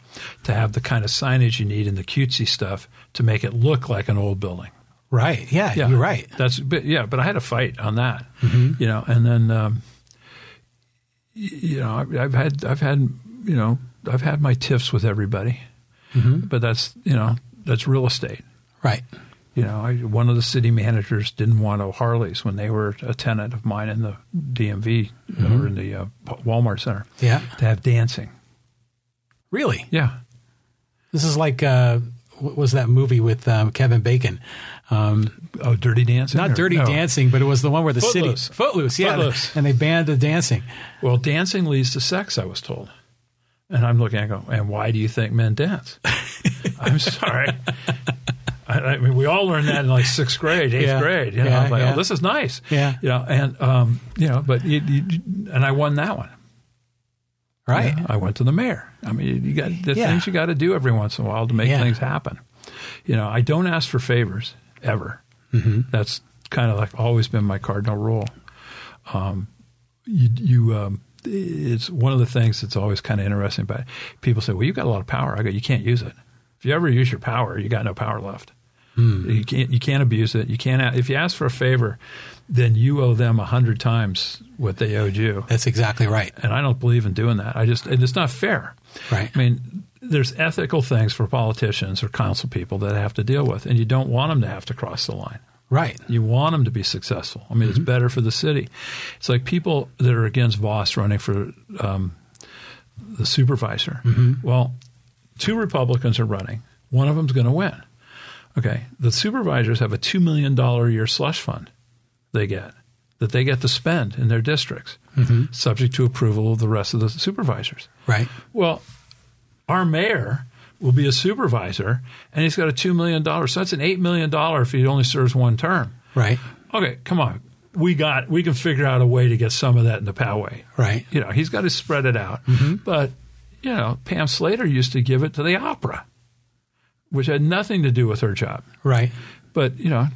to have the kind of signage you need in the cutesy stuff to make it look like an old building.
Right. Yeah, you're right. Mm-hmm.
That's but yeah, but I had a fight on that, you know, and then um, y- you know I've, I've had I've had you know I've had my tiffs with everybody,
Mm-hmm.
but that's you know that's real estate.
Right.
You know, I, one of the city managers didn't want O'Harley's when they were a tenant of mine in the DMV or in the uh, Walmart Center
Mm-hmm. Yeah.
to have dancing.
Really.
Yeah.
This is like uh, what was that movie with um, Kevin Bacon? Um,
Oh, dirty dancing?
not
or-
Dirty
no.
Dancing, but it was the one where the
Footloose.
city Footloose. Yeah,
Footloose.
and they banned the dancing.
Well, dancing leads to sex, I was told. And I'm looking at it going, and why do you think men dance? I'm sorry. I, I mean, we all learned that in like sixth grade, eighth
Yeah.
grade. You know,
Yeah,
I'm like,
yeah.
oh, this is nice.
Yeah.
You know, and, um, you know, but, you, you, and I won that one.
Right.
Yeah, I went to the mayor. I mean, you got the
Yeah.
things you got to do every once in a while to make
Yeah.
things happen. You know, I don't ask for favors ever.
Mm-hmm.
That's kind of like always been my cardinal rule. Um, you, you, um, it's one of the things that's always kind of interesting. But people say, "Well, you've got a lot of power." I go, "You can't use it. If you ever use your power, you got no power left.
Hmm.
You can't. You can't abuse it. You can't. a- If you ask for a favor, then you owe them a hundred times what they owed you."
That's exactly right.
and I don't believe in doing that. I just and it's not fair.
Right.
I mean, there's ethical things for politicians or council people that have to deal with, and you don't want them to have to cross the line.
Right.
You want them to be successful. I mean, it's better for the city. It's like people that are against Voss running for um, the supervisor. Well, two Republicans are running. One of them's going to win. Okay, the supervisors have a two million dollar a year slush fund they get that they get to spend in their districts, subject to approval of the rest of the supervisors.
Right.
Well, Our mayor will be a supervisor, and he's got a $2 million. So that's an $8 million if he only serves one term.
Right.
Okay, come on. We got. We can figure out a way to get some of that in the Poway.
Right.
You know, he's got to spread it out. But you know, Pam Slater used to give it to the opera, which had nothing to do with her job
Right.
but you know,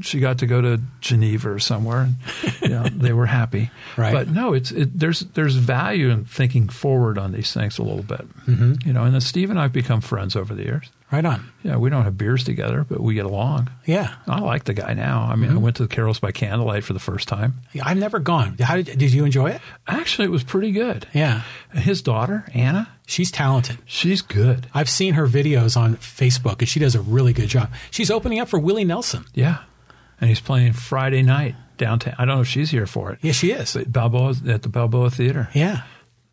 she got to go to Geneva or somewhere, and you know, they were happy.
Right.
But no, it's it, there's there's value in thinking forward on these things a little bit. Mm-hmm. You know, and then Steve and I've become friends over the years.
Right on.
Yeah, we don't have beers together, but we get along.
Yeah.
I like the guy now. I
Mm-hmm.
mean, I went to the Carols by Candlelight for the first time.
Yeah, I've never gone. How did, did you enjoy it?
Actually, it was pretty good.
Yeah.
And His daughter Anna,
She's talented.
she's good.
I've seen her videos on Facebook, and she does a really good job. She's opening up for Willie Nelson.
Yeah, and he's playing Friday night downtown. I don't know if she's here for it.
Yeah, she is.
But Balboa's at the Balboa Theater.
Yeah.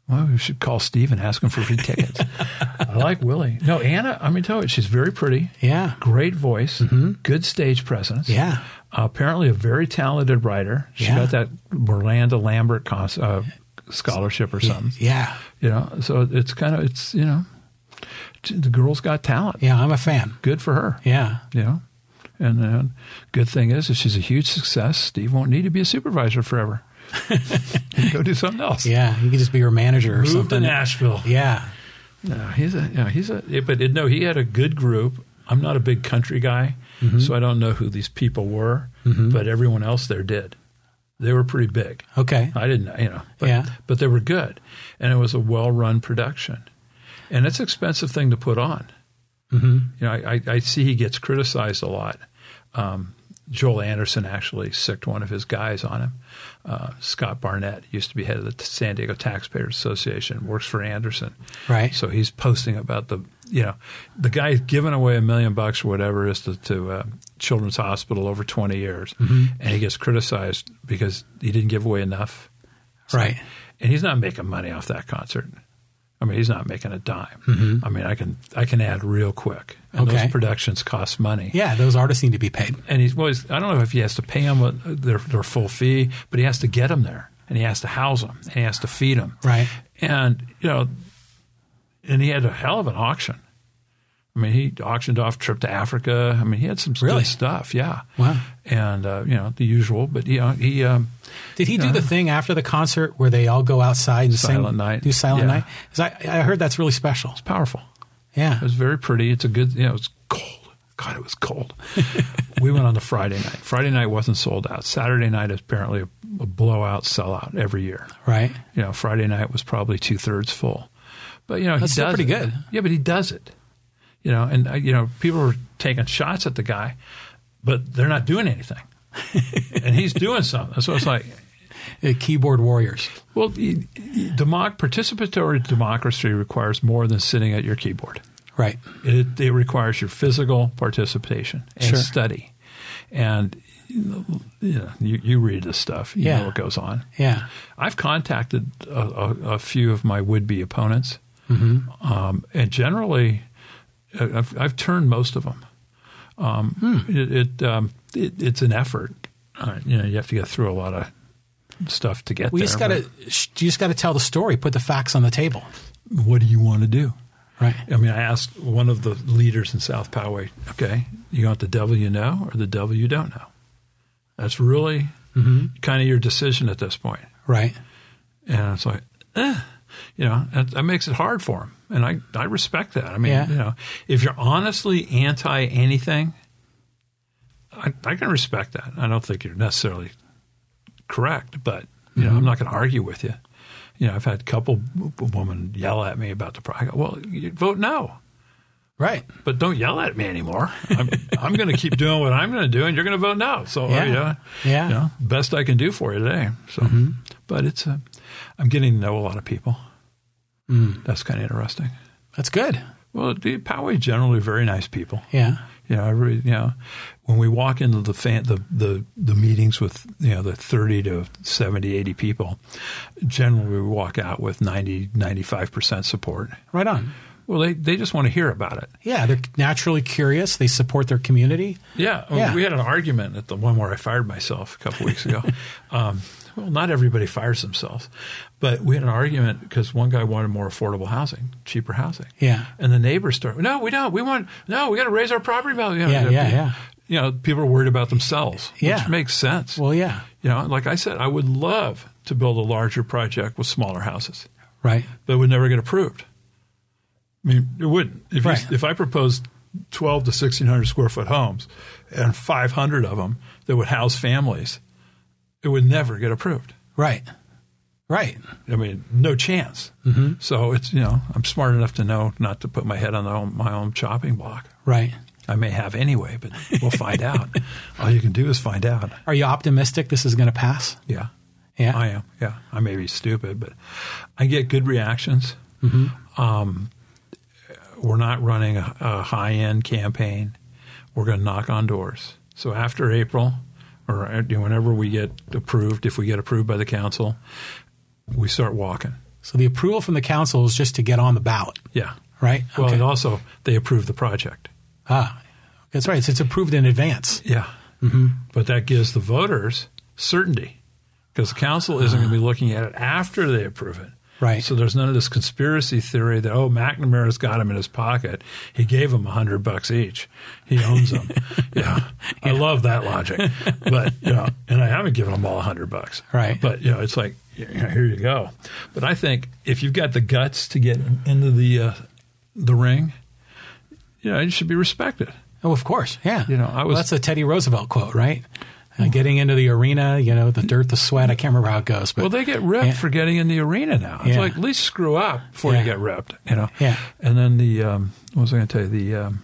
Well, we should call Steve and ask him for free tickets. I like Willie. No, Anna, I'm going to tell you, she's very pretty.
Yeah.
Great voice, good stage presence.
Mm-hmm. Yeah.
Uh, apparently, a very talented writer. She
Yeah.
got that Miranda Lambert cons- uh, scholarship or something.
Yeah.
You know, so it's kind of, it's, you know, t- the girl's got talent.
Yeah. I'm a fan.
Good for her.
Yeah.
You know, and uh, good thing is, if she's a huge success, Steve won't need to be a supervisor forever. Go do something else.
Yeah. You could just be her manager or
Move
something.
to Nashville.
Yeah.
No, he's a yeah, he's a yeah, but it, no, he had a good group. I'm not a big country guy,
Mm-hmm.
so I don't know who these people were, but everyone else there did. They were pretty big.
Okay.
I didn't, know, you know, but,
Yeah.
but they were good, and it was a well-run production, and it's an expensive thing to put on. Mm-hmm. You know, I, I, I see he gets criticized a lot. Um, Joel Anderson actually sicked one of his guys on him. Uh, Scott Barnett used to be head of the t- San Diego Taxpayers Association, works for Anderson.
Right.
So he's posting about the you know the guy giving away a million bucks or whatever is to, to uh, Children's Hospital over twenty years, and he gets criticized because he didn't give away enough,
Right.
and he's not making money off that concert. I mean, he's not making a dime. I mean, I can I can add real quick, and
Okay.
those productions cost money.
Yeah. Those artists need to be paid.
And he's well, he's, I don't know if he has to pay them their their full fee, but he has to get them there, and he has to house them, and he has to feed them,
Right.
and you know, and he had a hell of an auction. I mean, he auctioned off trip to Africa. I mean, he had some
Really?
good stuff. Yeah.
Wow.
And uh, you know the usual, but you know he. Um,
Did he do the thing after the concert where they all go outside and
Silent
sing,
Night.
do Silent
Yeah.
Night? 'Cause I, I heard that's really special.
it's powerful.
Yeah.
It was very pretty. It's a good. You know, it was cold. God, it was cold. we went on the Friday night. Friday night wasn't sold out. Saturday night is apparently a, a blowout sellout every year.
Right.
You know, Friday night was probably two thirds full. But you know,
That's
he
still
does
pretty
it.
good.
Yeah, but he does it. You know, and uh, you know, people are taking shots at the guy, but they're not doing anything, and he's doing something. So it's like,
Uh, keyboard warriors.
well, y- y- democ- participatory democracy requires more than sitting at your keyboard.
Right.
It, it requires your physical participation and
Sure.
study, and you, know, you you read this stuff. You
Yeah.
know what goes on.
Yeah.
I've contacted a, a, a few of my would be opponents,
Mm-hmm.
um, and generally, uh, I've, I've turned most of them. Um,
Hmm.
it, it, um, it it's an effort. Uh, you know, you have to get through a lot of stuff to get
We
there.
just got to.
but
You just got to tell the story. Put the facts on the table.
What do you want to do?
Right.
I mean, I asked one of the leaders in South Poway, okay, you want the devil you know or the devil you don't know? That's really
Mm-hmm.
kind of your decision at this point.
Right.
And it's like, eh, you know, that, that makes it hard for him. And I, I respect that. I mean,
Yeah.
you know, if you're honestly anti anything, I, I can respect that. I don't think you're necessarily correct, but, you
Mm-hmm.
know, I'm not going to argue with you. You know, I've had a couple women yell at me about the project. Well, you vote no
Right.
but don't yell at me anymore. I'm, I'm going to keep doing what I'm going to do, and you're going to vote no. So
Yeah.
you know,
Yeah.
you know, best I can do for you today. So, but it's a, I'm getting to know a lot of people. That's kind of interesting.
That's good.
Well, the Poway generally very nice people.
Yeah.
You know, I really, you know, when we walk into the fan, the, the the meetings with you know the 30 to 70, 80 people, generally we walk out with 90, 95 percent support
Right on.
Well, they, they just want to hear about it.
Yeah, they're naturally curious. They support their community.
Yeah, well,
Yeah.
we had an argument at the one where I fired myself a couple weeks ago. um, well, not everybody fires themselves, but we had an argument because one guy wanted more affordable housing, cheaper housing.
Yeah.
and the neighbors started. No, we don't. We want. No, we got to raise our property value. You know,
Yeah,
you know,
yeah,
pe-
yeah.
You know, people are worried about themselves,
Yeah.
which makes sense.
Well, yeah,
you know, like I said, I would love to build a larger project with smaller houses
right.
but it would never get approved. I mean, it wouldn't. If, you-
Right.
if I proposed 12 to 1,600 square foot homes and 500 of them that would house families, it would never get approved.
Right. Right.
I mean, no chance. So it's, you know, I'm smart enough to know not to put my head on the own, my own chopping block.
Right.
I may have anyway, but we'll find out. All you can do is find out.
Are you optimistic this is going to pass?
Yeah.
Yeah.
I am. Oh, Yeah, I may be stupid, but I get good reactions.
Mm-hmm.
Um, we're not running a, a high end campaign. We're going to knock on doors. So after April, or uh, you know, whenever we get approved, if we get approved by the council, we start walking.
So the approval from the council is just to get on the ballot,
Yeah.
right?
Well,
Okay.
and also they approve the project.
ah, that's right. It's, it's approved in advance.
Yeah.
Mm-hmm.
But that gives the voters certainty because the council isn't going to be looking at it after they approve it.
Right.
So there's none of this conspiracy theory that, oh, McNamara's got him in his pocket. He gave him 100 bucks each. He owns them. yeah. I love that logic. But, you know, and I haven't given them all 100 bucks.
Right.
But, you know, it's like, you know, here you go. But I think if you've got the guts to get into the, uh, the ring, you know, you should be respected.
Oh, of course. Yeah.
You know, I was- Hmm.
Well, that's a Teddy Roosevelt quote, right? Uh, getting into the arena, you know, the dirt, the sweat. I can't remember how it goes, but
Well, they get ripped
Yeah.
for getting in the arena now. It's
Yeah.
like at least screw up before
Yeah.
you get ripped, you know.
Yeah.
And then the um, what was I going to tell you? The um,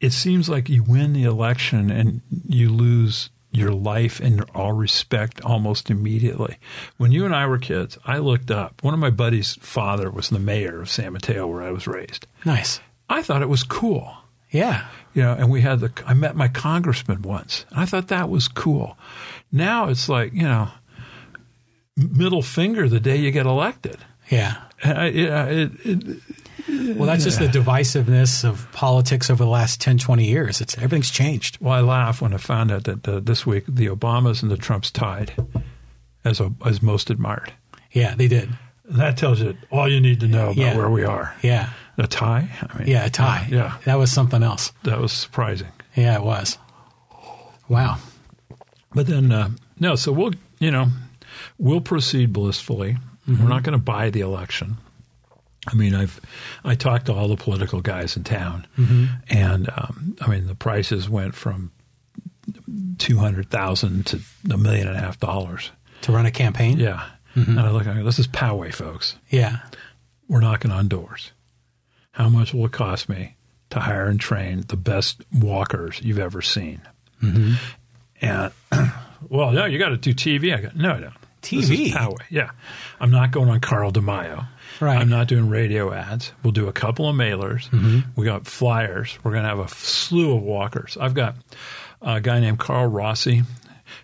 it seems like you win the election and you lose your life and your all respect almost immediately. When you and I were kids, I looked up. One of my buddies' father was the mayor of San Mateo, where I was raised.
nice.
I thought it was cool
Yeah.
you know, and we had the I met my congressman once. And I thought that was cool. Now it's like, you know, middle finger the day you get elected.
Yeah.
And I, it, I- it, it,
Well, that's just the divisiveness of politics over the last 10, 20 years. It's everything's changed.
well, I laugh when I found out that uh, this week the Obamas and the Trumps tied as a, as most admired.
Yeah, they did.
That tells you all you need to know about
Yeah.
where we are.
Yeah.
A tie? I mean,
Yeah, a tie.
Yeah,
That was something else.
that was surprising.
Yeah, it was. Wow.
But then, uh, no, so we'll, you know, we'll proceed blissfully. We're not going to buy the election. I mean, I've I talked to all the political guys in town, and um, I mean, the prices went from two hundred thousand to a million and a half dollars.
To run a campaign?
Yeah, and I look, I go, this is Poway, folks.
Yeah.
We're knocking on doors. How much will it cost me to hire and train the best walkers you've ever seen?
Mm-hmm.
And well, no, you got to do TV. I go, no, I don't. This
TV?
is Poway. Yeah, I'm not going on Carl DeMaio.
Right.
I'm not doing radio ads. We'll do a couple of mailers.
Mm-hmm.
We got flyers. We're going to have a slew of walkers. I've got a guy named Carl Rossi,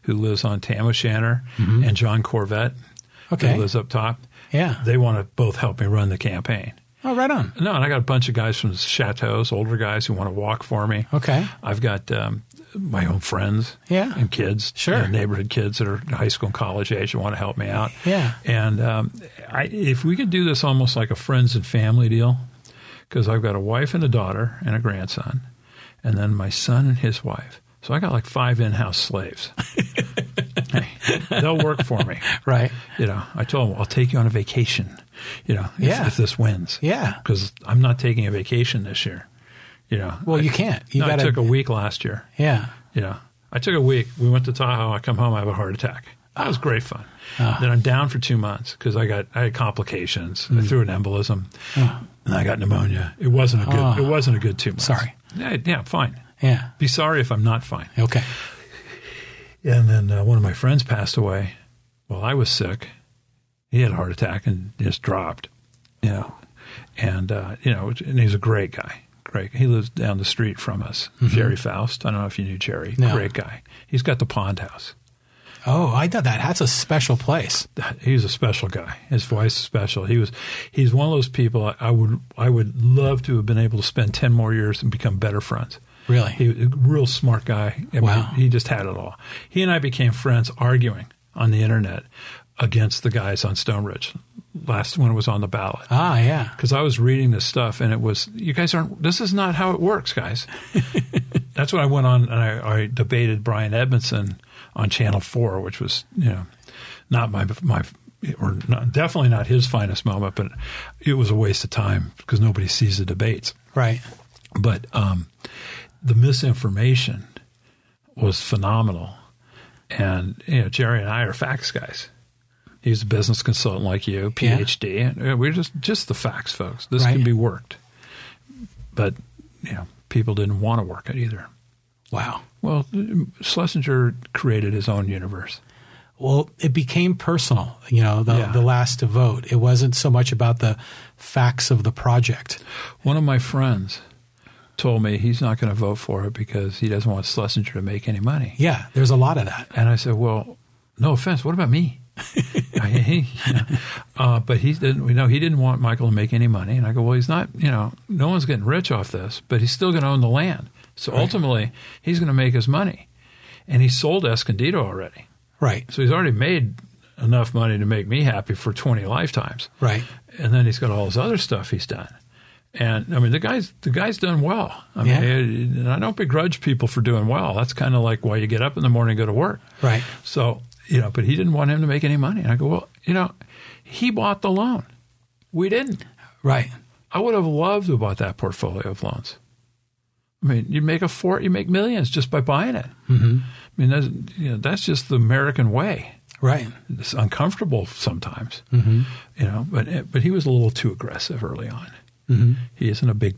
who lives on Tam O'Shanter, and John Corvette,
Mm-hmm. Okay.
who lives up top.
Yeah.
They want to both help me run the campaign.
Oh, right on.
No, and I got a bunch of guys from chateaus, older guys who want to walk for me.
Okay.
I've got um, my own friends
Yeah.
and kids,
Sure.
and neighborhood kids that are high school and college age who want to help me out.
Yeah.
And um, I, if we could do this almost like a friends and family deal, because I've got a wife and a daughter and a grandson, and then my son and his wife. So I got like five in house slaves. They'll work for me
Right.
you know, I told him, I'll take you on a vacation, you know, if,
Yeah.
if this wins.
Yeah.
Because I'm not taking a vacation this year, you know.
Well,
I,
you can't. You
no,
gotta-
I took a week last year,
Yeah.
you know. I took a week. We went to Tahoe. I come home, I have a heart attack. That
Ah.
was great fun. Then I'm down for two months because I got I had complications.
Mm.
I threw an embolism, and I got pneumonia. It wasn't a good.
Ah.
It wasn't a good two months.
Sorry.
Yeah, yeah, fine.
Yeah.
Be sorry if I'm not fine.
Okay.
And then uh, one of my friends passed away while I was sick. He had a heart attack and just dropped, you know. And, uh, you know, and he's a great guy. Great. He lives down the street from us. Jerry Faust. I don't know if you knew Jerry.
No.
Great guy. He's got the pond house.
Oh, I know that. That's a special place.
he's a special guy. His voice is special. He was he's one of those people I, I would I would love to have been able to spend ten more years and become better friends.
Really?
He was a real smart guy. I
Wow.
Mean, he just had it all. He and I became friends arguing on the internet against the guys on Stone Ridge last when it was on the ballot.
Ah, yeah.
Because I was reading this stuff and it was, you guys aren't, this is not how it works, guys. That's when I went on and I, I debated Brian Edmondson on Channel 4, which was, you know, not my, my, or not, definitely not his finest moment, but it was a waste of time because nobody sees the debates
Right.
but um, the misinformation was phenomenal. And you know, Jerry and I are facts guys. He's a business consultant like you,
Yeah.
PhD, and uh, we're just just the facts, folks. This
Right.
can be worked, but you know, people didn't want to work it either.
Wow.
Well, Schlesinger created his own universe.
Well, it became personal, you know, the,
Yeah.
the last vote. It wasn't so much about the facts of the project.
One of my friends told me he's not going to vote for it because he doesn't want Schlesinger to make any money.
Yeah, there's a lot of that.
And I said, "Well, no offense. What about me?" I- yeah. uh, but he didn't. You know, he didn't want Michael to make any money. And I go, "Well, he's not. You know, no one's getting rich off this, but he's still going to own the land. So ultimately, he's going to make his money. And he sold Escondido already,
Right,
so he's already made enough money to make me happy for twenty lifetimes.
right.
And then he's got all this other stuff he's done." And I mean, the guy's the guy's done well. I mean,
Yeah.
it- and I don't begrudge people for doing well. That's kind of like why you get up in the morning and go to work.
Right.
So, you know, but he didn't want him to make any money. And I go, well, you know, he bought the loan. We didn't.
Right.
I would have loved to have bought that portfolio of loans. I mean, you make a fort, you make millions just by buying it. Mm-hmm. I mean, that's, you know, that's just the American way.
Right.
It's uncomfortable sometimes, mm-hmm. you know. But but he was a little too aggressive early on. Mm-hmm. He isn't a big,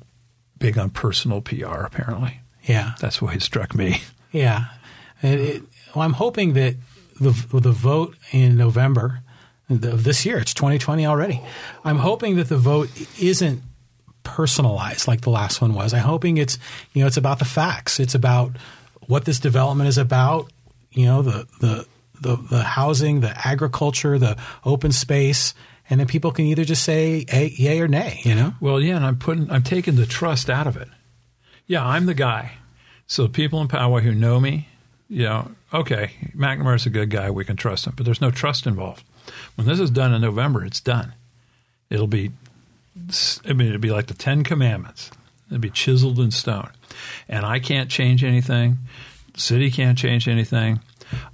big on personal PR. Apparently,
Yeah.
that's what struck me.
Yeah. It, it, well, I'm hoping that the the vote in November of this year, it's 2020 already. I'm hoping that the vote isn't personalized like the last one was. I'm hoping it's you know it's about the facts. It's about what this development is about. You know the the the, the housing, the agriculture, the open space, and then people can either just say a, yay or nay. You know.
Well, yeah, and I'm putting I'm taking the trust out of it. Yeah, I'm the guy. So people in power who know me, you know, okay, McNamara's a good guy, we can trust him, but there's no trust involved. When this is done in November, it's done. It'll be I mean it'll be like the 10 commandments. It'll be chiseled in stone. And I can't change anything. City can't change anything.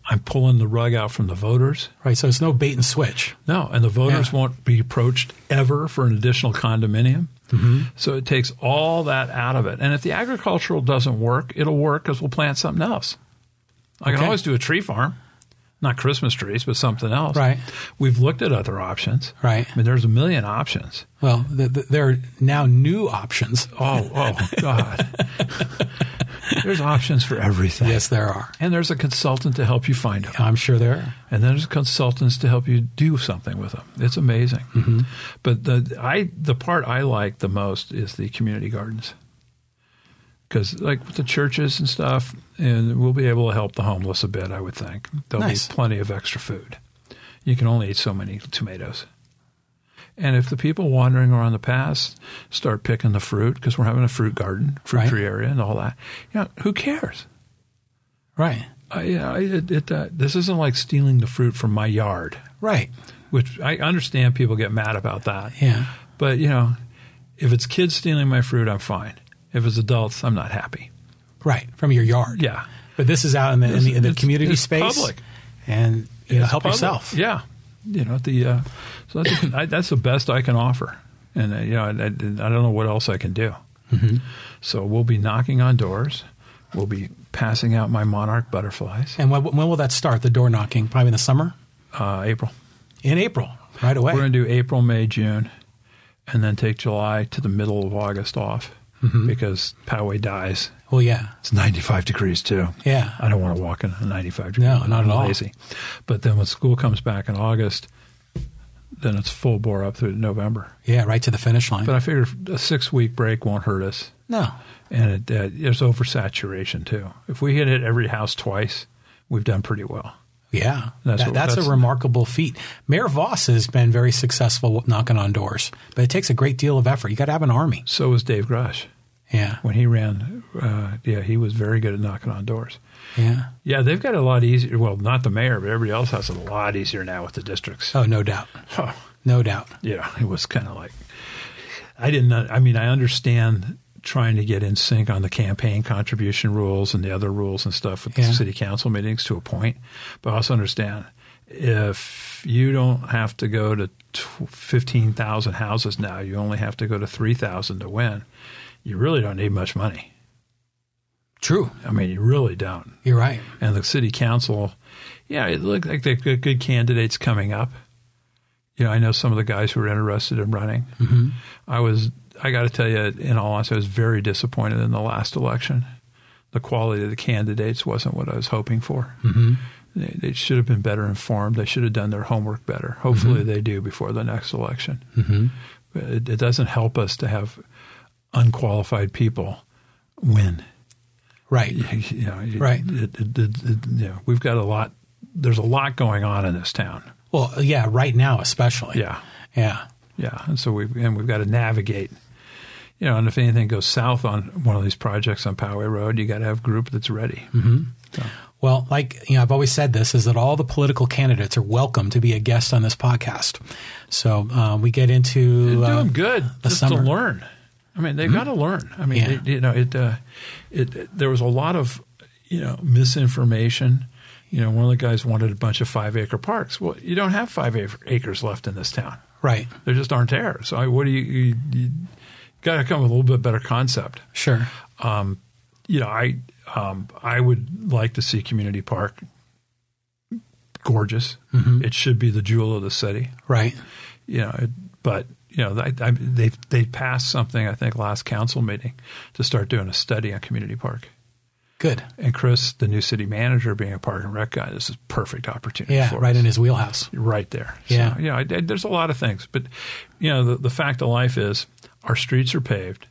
I'm pulling the rug out from the voters.
Right. So it's no bait and switch.
No, and the voters
Yeah.
won't be approached ever for an additional condominium.
Mm-hmm.
So it takes all that out of it. And if the agricultural doesn't work, it'll work because we'll plant something else. I can
Okay.
always do a tree farm, not Christmas trees, but something else.
Right.
We've looked at other options.
Right.
I mean, there's a million options.
Well, th th there are now new options.
Oh, oh, God. there's options for everything.
Yes, there are.
And there's a consultant to help you find them.
I'm sure there are.
and then there's consultants to help you do something with them. It's amazing.
Mm-hmm.
But the I the part I like the most is the community gardens because like with the churches and stuff, and we'll be able to help the homeless a bit. I would think there'll
Nice.
be plenty of extra food. You can only eat so many tomatoes. And if the people wandering around the paths start picking the fruit, because we're having a fruit garden, fruit
Right.
tree area, and all that, you know, who cares?
Right.
I, yeah, I- it, it, uh, this isn't like stealing the fruit from my yard
Right.
which I understand people get mad about that.
Yeah.
But, you know, if it's kids stealing my fruit, I'm fine. If it's adults, I'm not happy.
Right. From your yard.
Yeah.
But this is out in the in the, in the
It's-
community
it's
space.
public.
And you know, help
Public-
yourself.
Yeah. You know, the uh, so that's, I, that's the best I can offer. And, uh, you know, I, I, I don't know what else I can do.
Mm-hmm.
So we'll be knocking on doors. We'll be passing out my monarch butterflies
And when, when will that start? The door knocking, probably in the summer,
uh, April.
in April, right away.
We're going to do April, May, June, and then take July to the middle of August off
Mm-hmm.
because Poway dies
well, yeah.
It's 95 degrees too.
Yeah.
I don't want to walk in a 95 degree.
No, not
I'm
at all.
Lazy. But then when school comes back in August, then it's full bore up through November.
Yeah. Right to the finish line.
But I figure a six week break won't hurt us.
no.
And it, uh, there's oversaturation too. If we hit it every house twice, we've done pretty well.
Yeah,
That's
that's,
what-
that's,
that's-
a remarkable feat. Mayor Voss has been very successful with knocking on doors, but it takes a great deal of effort. You got to have an army.
So was Dave Grush
Yeah,
when he ran. Uh, yeah, he was very good at knocking on doors.
yeah.
Yeah, they've got a lot easier. Well, not the mayor, but everybody else has a lot easier now with the districts.
Oh, no doubt,
Huh.
no doubt.
Yeah, it was kind of like I didn't. I mean, I understand trying to get in sync on the campaign contribution rules and the other rules and stuff with
Yeah.
the city council meetings to a point, but I also understand if you don't have to go to tw- fifteen thousand houses now, you only have to go to three thousand to win. You really don't need much money.
True,
I mean, you really don't
you're right.
and the city council. Yeah, it looked like they've got good candidates coming up. You know, I know some of the guys who were interested in running. Mm-hmm. I was, I got to tell you, in all honesty, I was very disappointed in the last election. The quality of the candidates wasn't what I was hoping for. Mm-hmm. They, they should have been better informed. They should have done their homework better. Hopefully, they do before the next election. Mm-hmm. But it, it doesn't help us to have unqualified people win
Right.
you know, you-
Right.
It, it, it, it- you know, we've got a lot. There's a lot going on in this town.
Well, yeah, right now especially.
Yeah,
yeah,
yeah, and so we've and we've got to navigate. You know, and if anything goes south on one of these projects on Poway Road, you got to have a group that's ready.
Mm-hmm. Well, like you know, I've always said this is that all the political candidates are welcome to be a guest on this podcast. So um, we get into
Do
uh,
them good just
summer. Mm-hmm.
to learn. I mean, they've got to learn. I mean,
Yeah.
it- you know, it, uh, it, There was a lot of you know misinformation. You know, one of the guys wanted a bunch of five acre parks. Well, you don't have five ac- acres left in this town.
right.
They just aren't there. So I, what do you, you, you got to come with a little bit better concept.
Sure.
You know, I um, I would like to see community park gorgeous.
Mm-hmm.
It should be the jewel of the city.
Right.
You know, it, but you know, I, I, they they passed something I think last council meeting to start doing a study on community park.
Good.
And Chris, the new city manager, being a park and rec guy, this is perfect opportunity.
Yeah.
for
Right
us
in his wheelhouse.
right there.
Yeah.
so, yeah. I, I- there's a lot of things, but you know, the, the fact of life is our streets are paved,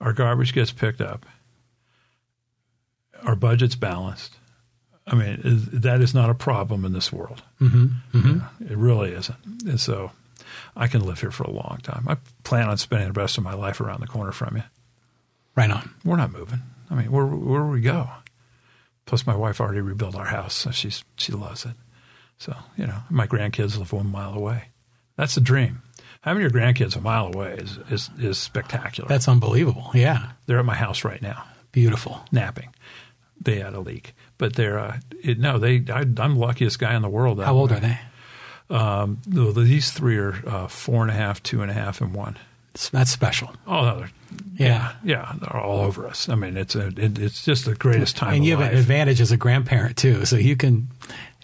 our garbage gets picked up, our budget's balanced. I mean, is- that is not a problem in this world. Mm-hmm. it really isn't, and so I can live here for a long time. I plan on spending the rest of my life around the corner from you.
Right on.
We're not moving. I mean, where where do we go? Plus, my wife already rebuilt our house, so she's she loves it. So you know, my grandkids live one mile away. That's the dream. Having your grandkids a mile away is is, is spectacular.
That's unbelievable. Yeah.
they're at my house right now
Beautiful.
napping. They had a leak, but they're uh, it, no. They I, I'm the luckiest guy in the world.
How old are they?
No, these three are uh, four and a half, two and a half, and one.
It's- That's special.
Oh, no, they're,
Yeah.
yeah, they're all over us. I mean, it's a, it, it's just the greatest time.
And
of
you have
life.
an advantage as a grandparent too, so you can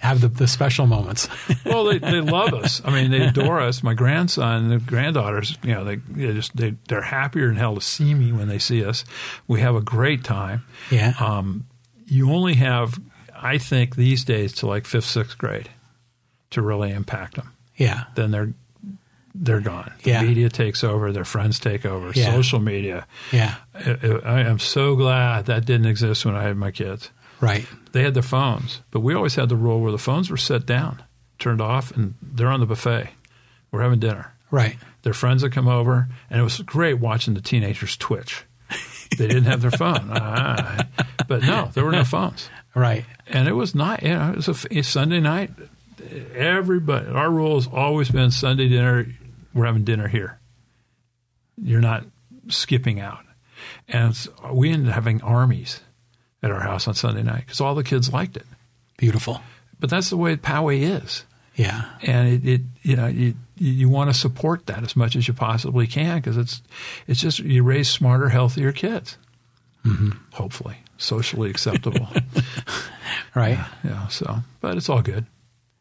have the, the special moments.
well, they, they love us. I mean, they adore us. My grandson, and granddaughters, you know, they, they just they they're happier than hell to see me when they see us. We have a great time.
yeah.
Um, you only have, I think, these days to like fifth, sixth grade to really impact them.
yeah.
Then they're they're gone. The
Yeah.
media takes over. Their friends take over.
Yeah.
Social media.
Yeah.
I, I I am so glad that didn't exist when I had my kids
Right.
they had their phones, but we always had the rule where the phones were set down, turned off, and they're on the buffet. We're having dinner.
Right.
Their friends would come over, and it was great watching the teenagers twitch. They didn't have their phone, Ah. but no, there were no phones,
Right.
and it was not. You know, it was a, f- a Sunday night. Everybody, our rule has always been Sunday dinner. We're having dinner here. You're not skipping out, and it's, we ended up having armies at our house on Sunday night because all the kids liked it
Beautiful.
but that's the way Poway is,
Yeah.
and it, it you know you you want to support that as much as you possibly can because it's it's just you raise smarter, healthier kids, hopefully socially acceptable.
Right.
yeah, so but it's all good.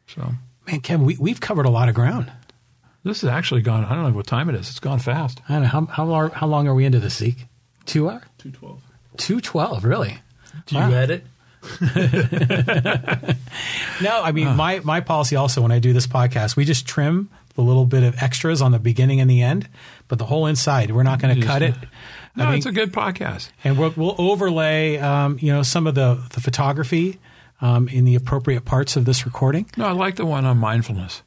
So
Man, Kevin, we, we've covered a lot of ground.
this has actually gone. I don't know what time it is. It's gone fast.
I don't know. How, how, are, how long are we into this, Zeke? Two hour?
212.
212, really?
Do
Wow.
you edit?
No, I mean, my, my policy also when I do this podcast, we just trim the little bit of extras on the beginning and the end, but the whole inside, we're not going to
Yes.
cut it.
No,
I mean,
it's a good podcast.
and we'll, we'll overlay, um, you know, some of the, the photography um, in the appropriate parts of this recording.
No, I like the one on mindfulness.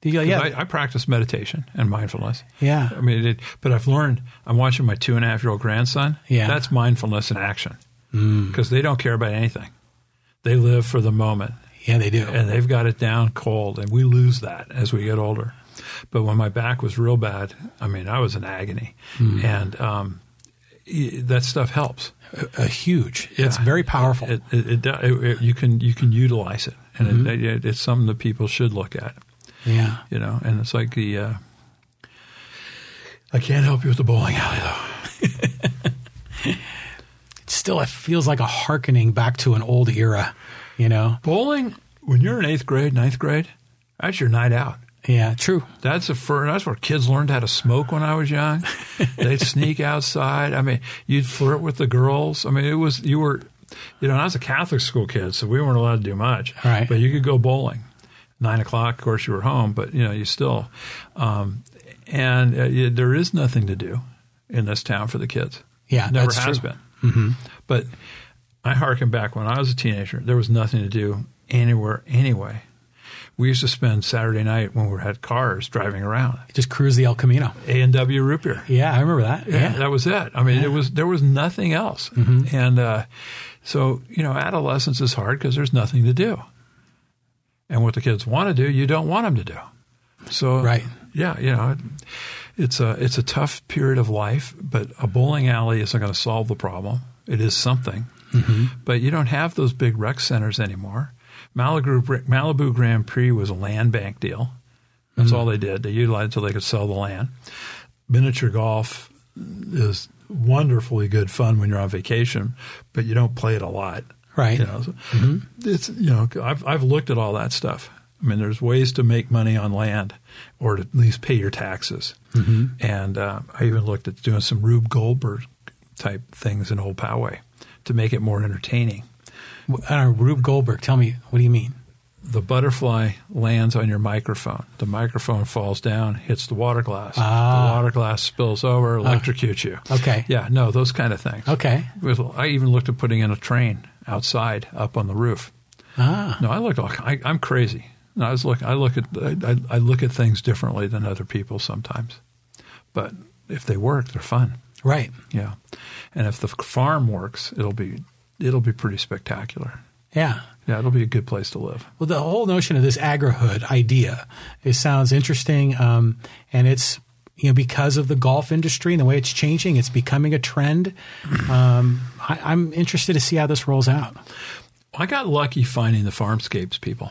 Do you- yeah,
I, I practice meditation and mindfulness.
Yeah.
I mean, it, but I've learned. I'm watching my two and a half year old grandson.
Yeah.
that's mindfulness in action because they don't care about anything. They live for the moment,
yeah, they do.
and they've got it down cold. And we lose that as we get older. But when my back was real bad, I mean, I was in agony, and um, y- that stuff helps.
A huge. It's
Yeah.
very powerful.
It, it, it, do- it, it- you can you can utilize it, and it, it, it's something that people should look at
yeah.
you know, and it's like the. Uh, I can't help you with the bowling alley though.
It still it feels like a hearkening back to an old era, you know?
Bowling when you're in eighth grade, ninth grade, that's your night out.
Yeah, true.
That's the first. That's where kids learned how to smoke when I was young. They'd sneak outside. I mean, you'd flirt with the girls. I mean, it was you were, you know. And I was a Catholic school kid, so we weren't allowed to do much.
Right.
But you could go bowling. Nine o'clock, of course, you were home, but you know you still. Um, and uh, you, there is nothing to do in this town for the kids.
Yeah,
never
that's
has
true. Mm-hmm.
been. But I hearken back when I was a teenager. There was nothing to do anywhere anyway. We used to spend Saturday night when we had cars driving around.
Just cruise the El Camino.
A and W root beer.
Yeah, I remember that. Yeah. Mm-hmm.
that was it. I mean, it was there was nothing else. And uh, so you know, adolescence is hard because there's nothing to do. And what the kids want to do, you don't want them to do. So
Right.
yeah, you know, it- it's a it's a tough period of life, but a bowling alley isn't going to solve the problem. It is something,
Mm-hmm.
but you don't have those big rec centers anymore. Malibu Malibu Grand Prix was a land bank deal. That's
Mm-hmm.
all they did. They utilized it until they could sell the land. Miniature golf is wonderfully good fun when you're on vacation, but you don't play it a lot.
Right. Mm-hmm.
You know, so it's you know I've I've looked at all that stuff. I mean, there's ways to make money on land, or to at least pay your taxes.
Mm-hmm.
And uh, I even looked at doing some Rube Goldberg type things in Old Poway to make it more entertaining.
I don't know, uh, Rube Goldberg, tell me, what do you mean?
The butterfly lands on your microphone. The microphone falls down, hits the water glass.
Ah.
The water glass spills over, electrocutes you.
Okay.
Yeah, no, those kind of things.
Okay.
With- I even looked at putting in a train outside up on the roof.
Ah,
No, I look. I, I'm crazy. No, I was look. I look at. I, I- I look at things differently than other people sometimes. But if they work, they're fun.
right.
Yeah, and if the farm works, it'll be it'll be pretty spectacular.
Yeah.
Yeah, it'll be a good place to live.
Well, the whole notion of this agrihood idea, it sounds interesting, um, and it's you know because of the golf industry and the way it's changing, it's becoming a trend. Um, I, I'm interested to see how this rolls out.
I got lucky finding the farmscapes people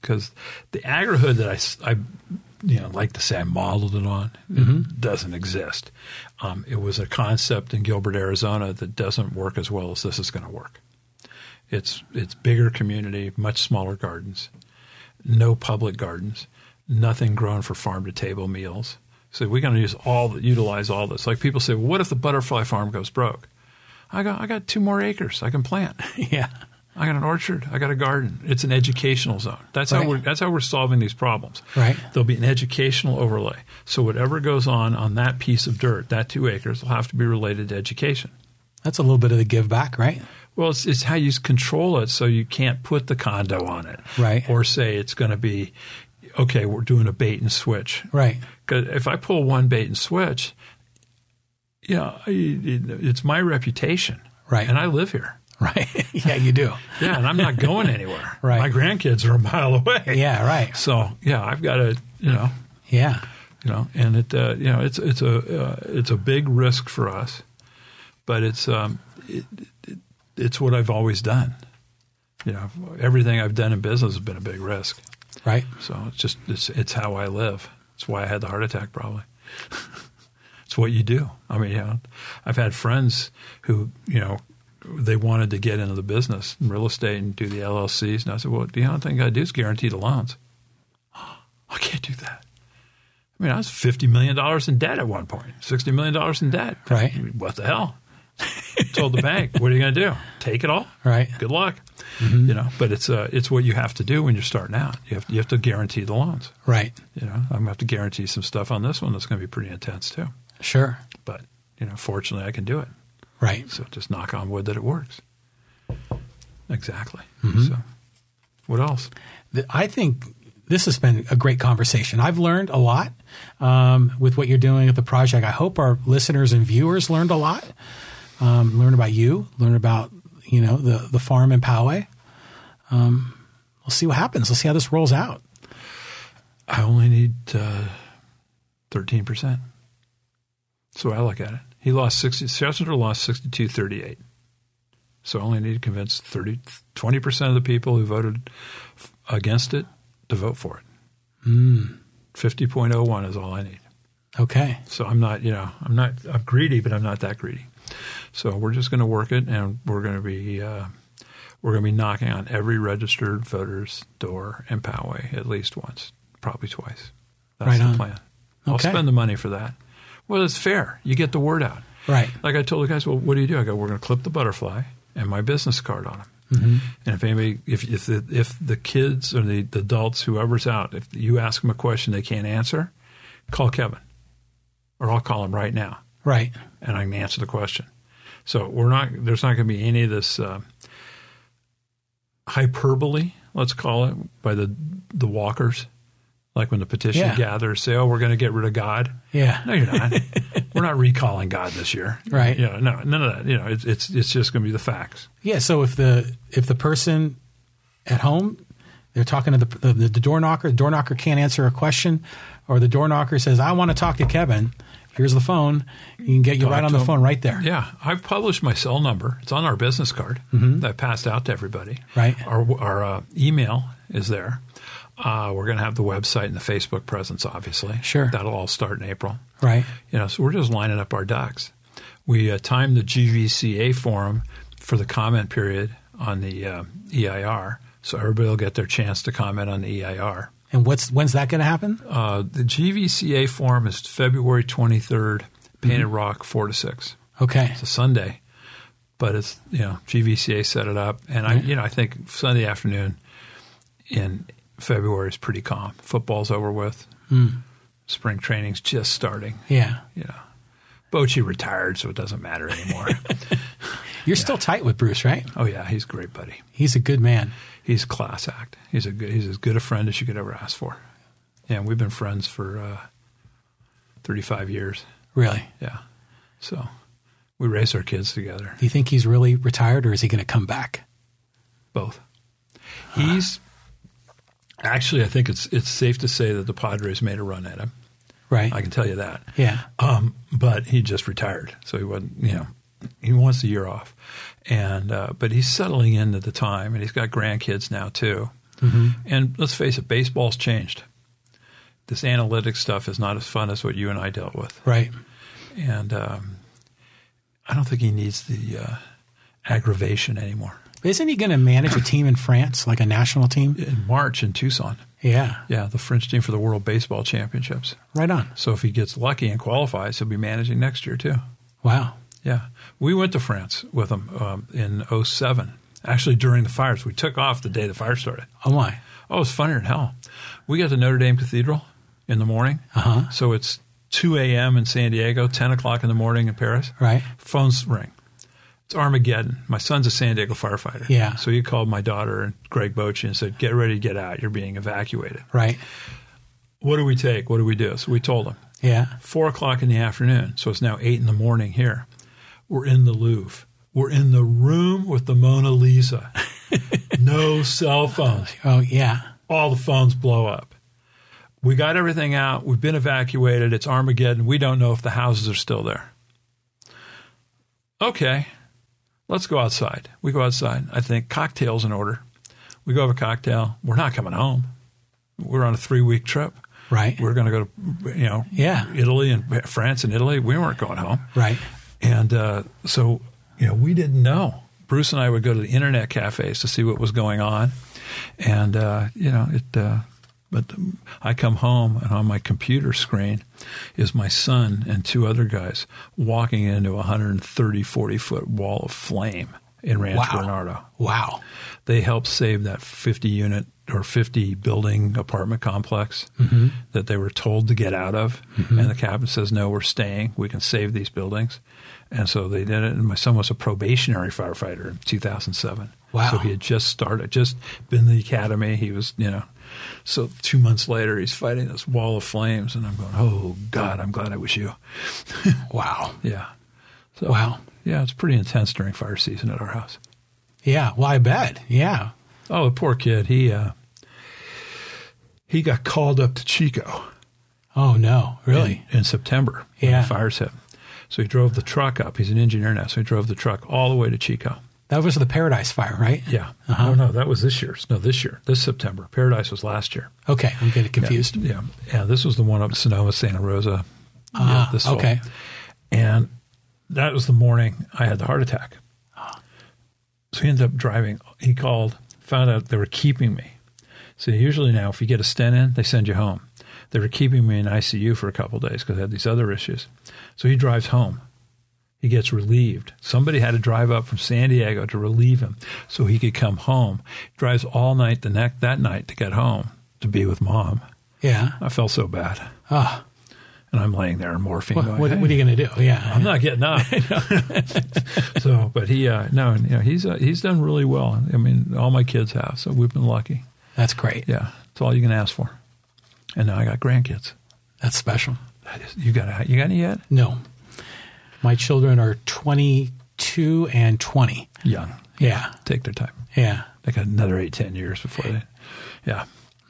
because the agrihood that I s- I, you know like to say I modeled it on it doesn't exist. Um, it was a concept in Gilbert, Arizona that doesn't work as well as this is going to work. It's it's bigger community, much smaller gardens, no public gardens, nothing grown for farm to table meals. So we're going to use all the, utilize all this. Like people say, what if the butterfly farm goes broke? I got I got two more acres I can plant.
yeah.
I got an orchard. I got a garden. It's an educational zone. That's
Right.
how we're that's how we're solving these problems.
Right.
There'll be an educational overlay. So whatever goes on on that piece of dirt, that two acres, will have to be related to education.
That's a little bit of the give back, right?
Well, it's, it's how you control it, so you can't put the condo on it,
Right.
Or say it's going to be okay. We're doing a bait and switch,
Right.
'Cause if I pull one bait and switch, you know, I- it- it's my reputation,
Right.
And I live here.
Right. yeah, you do.
Yeah, and I'm not going anywhere.
Right.
My grandkids are a mile away.
Yeah, right.
So yeah, I've got to you know
Yeah.
you know, and it uh, you know it's it's a uh, it's a big risk for us, but it's um it, it, it's what I've always done. You know, everything I've done in business has been a big risk.
Right.
So it's just it's it's how I live. It's why I had the heart attack probably. it's what you do. I mean, you know, I've had friends who, you know, they wanted to get into the business, real estate and do the LLCs and I said, Well, the only thing I do is guarantee the loans. I can't do that. I mean, I was fifty million dollars in debt at one point, sixty million dollars in debt.
Right.
What the hell? Told the bank, what are you gonna do? Take it all?
Right.
good luck. You know, but it's uh, it's what you have to do when you're starting out. You have you have to guarantee the loans.
Right.
You know, I'm gonna have to guarantee some stuff on this one that's going to be pretty intense too.
Sure.
But you know, fortunately, I can do it.
Right.
So just knock on wood that it works. Exactly. So, what else?
Th- I think this has been a great conversation. I've learned a lot um, with what you're doing at the project. I hope our listeners and viewers learned a lot. Um, learn about you. Learn about you know the the farm in Poway. Um, we'll see what happens. We'll see how this rolls out.
I only need uh, thirteen percent. So I look at it. He lost sixty. Schlesinger lost sixty-two thirty-eight. So I only need to convince 30, 20 percent of the people who voted f- against it to vote for it. Hmm. Fifty point oh one is all I need.
Okay.
So I'm not, you know, I'm not I'm greedy, but I'm not that greedy. So we're just going to work it, and we're going to be uh, we're going to be knocking on every registered voter's door in Poway at least once, probably twice. That's
Right
the
on.
plan. I'll
Okay.
spend the money for that. Well, it's fair. You get the word out.
Right.
Like I told the guys, well, what do you do? I go, we're going to clip the butterfly and my business card on them. And if anybody, if if the, if the kids or the, the adults, whoever's out, if you ask them a question they can't answer, call Kevin, or I'll call him right now,
Right.
and I can answer the question. So we're not there's not going to be any of this uh, hyperbole, let's call it, by the the walkers, like when the petition
Yeah.
gathers say, oh, we're going to get rid of God.
Yeah.
No, you're not. We're not recalling God this year,
Right.
You know, no, none of that. You know, it's it's it's just going to be the facts.
Yeah. So if the if the person at home they're talking to the the, the door knocker, the door knocker can't answer a question, or the door knocker says, "I want to talk to Kevin." Here's the phone. You can get you right on
to
the
him.
phone right there.
Yeah, I've published my cell number. It's on our business card that I passed out to everybody.
Mm-hmm. Right.
Our our uh, email is there. Uh, we're going to have the website and the Facebook presence, obviously.
Sure.
That'll all start in April.
Right.
You know, so we're just lining up our ducks. We uh, timed the GVCA forum for the comment period on the uh, EIR, so everybody will get their chance to comment on the E EIR.
And what's when's that going to happen?
Uh, the GVCA forum is February 23rd, Painted Rock, 4 to 6.
Okay.
It's a Sunday, but it's, you know, GVCA set it up. And I, you know, I think Sunday afternoon in February is pretty calm. Football's over with. Spring training's just starting,
Yeah.
you know. Bochy retired, so it doesn't matter anymore.
You're still tight with Bruce, right?
oh, yeah, he's a great buddy.
He's a good man.
He's a class act. He's a good, he's as good a friend as you could ever ask for. And we've been friends for uh, 35 years.
Really.
Yeah. So we raise our kids together,
Do you think he's really retired, or is he going to come back?
both. He's actually, I think it's it's safe to say that the Padres made a run at him.
Right.
I can tell you that.
yeah.
Um, but he just retired, so he wasn't. You know, he wants a year off, and uh, but he's settling into the time, and he's got grandkids now too. And let's face it, baseball's changed. This analytic stuff is not as fun as what you and I dealt with.
Right.
and um, I don't think he needs the uh, aggravation anymore.
But isn't he going to manage a team in France, like a national team?
In March in Tucson,
Yeah.
yeah, the French team for the World Baseball Championships.
Right on.
So if he gets lucky and qualifies, he'll be managing next year too.
Wow.
Yeah, we went to France with him um, in 07. Actually, during the fires, we took off the day the fire started.
Oh my.
Oh, it's funnier than hell. We got to Notre Dame Cathedral in the morning.
Uh-huh.
So it's 2 a.m. in San Diego, 10 o'clock in the morning in Paris.
Right.
Phones ring. It's Armageddon. My son's a San Diego firefighter.
Yeah.
So he called my daughter and Greg Bochi and said, Get ready to get out. You're being evacuated.
Right.
What do we take? What do we do? So we told him.
Yeah.
Four o'clock in the afternoon. So it's now eight in the morning here. We're in the Louvre. We're in the room with the Mona Lisa. no cell phones.
Oh yeah.
All the phones blow up. We got everything out. We've been evacuated. It's Armageddon. We don't know if the houses are still there. Okay, let's go outside. We go outside. I think cocktails in order. We go have a cocktail. We're not coming home. We're on a three week trip.
Right.
We're going to go to you know
Yeah.
Italy and France and Italy. We weren't going home.
Right.
And uh, so, you know, we didn't know. Bruce and I would go to the internet cafes to see what was going on. And, uh, you know, it, uh, but the- I come home and on my computer screen is my son and two other guys walking into a 130, 40 foot wall of flame in Rancho
Wow.
Bernardo.
Wow.
They helped save that 50 unit or 50 building apartment complex that they were told to get out of. And the captain says, No, we're staying. We can save these buildings. And so they did it. And my son was a probationary firefighter in 2007.
Wow.
So he had just started, just been in the academy. He was, you know. So two months later, he's fighting this wall of flames, and I'm going, oh God, I'm glad it was you.
Wow.
Yeah. So,
Wow.
Yeah, it's pretty intense during fire season at our house.
Yeah. Well, I bet. Yeah.
Oh, the poor kid. He uh, he got called up to Chico
Oh no. Really?
in, in September. when
Yeah.
the fires hit. So he drove the truck up. He's an engineer now, so he drove the truck all the way to Chico.
That was the Paradise Fire, right?
Yeah.
Uh-huh.
Oh no, that was this year. No, this year, this September. Paradise was last year.
Okay. I'm getting confused.
Yeah, yeah. This was the one up in Sonoma, Santa Rosa. yeah,
Ah,
this fall.
okay.
And that was the morning I had the heart attack. So he ended up driving. He called, found out they were keeping me. So usually now, if you get a stent in, they send you home. They were keeping me in ICU for a couple of days because I had these other issues. So he drives home. He gets relieved. Somebody had to drive up from San Diego to relieve him so he could come home. Drives all night the neck that night to get home to be with mom.
Yeah.
I felt so bad.
Ah.
And I'm laying there in morphine.
What,
going,
what,
"Hey."
what are you going to do? Yeah.
I'm not getting up. so, but he, uh, no, you know, he's uh, he's done really well. I mean, all my kids have, so we've been lucky.
That's great.
Yeah, it's all you can ask for. And now I got grandkids.
That's special.
I just- You got you got any yet?
No. My children are 22 and 20.
Young.
Yeah.
Take their time.
Yeah.
They got another eight, ten years before they. Yeah.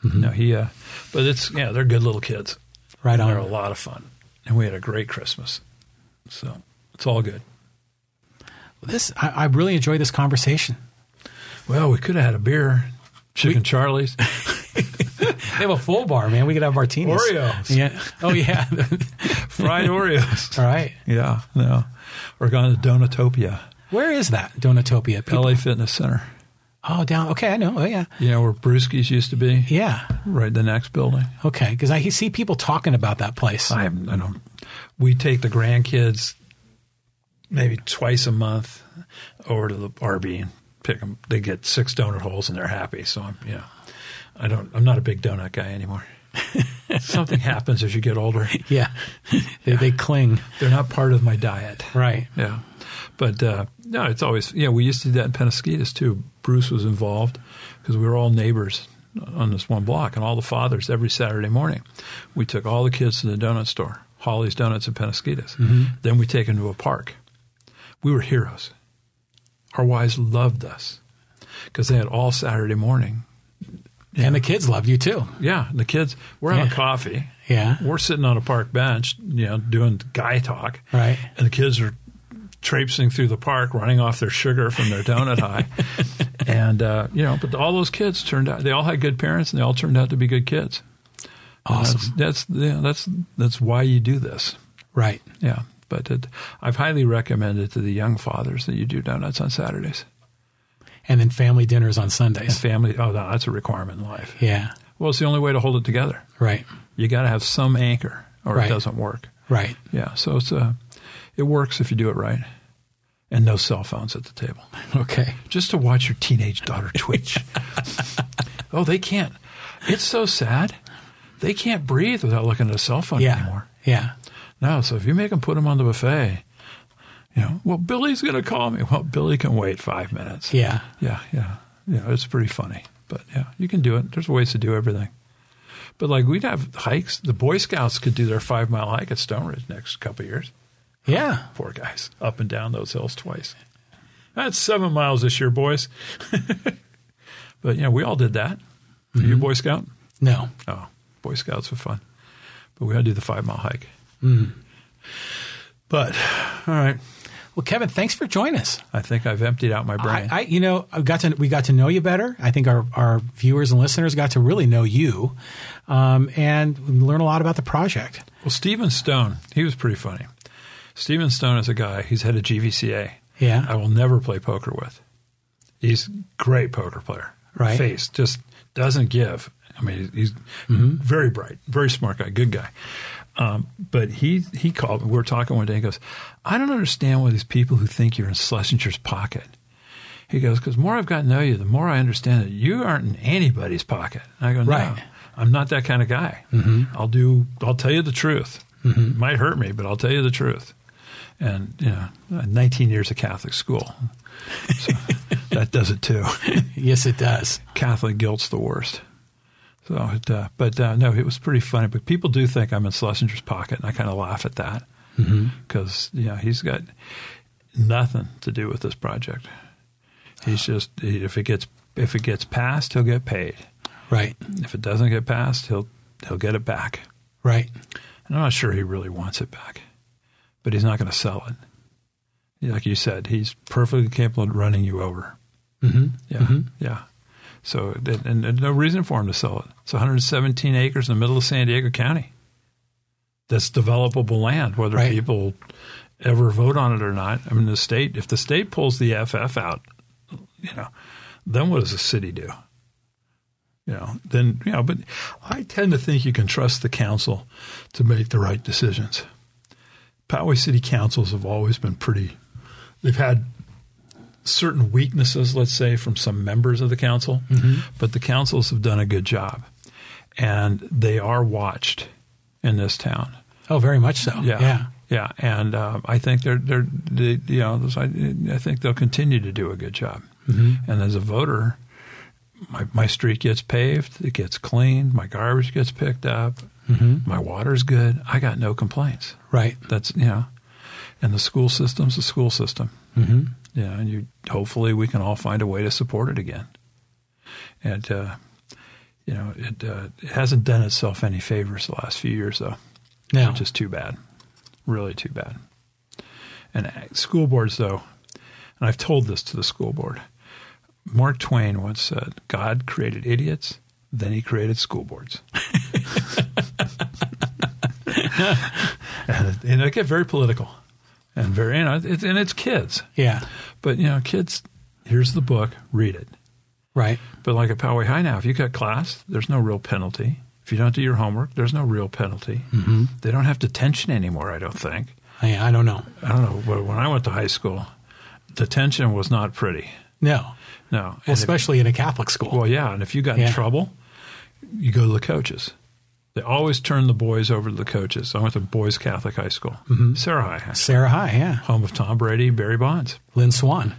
No, he. Uh, but it's yeah, they're good little kids.
Right
They're a
on.
lot of fun, and we had a great Christmas. So it's all good.
This I, I really enjoy this conversation.
Well, we could have had a beer, chicken Charlie's.
They have a full bar, man. We could have martinis.
Oreos.
Yeah. Oh yeah.
fried Oreos.
All right.
Yeah, no. We're going to Donatopia,
Where is that Donutopia? People-
LA Fitness Center.
Oh, down. Okay, I know. Oh yeah.
You know where Brewski's used to be,
Yeah.
right in the next building.
Okay, because I see people talking about that place.
I, haven't- I don't. We take the grandkids maybe twice a month over to the RB and pick them. They get six donut holes and they're happy. So I'm, you know, I don't. I'm not a big donut guy anymore. Something happens as you get older.
Yeah. they, they cling.
They're not part of my diet.
Right.
Yeah. But uh, no, it's always, yeah, we used to do that in Penasquitas too. Bruce was involved because we were all neighbors on this one block and all the fathers every Saturday morning. We took all the kids to the donut store, Holly's Donuts in Penasquitas.
Mm-hmm.
Then we take them to a park. We were heroes. Our wives loved us because they had all Saturday morning.
And the kids love you too.
Yeah, the kids, we're having
Yeah.
coffee.
Yeah.
We're sitting on a park bench, you know, doing guy talk.
Right.
And the kids are traipsing through the park, running off their sugar from their donut high. And, uh, you know, but all those kids turned out, they all had good parents and they all turned out to be good kids. And
Awesome.
That's, that's, yeah, that's, that's why you do this.
Right.
Yeah. But it, I've highly recommended to the young fathers that you do donuts on Saturdays.
And then family dinners on
And
Sundays.
family, oh, no, that's a requirement in life.
Yeah.
Well, it's the only way to hold it together.
Right.
You got to have some anchor or
Right.
it doesn't work.
Right.
Yeah, so it's a, it works if you do it right, and no cell phones at the table.
Okay.
Just to watch your teenage daughter twitch. oh, they can't. It's so sad. They can't breathe without looking at a cell phone
Yeah.
anymore.
Yeah.
No, so if you make them put them on the buffet, you know, well, Billy's going to call me. Well, Billy can wait five minutes.
Yeah.
Yeah, yeah, yeah. It's pretty funny, but yeah, you can do it. There's ways to do everything. But like we'd have hikes. The Boy Scouts could do their five mile hike at Stone Ridge next couple of years.
Yeah.
Four guys up and down those hills twice. That's seven miles this year, boys. but yeah, we all did that. Were You a Boy Scout?
No.
Oh, Boy Scouts were fun. But we had to do the five mile hike. But all right,
Well, Kevin, thanks for joining us.
I think I've emptied out my brain.
I, I, you know, I got to we got to know you better. I think our, our viewers and listeners got to really know you, um, and learn a lot about the project.
Well, Stephen Stone, he was pretty funny. Stephen Stone is a guy, he's head of GVCA.
Yeah.
I will never play poker with. He's a great poker player.
Right.
Face, just doesn't give. I mean, he's
Mm-hmm.
very bright, very smart guy, good guy. Um, but he, he called, we were talking one day, he goes, I don't understand why these people who think you're in Schlesinger's pocket. He goes, because more I've gotten to know you, the more I understand that you aren't in anybody's pocket. And I go, no,
Right.
I'm not that kind of guy. I'll do. I'll tell you the truth. It might hurt me, but I'll tell you the truth. and you know, 19 years of Catholic school. So that does it too.
Yes, it does.
Catholic guilt's the worst. So, it, uh, but uh, no, it was pretty funny. But people do think I'm in Schlesinger's pocket, and I kind of laugh at that because yeah, he's got nothing to do with this project. He's just he, if it gets if it gets passed, he'll get paid.
Right.
If it doesn't get passed, he'll he'll get it back.
Right.
And I'm not sure he really wants it back, but he's not going to sell it. Yeah, Like you said, he's perfectly capable of running you over. Mm-hmm. Yeah, yeah. So and, and there's no reason for him to sell it. It's 117 acres in the middle of San Diego County. That's developable land, whether
Right.
people ever vote on it or not. I mean, the state. If the state pulls the FF out, you know, then what does the city do? You know, then you know. But I tend to think you can trust the council to make the right decisions. Poway City Councils have always been pretty. They've had certain weaknesses, let's say, from some members of the council, but the councils have done a good job, and they are watched in this town.
Oh, very much so.
Yeah,
Yeah.
yeah. And um, I think they're they're they, you know those- I, I think they'll continue to do a good job. And as a voter, my my street gets paved, it gets cleaned, my garbage gets picked up, my water's good. I got no complaints.
Right.
That's you know, and the school system's the school system. Mm-hmm. Yeah, and you hopefully we can all find a way to support it again. And uh, you know, it uh, it hasn't done itself any favors the last few years though
Now,
which is too bad, really too bad. And uh, school boards, though, and I've told this to the school board. Mark Twain once said, "God created idiots, then He created school boards." and, it, and it get very political, and very you know, it, and it's kids,
yeah.
but you know, kids. Here's the book, read it.
Right.
But like at Poway High now, if you cut class, there's no real penalty. If you don't do your homework, there's no real penalty. Mm-hmm. They don't have detention anymore, I don't think.
I, I don't know.
I don't know, but when I went to high school, detention was not pretty.
No.
No. And if-
Especially in a Catholic school.
well, yeah, and if you got
Yeah.
in trouble, you go to the coaches. They always turn the boys over to the coaches. I went to Boys Catholic High School, Sarah High, High,
Sarah High, yeah.
home of Tom Brady, Barry Bonds,
Lynn Swan.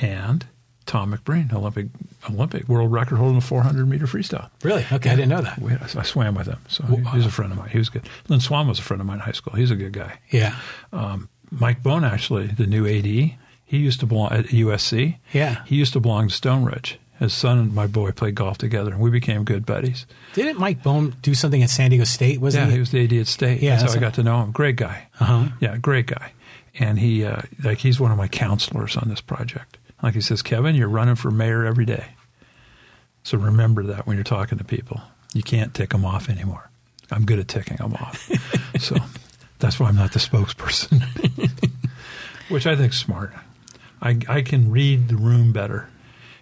and Tom McBrain, Olympic, Olympic world record holder in the 400 meter freestyle.
Really? Okay, I didn't know that.
we I swam with him, so he, he's a friend of mine. He was good. Lynn Swan was a friend of mine in high school. He's a good guy.
Yeah.
Um, Mike Bone, actually, the new AD, he used to belong at USC.
Yeah.
he used to belong to Stone Ridge. His son and my boy played golf together, and we became good buddies.
Didn't Mike Bone do something at San Diego State? Was
yeah,
he?
he was the AD at State.
Yeah,
that's,
that's
how I
a-
got to know him. Great guy.
Uh-huh.
Yeah, great guy. And he, uh, like, he's one of my counselors on this project. Like he says, Kevin, you're running for mayor every day. So remember that when you're talking to people, you can't tick them off anymore. I'm good at ticking them off. so that's why I'm not the spokesperson, which I think's smart. I, I can read the room better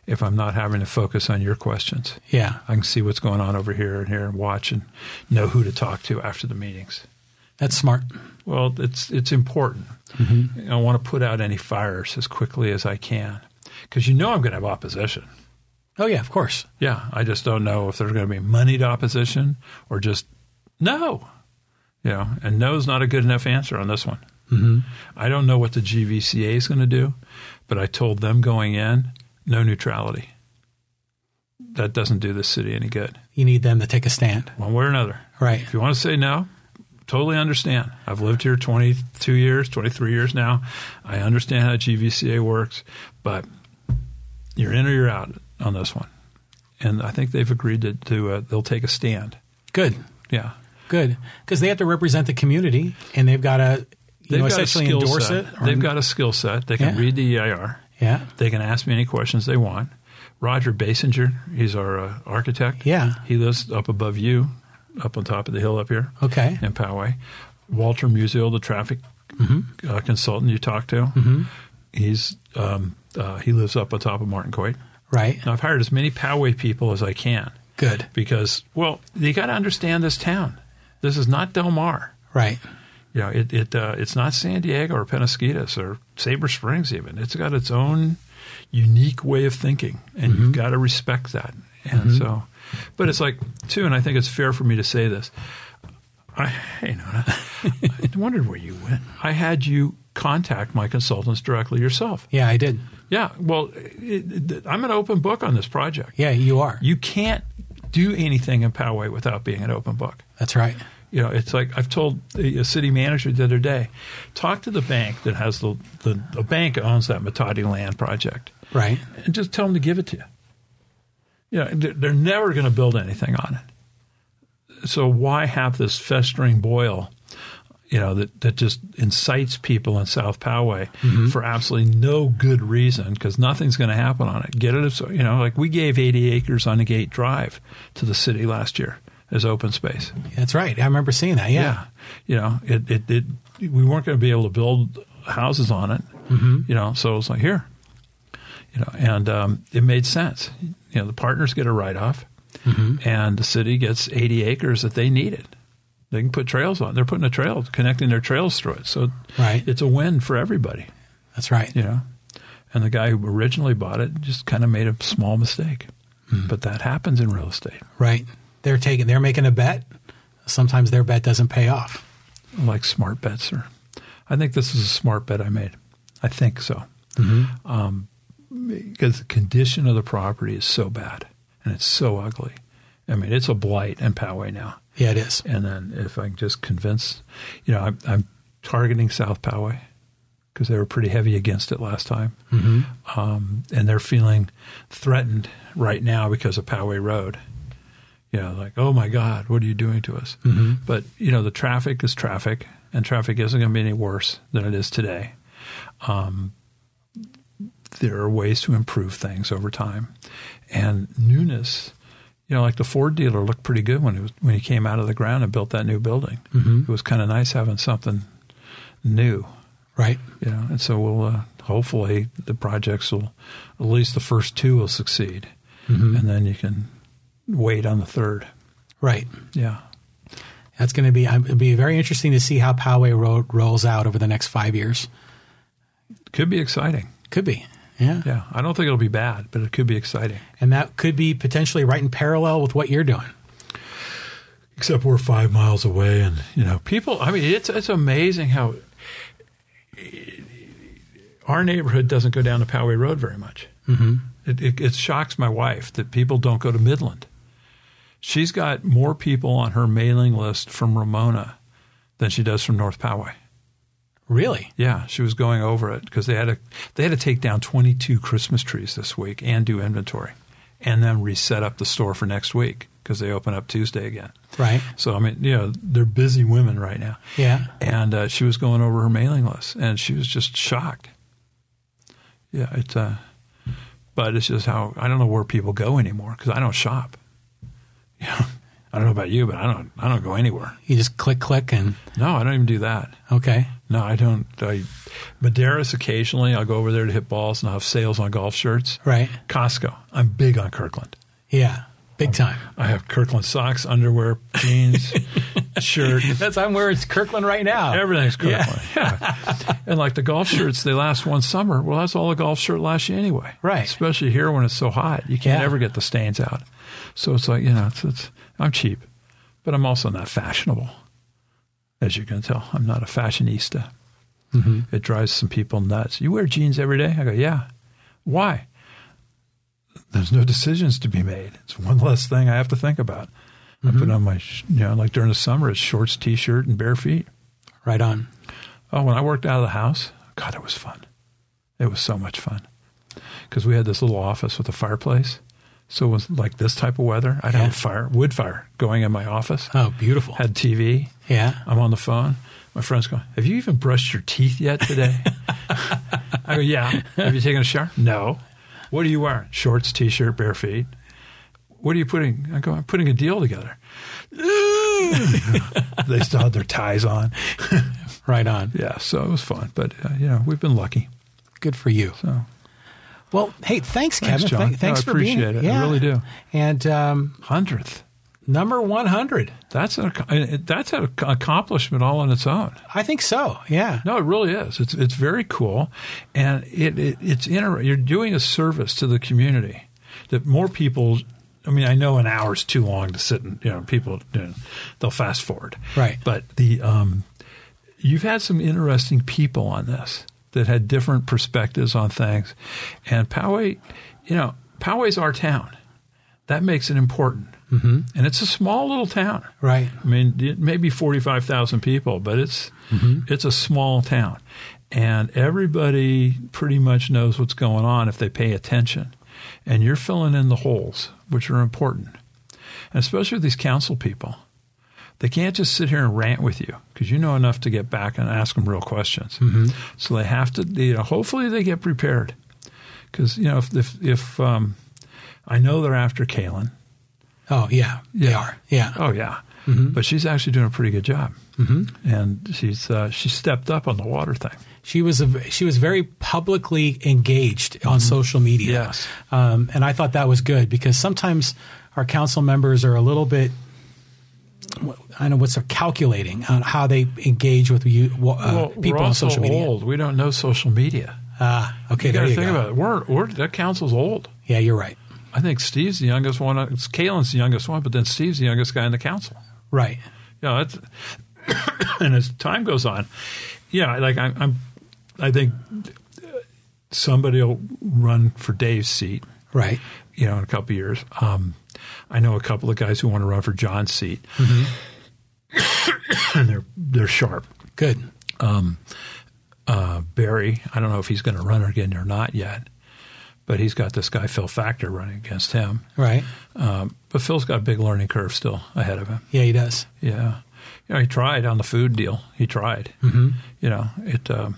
if I'm not having to focus on your questions.
yeah.
I can see what's going on over here and here and watch and know who to talk to after the meetings.
That's smart.
Well, it's it's important. I want to put out any fires as quickly as I can because you know I'm going to have opposition.
Oh, yeah, of course.
Yeah, I just don't know if there's going to be moneyed opposition or just no. You know, and no is not a good enough answer on this one. I don't know what the GVCA is going to do, but I told them going in, no neutrality. That doesn't do this city any good,
You need them to take a stand.
one way or another.
Right.
If you want to say no, totally understand. I've lived here 22 years, 23 years now. I understand how GVCA works, but you're in or you're out on this one. And I think they've agreed to, to uh, they'll take a stand.
Good.
Yeah.
Good. Because they have to represent the community and they've got to, you know,
got a
essentially
skill
endorse
set.
it. or-
They've got a skill set. They can
Yeah.
read the EIR.
Yeah.
They can ask me any questions they want. Roger Basinger, he's our uh, architect.
Yeah.
He lives up above you, up on top of the hill up here.
Okay.
in Poway. Walter Musial, the traffic uh, consultant you talked to, he's um, uh, he lives up on top of Martin Coit.
Right.
And I've hired as many Poway people as I can
Good.
because, well, you got to understand this town. This is not Del Mar.
Right.
You know, it, it uh, it's not San Diego or Penasquitas or Saber Springs even. It's got its own unique way of thinking, and you've got to respect that. And so, but it's like too, and I think it's fair for me to say this. I, you know, I wondered where you went. I had you contact my consultants directly yourself.
Yeah, I did.
Yeah, well, it, it, I'm an open book on this project.
Yeah, you are.
You can't do anything in Poway without being an open book.
That's right.
You know, it's like I've told a a city manager the other day, talk to the bank that has the the, the bank owns that Matadi land project,
Right.
and just tell them to give it to you. You know, they're, they're never going to build anything on it. So why have this festering boil? You know that that just incites people in South Poway for absolutely no good reason because nothing's going to happen on it. Get it? So you know, like we gave 80 acres on the Gate Drive to the city last year as open space.
That's right. I remember seeing that. Yeah.
Yeah. You know, it, it, it we weren't going to be able to build houses on it, you know, so it's like, here, you know, and um, it made sense. You know, the partners get a write off and the city gets 80 acres that they needed. They can put trails on. They're putting a trail, connecting their trails through it. So
Right.
it's a win for everybody,
That's right.
you know. And the guy who originally bought it just kind of made a small mistake. But that happens in real estate.
Right. They're taking they're making a bet. Sometimes their bet doesn't pay off.
like smart bets or I think this is a smart bet I made. I think so. Um, because the condition of the property is so bad and it's so ugly. I mean, it's a blight in Poway now.
Yeah, it is.
And then if I can just convince, you know, I'm, I'm targeting South Poway because they were pretty heavy against it last time. Um, and they're feeling threatened right now because of Poway Road. You know, like, oh my God, what are you doing to us? But, you know, the traffic is traffic, and traffic isn't going to be any worse than it is today. Um, there are ways to improve things over time. And newness, you know, like the Ford dealer looked pretty good when he was when he came out of the ground and built that new building. It was kind of nice having something new,
Right.
you know. And so we'll uh, hopefully the projects will at least the first two will succeed, and then you can wait on the third.
Right.
Yeah,
That's going to be it'll be very interesting to see how Poway Road rolls out over the next 5 years.
could be exciting.
Could be. Yeah.
Yeah, I don't think it'll be bad, but it could be exciting.
And that could be potentially right in parallel with what you're doing.
Except we're five miles away, and you know, people. I mean, it's it's amazing how our neighborhood doesn't go down to Poway Road very much. Mm-hmm. It, it, it shocks my wife that people don't go to Midland. She's got more people on her mailing list from Ramona than she does from North Poway.
Really?
Yeah, she was going over it because they had to they had to take down 22 Christmas trees this week and do inventory, and then reset up the store for next week because they open up Tuesday again.
Right.
So I mean, you know, they're busy women right now.
Yeah.
And uh, she was going over her mailing list, and she was just shocked. Yeah, it's. Uh, but it's just how I don't know where people go anymore because I don't shop. Yeah, I don't know about you, but I don't. I don't go anywhere.
You just click click and
No, I don't even do that.
okay.
No, I don't. I, Madeiras occasionally. I'll go over there to hit balls, and I'll have sales on golf shirts.
Right.
Costco. I'm big on Kirkland.
Yeah. Big time.
I have Kirkland socks, underwear, jeans, shirt.
That's I'm wearing Kirkland right now.
Everything's Kirkland. Yeah. and like the golf shirts, they last one summer. Well, that's all a golf shirt lasts you anyway.
Right.
Especially here when it's so hot. You can't
Yeah.
ever get the stains out. So it's like, you know, it's, it's, I'm cheap, but I'm also not fashionable. As you can tell, I'm not a fashionista.
Mm-hmm.
It drives some people nuts. You wear jeans every day? I go, yeah. Why? There's no decisions to be made. It's one less thing I have to think about. I
Mm-hmm.
put on my, sh- you know, like during the summer, it's shorts, t shirt, and bare feet.
Right on.
Oh, when I worked out of the house, God, it was fun. It was so much fun because we had this little office with a fireplace. So it was like this type of weather. I'd
Yeah.
have fire, wood fire going in my office.
Oh, beautiful.
Had TV.
Yeah.
I'm on the phone. My friend's going, Have you even brushed your teeth yet today? I go, Yeah. Have you taken a shower? No. What are you wearing? Shorts, t shirt, bare feet. What are you putting? I go, I'm putting a deal together. they still had their ties on.
Right on.
Yeah, so it was fun. But, uh, you know, we've been lucky.
Good for you.
So
Well, hey, thanks, Kevin.
John.
Thank-
No,
thanks
I
for being
appreciate it. I really do.
And um,
100th.
number 100.
That's an, ac- that's an ac- accomplishment all on its own.
I think so. Yeah.
No, it really is. It's it's very cool, and it, it it's inter- you're doing a service to the community that more people I mean, I know an hour's too long to sit and you know people you know, they'll fast forward.
Right.
But the um, you've had some interesting people on this that had different perspectives on things, and Poway, you know, Poway's our town. That makes it important, mm-hmm. and it's a small little town.
Right.
I mean, it may be forty five thousand people, but it's it's a small town, and everybody pretty much knows what's going on if they pay attention. And you're filling in the holes, which are important. And especially with these council people, they can't just sit here and rant with you because you know enough to get back and ask them real questions. So they have to, you know, hopefully they get prepared because, you know, if, if, if um, I know they're after Kalen.
Oh yeah, they are. Yeah.
Oh, yeah.
Mm-hmm.
But she's actually doing a pretty good job. And she's uh, she stepped up on the water thing.
She was a, she was very publicly engaged on social media.
Mm-hmm. Yes.
Um, and I thought that was good because sometimes our council members are a little bit. I don't know what's they're calculating on how they engage with you, uh,
we're
people
all
on social
so
media.
old. We don't know social media.
Ah, okay,
You got
there
to
you
think
go.
about it. We're, we're that council's old.
Yeah, you're right.
I think Steve's the youngest one. It's Kalen's the youngest one, but then Steve's the youngest guy in the council.
Right.
You know, it's, and as time goes on, yeah, like I'm, I'm I think somebody will run for Dave's seat.
Right.
You know, in a couple of years, um, I know a couple of guys who want to run for John's seat,
Mm-hmm.
and they're they're sharp.
Good.
uh, Barry. I don't know if he's going to run again or not yet, but he's got this guy Phil Factor running against him.
Right.
Um, but Phil's got a big learning curve still ahead of him.
Yeah, he does.
Yeah, you know he tried on the food deal. He tried. Mm-hmm. You know it, um,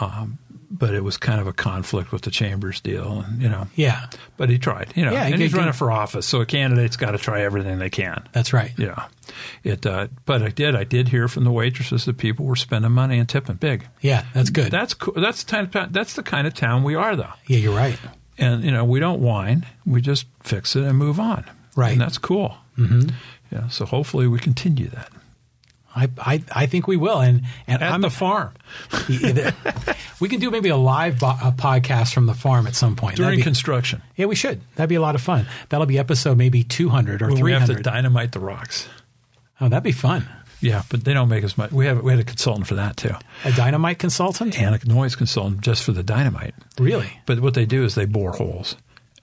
um, but it was kind of a conflict with the Chambers deal, and you know.
Yeah,
But he tried. You know,
Yeah, he
and he's
could-
running for office, so a candidate's got to try everything they can.
that's right.
Yeah, it. Uh, but I did. I did hear from the waitresses that people were spending money and tipping big.
Yeah, that's good.
That's cool. That's the kind of, that's the kind of town we are, though.
yeah, you're right.
And you know, we don't whine. We just fix it and move on.
Right.
And that's cool. Mm-hmm. Yeah. So hopefully we continue that
I, I, I think we will, and and
at
I'm
the farm
we can do maybe a live bo- a podcast from the farm at some point. That'd
during
be-
construction.
yeah, we should. That'd be a lot of fun. That'll be episode maybe 200 or
When we have to
300.
dynamite the rocks.
Oh, that'd be fun.
Yeah, but they don't make as much. We have we had a consultant for that too,
A dynamite consultant,
and a noise consultant just for the dynamite.
really?
But what they do is they bore holes,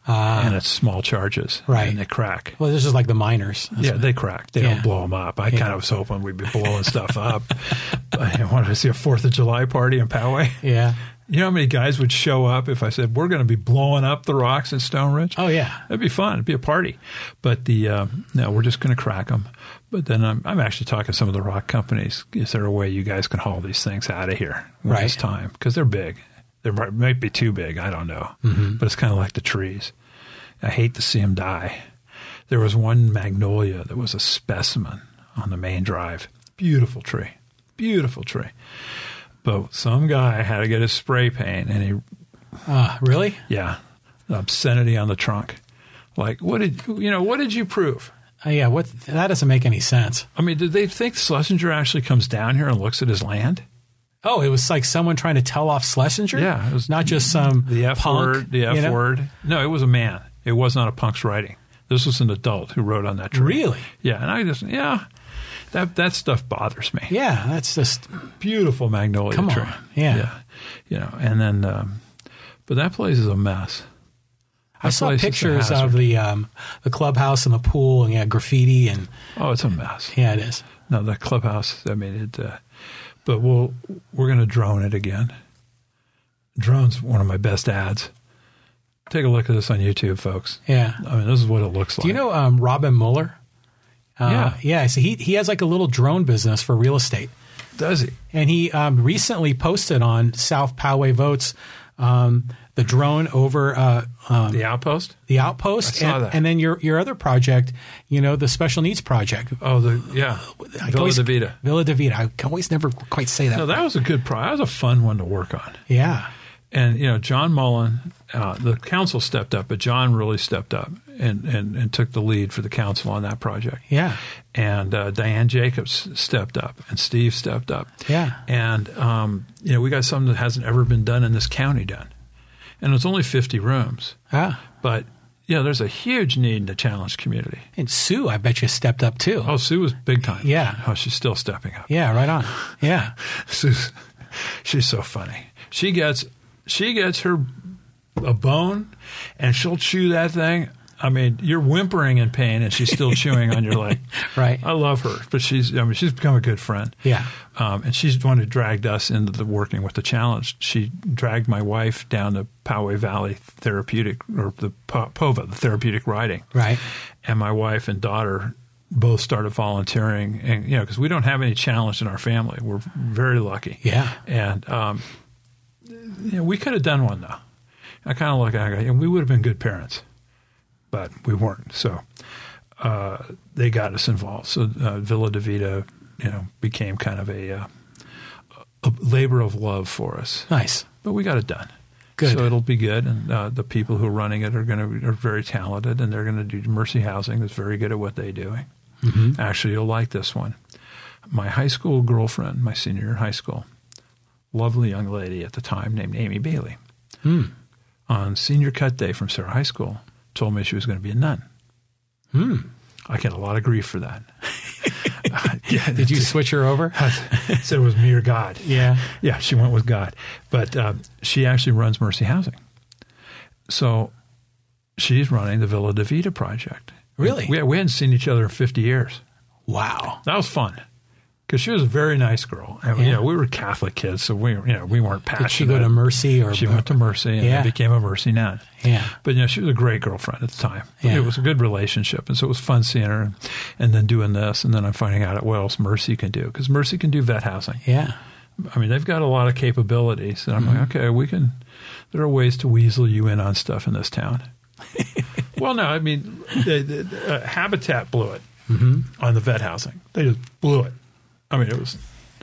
and it's small charges,
Ah. Right.
And they crack.
Well, this is like the miners.
yeah, they crack. They
Yeah.
don't blow them up. I kind
Yeah.
of was hoping we'd be blowing stuff up. I wanted to see a Fourth of July party in Poway.
Yeah.
You know how many guys would show up if I said we're going to be blowing up the rocks in Stone Ridge?
Oh, yeah.
that'd be fun. It'd be a party. But the uh, no, we're just going to crack them. But then I'm, I'm actually talking to some of the rock companies. Is there a way you guys can haul these things out of here when
Right.
it's time? Because they're big. They might- might be too big. I don't know. But it's kind of like the trees. I hate to see them die. There was one magnolia that was a specimen on the main drive. Beautiful tree. Beautiful tree. But some guy had to get his spray paint and he
Uh, really?
yeah, obscenity on the trunk. Like, what did you know? What did you prove?
Uh, yeah. What? That doesn't make any sense.
I mean, did they think Schlesinger actually comes down here and looks at his land?
Oh, it was like someone trying to tell off Schlesinger.
Yeah, it was
not just some
The F
punk,
word, the F
you know?
word. No, it was a man. It was not a punk's writing. This was an adult who wrote on that tree.
Really?
Yeah, and I just yeah, that that stuff bothers me.
Yeah, that's just
Beautiful magnolia
Come
tree.
on, yeah.
you know, and then, um, but that place is a mess.
I
That
saw
place is a
pictures of
hazard.
the um, the clubhouse and the pool, and yeah, graffiti, and
Oh, it's a mess.
yeah, it is.
No, the clubhouse. I mean, it. Uh, but we'll we're going to drone it again. Drone's one of my best ads. Take a look at this on YouTube, folks.
Yeah.
I mean, this is what it looks like.
Do you know um, Robin Mueller? Uh,
Yeah.
yeah. So he he has like a little drone business for real estate,
Does he?
and he um, recently posted on South Poway Votes um, the drone over uh, um,
The outpost?
the outpost,
I saw
and,
that.
and then your your other project, you know, the special needs project.
Oh, the yeah,
I
Villa
always-
de Vita.
Villa De Vita. I can always never quite say that.
No, that was a good pro. That was a fun one to work on.
yeah.
And you know, John Mullen, uh, the council stepped up, but John really stepped up and, and and took the lead for the council on that project.
Yeah.
and uh, Diane Jacobs stepped up, and Steve stepped up.
Yeah.
and um, you know we got something that hasn't ever been done in this county done, and it's only fifty rooms,
Ah.
but you know, there's a huge need in the challenged community.
And Sue, I bet you stepped up too.
Oh, Sue was big time.
Yeah.
Oh, she's still stepping up.
Yeah, right on. Yeah.
Sue's, she's so funny. She gets she gets her a bone, and she'll chew that thing. I mean, you're whimpering in pain, and she's still chewing on your leg.
Right.
I love her, but she's I mean she's become a good friend.
Yeah.
Um, and she's the one who dragged us into the working with the challenge. She dragged my wife down to Poway Valley Therapeutic or the Po- POVA, the therapeutic riding.
Right.
And my wife and daughter both started volunteering, and you know because we don't have any challenge in our family. We're very lucky.
Yeah.
And um, you know, we could have done one though. I kind of look at it, and I go, we would have been good parents, but we weren't. So uh, they got us involved. So uh, Villa De Vita, you know, became kind of a, uh, a labor of love for us.
Nice.
But we got it done.
Good.
So it'll be good, and uh, the people who are running it are going to are very talented, and they're going to do Mercy Housing that's very good at what they do. Actually, you'll like this one. My high school girlfriend, my senior year in high school, lovely young lady at the time named Amy Bailey, on senior cut day from Sarah High School, told me she was going to be a nun. I get a lot of grief for that. yeah,
Did you switch her over?
said it was me or God.
Yeah.
Yeah, she went with God. But uh, she actually runs Mercy Housing. So she's running the Villa De Vita project.
Really?
We, we hadn't seen each other in 50 years.
Wow.
That was fun. Because she was a very nice girl, and
Yeah.
you know, we were Catholic kids, so we you know we weren't passionate.
Did she go to Mercy or
Ah, She went to Mercy and
Yeah.
then became a Mercy nun.
Yeah.
But you know, she was a great girlfriend at the time.
Yeah.
It was a good relationship, and so it was fun seeing her, and, and then doing this, and then I'm finding out what else Mercy can do because Mercy can do vet housing.
Yeah.
I mean, they've got a lot of capabilities, and I'm like, okay, we can. There are ways to weasel you in on stuff in this town. well, no, I mean, the, the, uh, Habitat blew it on the vet housing. They just blew it. I mean, it was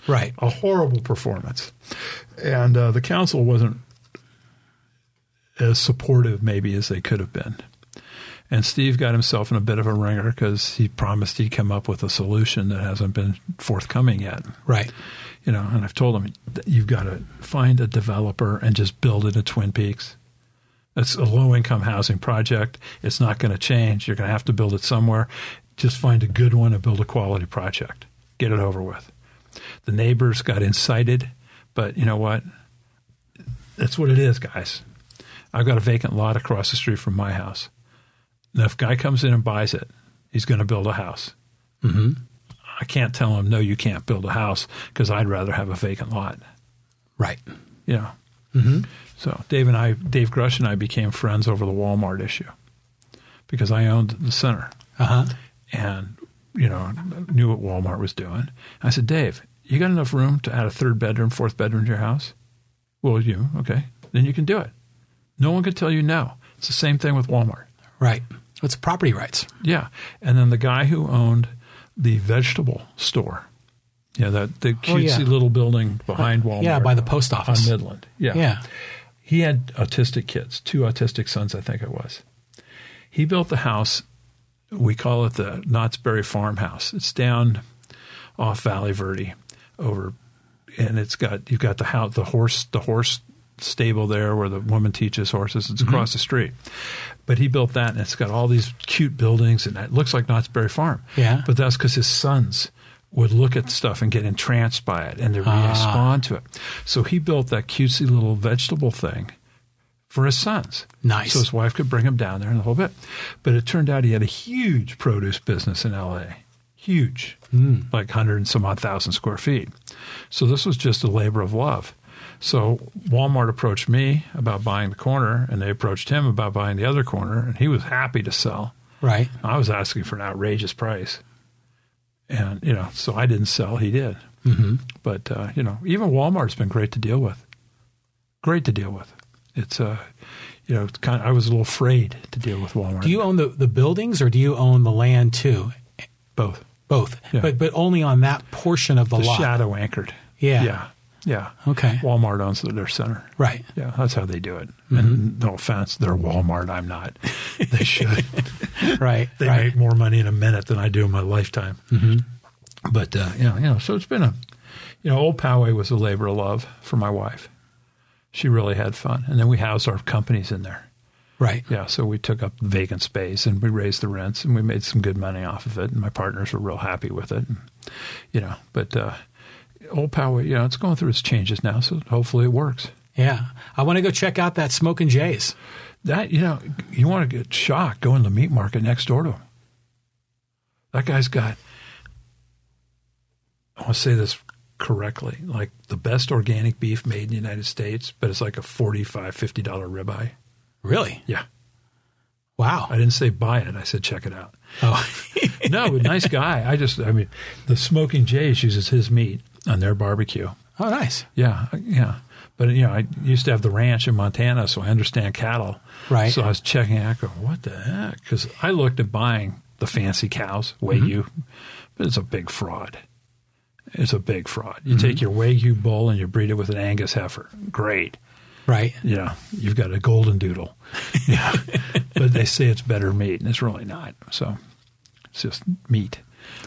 Right.
a horrible performance, and uh, the council wasn't as supportive, maybe, as they could have been. And Steve got himself in a bit of a ringer because he promised he'd come up with a solution that hasn't been forthcoming yet
Right.
you know, and I've told them that you've got to find a developer and just build it at Twin Peaks. It's a low income housing project. It's not going to change. You're going to have to build it somewhere. Just find a good one and build a quality project. Get it over with. The neighbors got incited, but you know what? That's what it is, guys. I've got a vacant lot across the street from my house. Now, if a guy comes in and buys it, he's going to build a house.
Mm-hmm.
I can't tell him, no, you can't build a house because I'd rather have a vacant lot.
Right.
You know. So Dave and I, Dave Grush and I became friends over the Walmart issue because I owned the center
Uh huh.
and, you know, knew what Walmart was doing. I said, Dave, you got enough room to add a third bedroom, fourth bedroom to your house? Well, you, okay. Then you can do it. No one could tell you no. It's the same thing with Walmart.
Right. It's property rights.
Yeah, and then the guy who owned the vegetable store, yeah, that the cutesy
Oh, yeah.
little building behind Walmart,
Yeah, by the post
on
office.
Midland. Yeah,
Yeah.
he had autistic kids, two autistic sons, I think it was. He built the house. We call it the Knott's Berry Farmhouse. It's down off Valley Verde, over, and it's got you've got the house, the horse, the horse stable there where the woman teaches horses. It's across the street, but he built that, and it's got all these cute buildings, and it looks like Knott's Berry Farm.
Yeah.
but that's because his sons would look at stuff and get entranced by it, and they respond to it. So he built that cutesy little vegetable thing for his sons.
Nice.
So his wife could bring him down there and the whole bit. But it turned out he had a huge produce business in LA. Huge. Like 100 and some odd thousand square feet. So this was just a labor of love. So Walmart approached me about buying the corner, and they approached him about buying the other corner, and he was happy to sell.
Right.
I was asking for an outrageous price. And, you know, so I didn't sell, he did.
Mm-hmm.
But, uh, you know, even Walmart's been great to deal with. Great to deal with. It's, uh, you know, it's kind of, I was a little afraid to deal with Walmart.
Do you own the, the buildings or do you own the land too?
both?
Both.
Yeah.
But but only on that portion of the,
The
lot.
shadow anchored.
Yeah.
Yeah. Yeah.
Okay.
Walmart owns their center.
Right.
Yeah, that's how they do it.
Mm-hmm.
And no offense, they're Walmart. I'm not. They should.
Right.
they
right.
make more money in a minute than I do in my lifetime. But uh, yeah, you know, so it's been a, you know, old Poway was a labor of love for my wife. She really had fun, and then we housed our companies in there.
Right.
Yeah, so we took up vacant space and we raised the rents and we made some good money off of it, and my partners were real happy with it. And, you know, but uh, old power, you know, it's going through its changes now, so hopefully it works.
Yeah. I want to go check out that Smoke and Jays.
That you know, you want to get shocked going to the meat market next door to him. That guy's got. I want to say this correctly, like the best organic beef made in the United States, but it's like a $45, 50 dollar ribeye.
Really?
Yeah. I
Wow.
didn't say buy it. I said check it out.
Oh,
No, but nice guy. I just, I mean, the Smoking Jays uses his meat on their barbecue.
oh nice.
Yeah, yeah. But you know, I used to have the ranch in Montana, so I understand cattle.
Right.
So I was checking out, going, what the heck? Because I looked at buying the fancy cows, Wagyu, but it's a big fraud. It's a big fraud. You take your Wagyu bull and you breed it with an Angus heifer. Great.
Right.
Yeah, you've got a golden doodle. Yeah. but they say it's better meat, and it's really not. So it's just meat.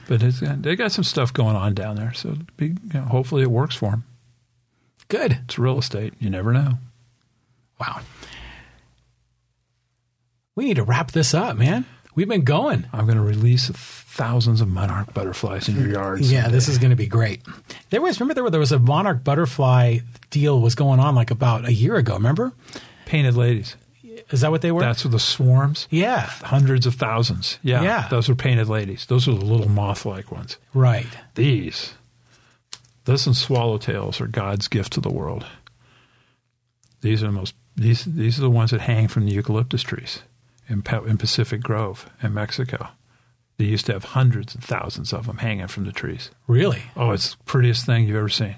But it's, uh, they got some stuff going on down there, so it'll be, you know, hopefully it works for them.
Good.
It's real estate. You never know.
Wow. We need to wrap this up, man. We've been going.
I'm going to release thousands of monarch butterflies in your yards.
Yeah, this is going to be great. There was remember there were, there was a monarch butterfly deal was going on like about a year ago. Remember?
Painted ladies.
Is that what they were?
That's the swarms.
yeah.
Hundreds of thousands. Yeah,
Yeah.
Those were painted ladies. Those are the little moth like ones.
Right.
These. This and swallowtails are God's gift to the world. These are the most these these are the ones that hang from the eucalyptus trees in, Pa- in Pacific Grove in Mexico. They used to have hundreds and thousands of them hanging from the trees.
Really?
Oh, it's the prettiest thing you've ever seen.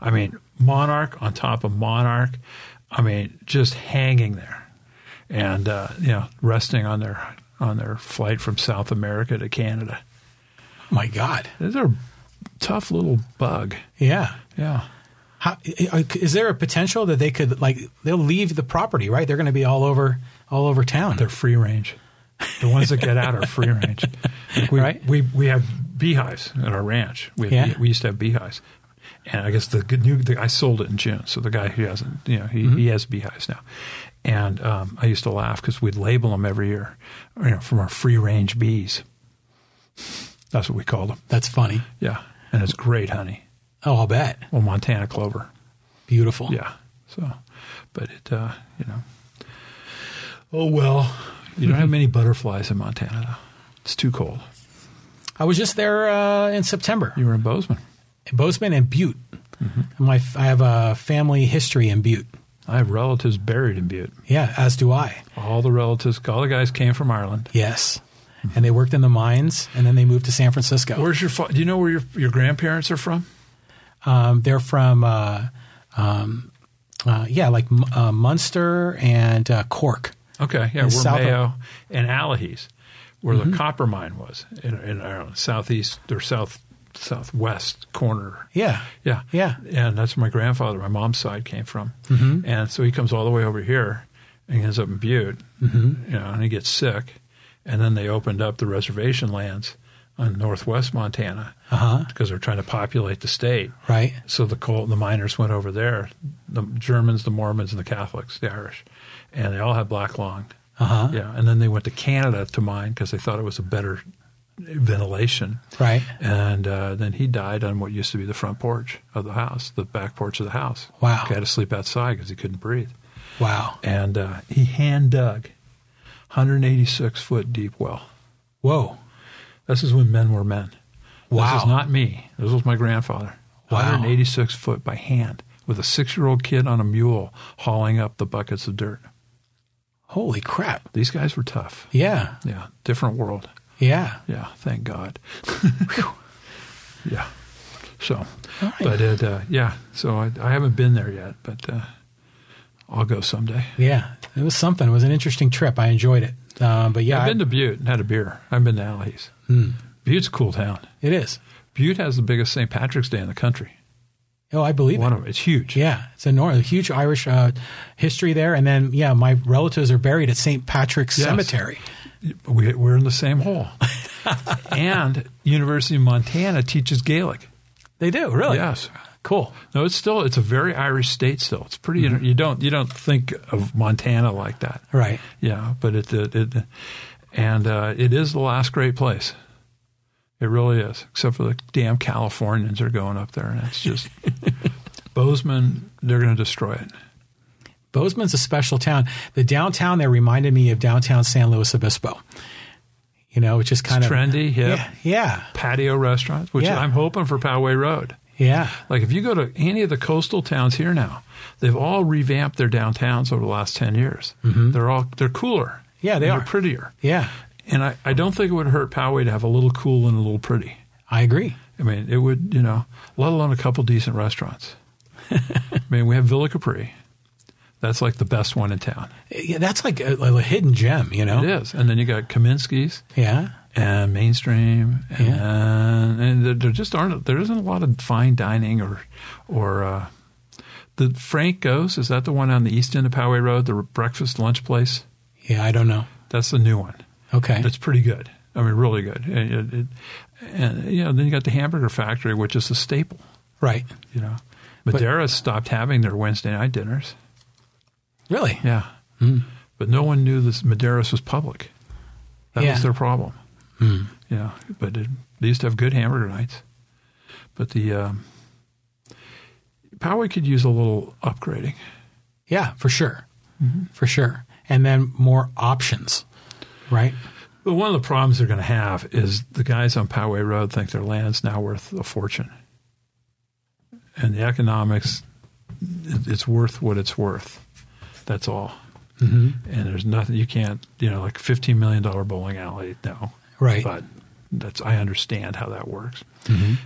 I mean, monarch on top of monarch. I mean, just hanging there, and uh, you know, resting on their on their flight from South America to Canada.
Oh My God.
These are tough little bug.
Yeah.
Yeah,
How, uh, is there a potential that they could like they'll leave the property? Right? They're going to be all over all over town.
they're free range. The ones that get out are free range. Like we,
Right.
we we have beehives at our ranch. We, had
Yeah.
bee- we used to have beehives, and I guess the good new the, I sold it in June. So the guy who hasn't, you know, he,
Mm-hmm.
he has beehives now. And um, I used to laugh because we'd label them every year, you know, from our free range bees. That's what we called them.
That's funny.
Yeah, and it's great honey.
Oh, I'll bet.
Well, Montana clover.
Beautiful.
Yeah. So, but it, uh, you know. Oh well, you don't have many butterflies in Montana. Though. It's too cold.
I was just there uh, in September.
You were in Bozeman.
Bozeman and Butte.
Mm-hmm.
My, I have a family history in Butte.
I have relatives buried in Butte.
Yeah, as do I.
All the relatives, all the guys came from Ireland.
Yes.
Mm-hmm.
And they worked in the mines and then they moved to San Francisco.
Where's your? fa- Do you know where your your grandparents are from?
Um, they're from, uh, um, uh, yeah, like M- uh, Munster and uh, Cork.
Okay, yeah,
In
we're
South-
Mayo and Alahees, where the copper mine was in, in Ireland, southeast or south southwest corner.
Yeah.
Yeah.
Yeah. Mm-hmm.
And that's where my grandfather, my mom's side, came from. And so he comes all the way over here and ends up in Butte,
Mm-hmm.
you know, and he gets sick. And then they opened up the reservation lands on northwest Montana
Uh-huh.
because they're trying to populate the state.
Right.
So the coal, the miners went over there, the Germans, the Mormons, and the Catholics, the Irish, and they all had black lung.
Uh huh.
Yeah, and then they went to Canada to mine because they thought it was a better ventilation.
Right.
And uh, then he died on what used to be the front porch of the house, the back porch of the house.
Wow.
He had to sleep outside because he couldn't breathe.
Wow.
And uh, he hand dug 186 foot deep well.
Whoa.
This is when men were men.
Wow.
This is not me. This was my grandfather.
Wow.
186 foot by hand with a six year old kid on a mule hauling up the buckets of dirt.
Holy crap.
These guys were tough.
Yeah.
Yeah, different world.
Yeah.
Yeah, thank God. yeah. So,
All right.
but it, uh, yeah, so I, I haven't been there yet, but uh, I'll go someday.
Yeah. It was something. It was an interesting trip. I enjoyed it. Um, but yeah,
I've
I- Hmm.
been to Butte and had a beer. I've been to Alley's. Butte's a cool town.
it is.
Butte has the biggest St. Patrick's Day in the country.
Oh, I believe it.
One of them. It's huge.
Yeah, it's a, nor- a huge Irish uh, history there, and then yeah, my relatives are buried at St. Patrick's
Yes.
Cemetery.
We, we're in the same hole. and University of Montana teaches Gaelic.
They do really.
Yes.
Cool. Mm-hmm.
No, it's still it's a very Irish state still. It's pretty. You don't you don't think of Montana like that,
Right.
Yeah, but it it, it and uh, it is the last great place. It really is, except for the damn Californians are going up there, and it's just Bozeman. They're going to destroy it.
Bozeman's a special town. The downtown there reminded me of downtown San Luis Obispo. You know, it's just kind of
trendy, hip.
Yeah, yeah,
Patio restaurants, which
Yeah.
I'm hoping for Poway Road.
yeah.
Like if you go to any of the coastal towns here now, they've all revamped their downtowns over the last ten years. They're all they're cooler.
Mm-hmm. Yeah, they
And
are.
They're prettier.
yeah.
And I, I don't think it would hurt Poway to have a little cool and a little pretty.
I agree.
I mean, it would, you know, let alone a couple decent restaurants. I mean, we have Villa Capri. That's like the best one in town.
Yeah, that's like a, a hidden gem, you know.
It is. And then you got Kaminsky's
Yeah,
and Mainstream. And, and there, there just aren't, there isn't a lot of fine dining or, or, uh, the Frank Goes, is that the one on the east end of Poway Road, the breakfast lunch place?
yeah. I don't know.
That's the new one.
Okay.
That's pretty good. I mean, really good. And, it- it- and you know, then you got the Hamburger Factory, which is a staple.
right.
You know, Madeira stopped having their Wednesday night dinners.
Really.
Yeah, but no one knew this. Madeiras was public. That
Yeah.
was their problem. You know, but it, they used to have good hamburger nights. But the um, Poway could use a little upgrading.
Yeah, for sure.
Mm-hmm.
For sure. And then more options. Right?
But one of the problems they're going to have is the guys on Poway Road think their land's now worth a fortune, and the economics, it- it's worth what it's worth. That's all.
Mm-hmm.
And there's nothing you can't, you know, like fifteen million dollar bowling alley. No,
Right. Mm-hmm.
But that's I understand how that works.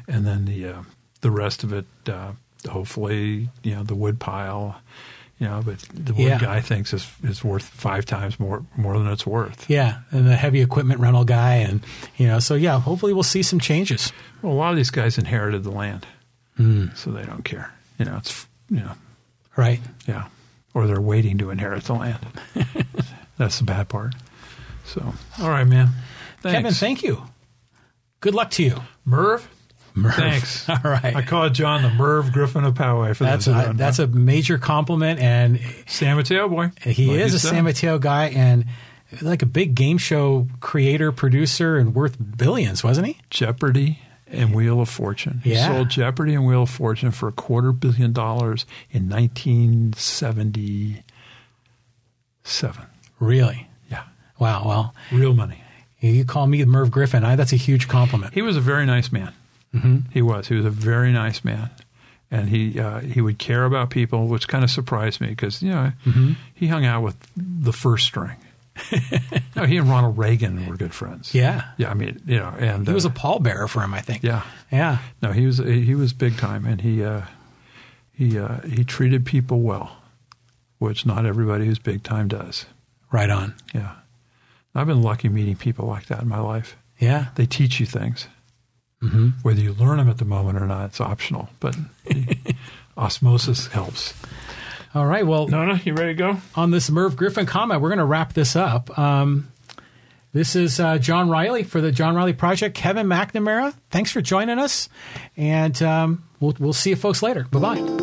And then the uh, the rest of it, uh, hopefully, you know, the wood pile. You know, but the wood
Yeah.
guy thinks is is worth five times more more than it's worth.
Yeah, and the heavy equipment rental guy and you know, so yeah, hopefully we'll see some changes.
Well, a lot of these guys inherited the land,
Hmm.
so they don't care. You know, it's you know,
Right.
yeah, or they're waiting to inherit the land. That's the bad part. So, all right, man. Thanks.
Kevin, thank you. Good luck to you.
Merv.
Merv.
Thanks.
All right.
I call John the Merv Griffin of Poway for
That's
those who
a,
don't
that's a major compliment and
know. San Mateo boy.
he
Like
is
you
a
said.
San Mateo guy and like a big game show creator, producer and worth billions, wasn't he?
Jeopardy and Wheel of Fortune. He
Yeah.
sold Jeopardy and Wheel of Fortune for a quarter billion dollars in 1977.
Really?
Yeah,
Wow, well,
real money.
you call me Merv Griffin. I, that's a huge compliment.
He was a very nice man. Mm-hmm. He was. He was a very nice man, and he uh, he would care about people, which kind of surprised me because you know
Mm-hmm.
he hung out with the first string. no, he and Ronald Reagan were good friends.
Yeah.
yeah. I mean, you know, and
He was
uh,
a pallbearer for him, I think.
yeah.
Yeah.
No, he was he was big time, and he uh, he uh, he treated people well, which not everybody who's big time does.
Right on.
Yeah, I've been lucky meeting people like that in my life
Yeah.
they teach you things. Whether you learn them at the moment or not, it's optional. But osmosis helps.
All right. Well,
Nona, you ready to go?
on this Merv Griffin comment, we're going to wrap this up. Um, this is uh, John Riley for the John Riley Project. Kevin McNamara, thanks for joining us, and um, we'll we'll see you folks later. Bye bye.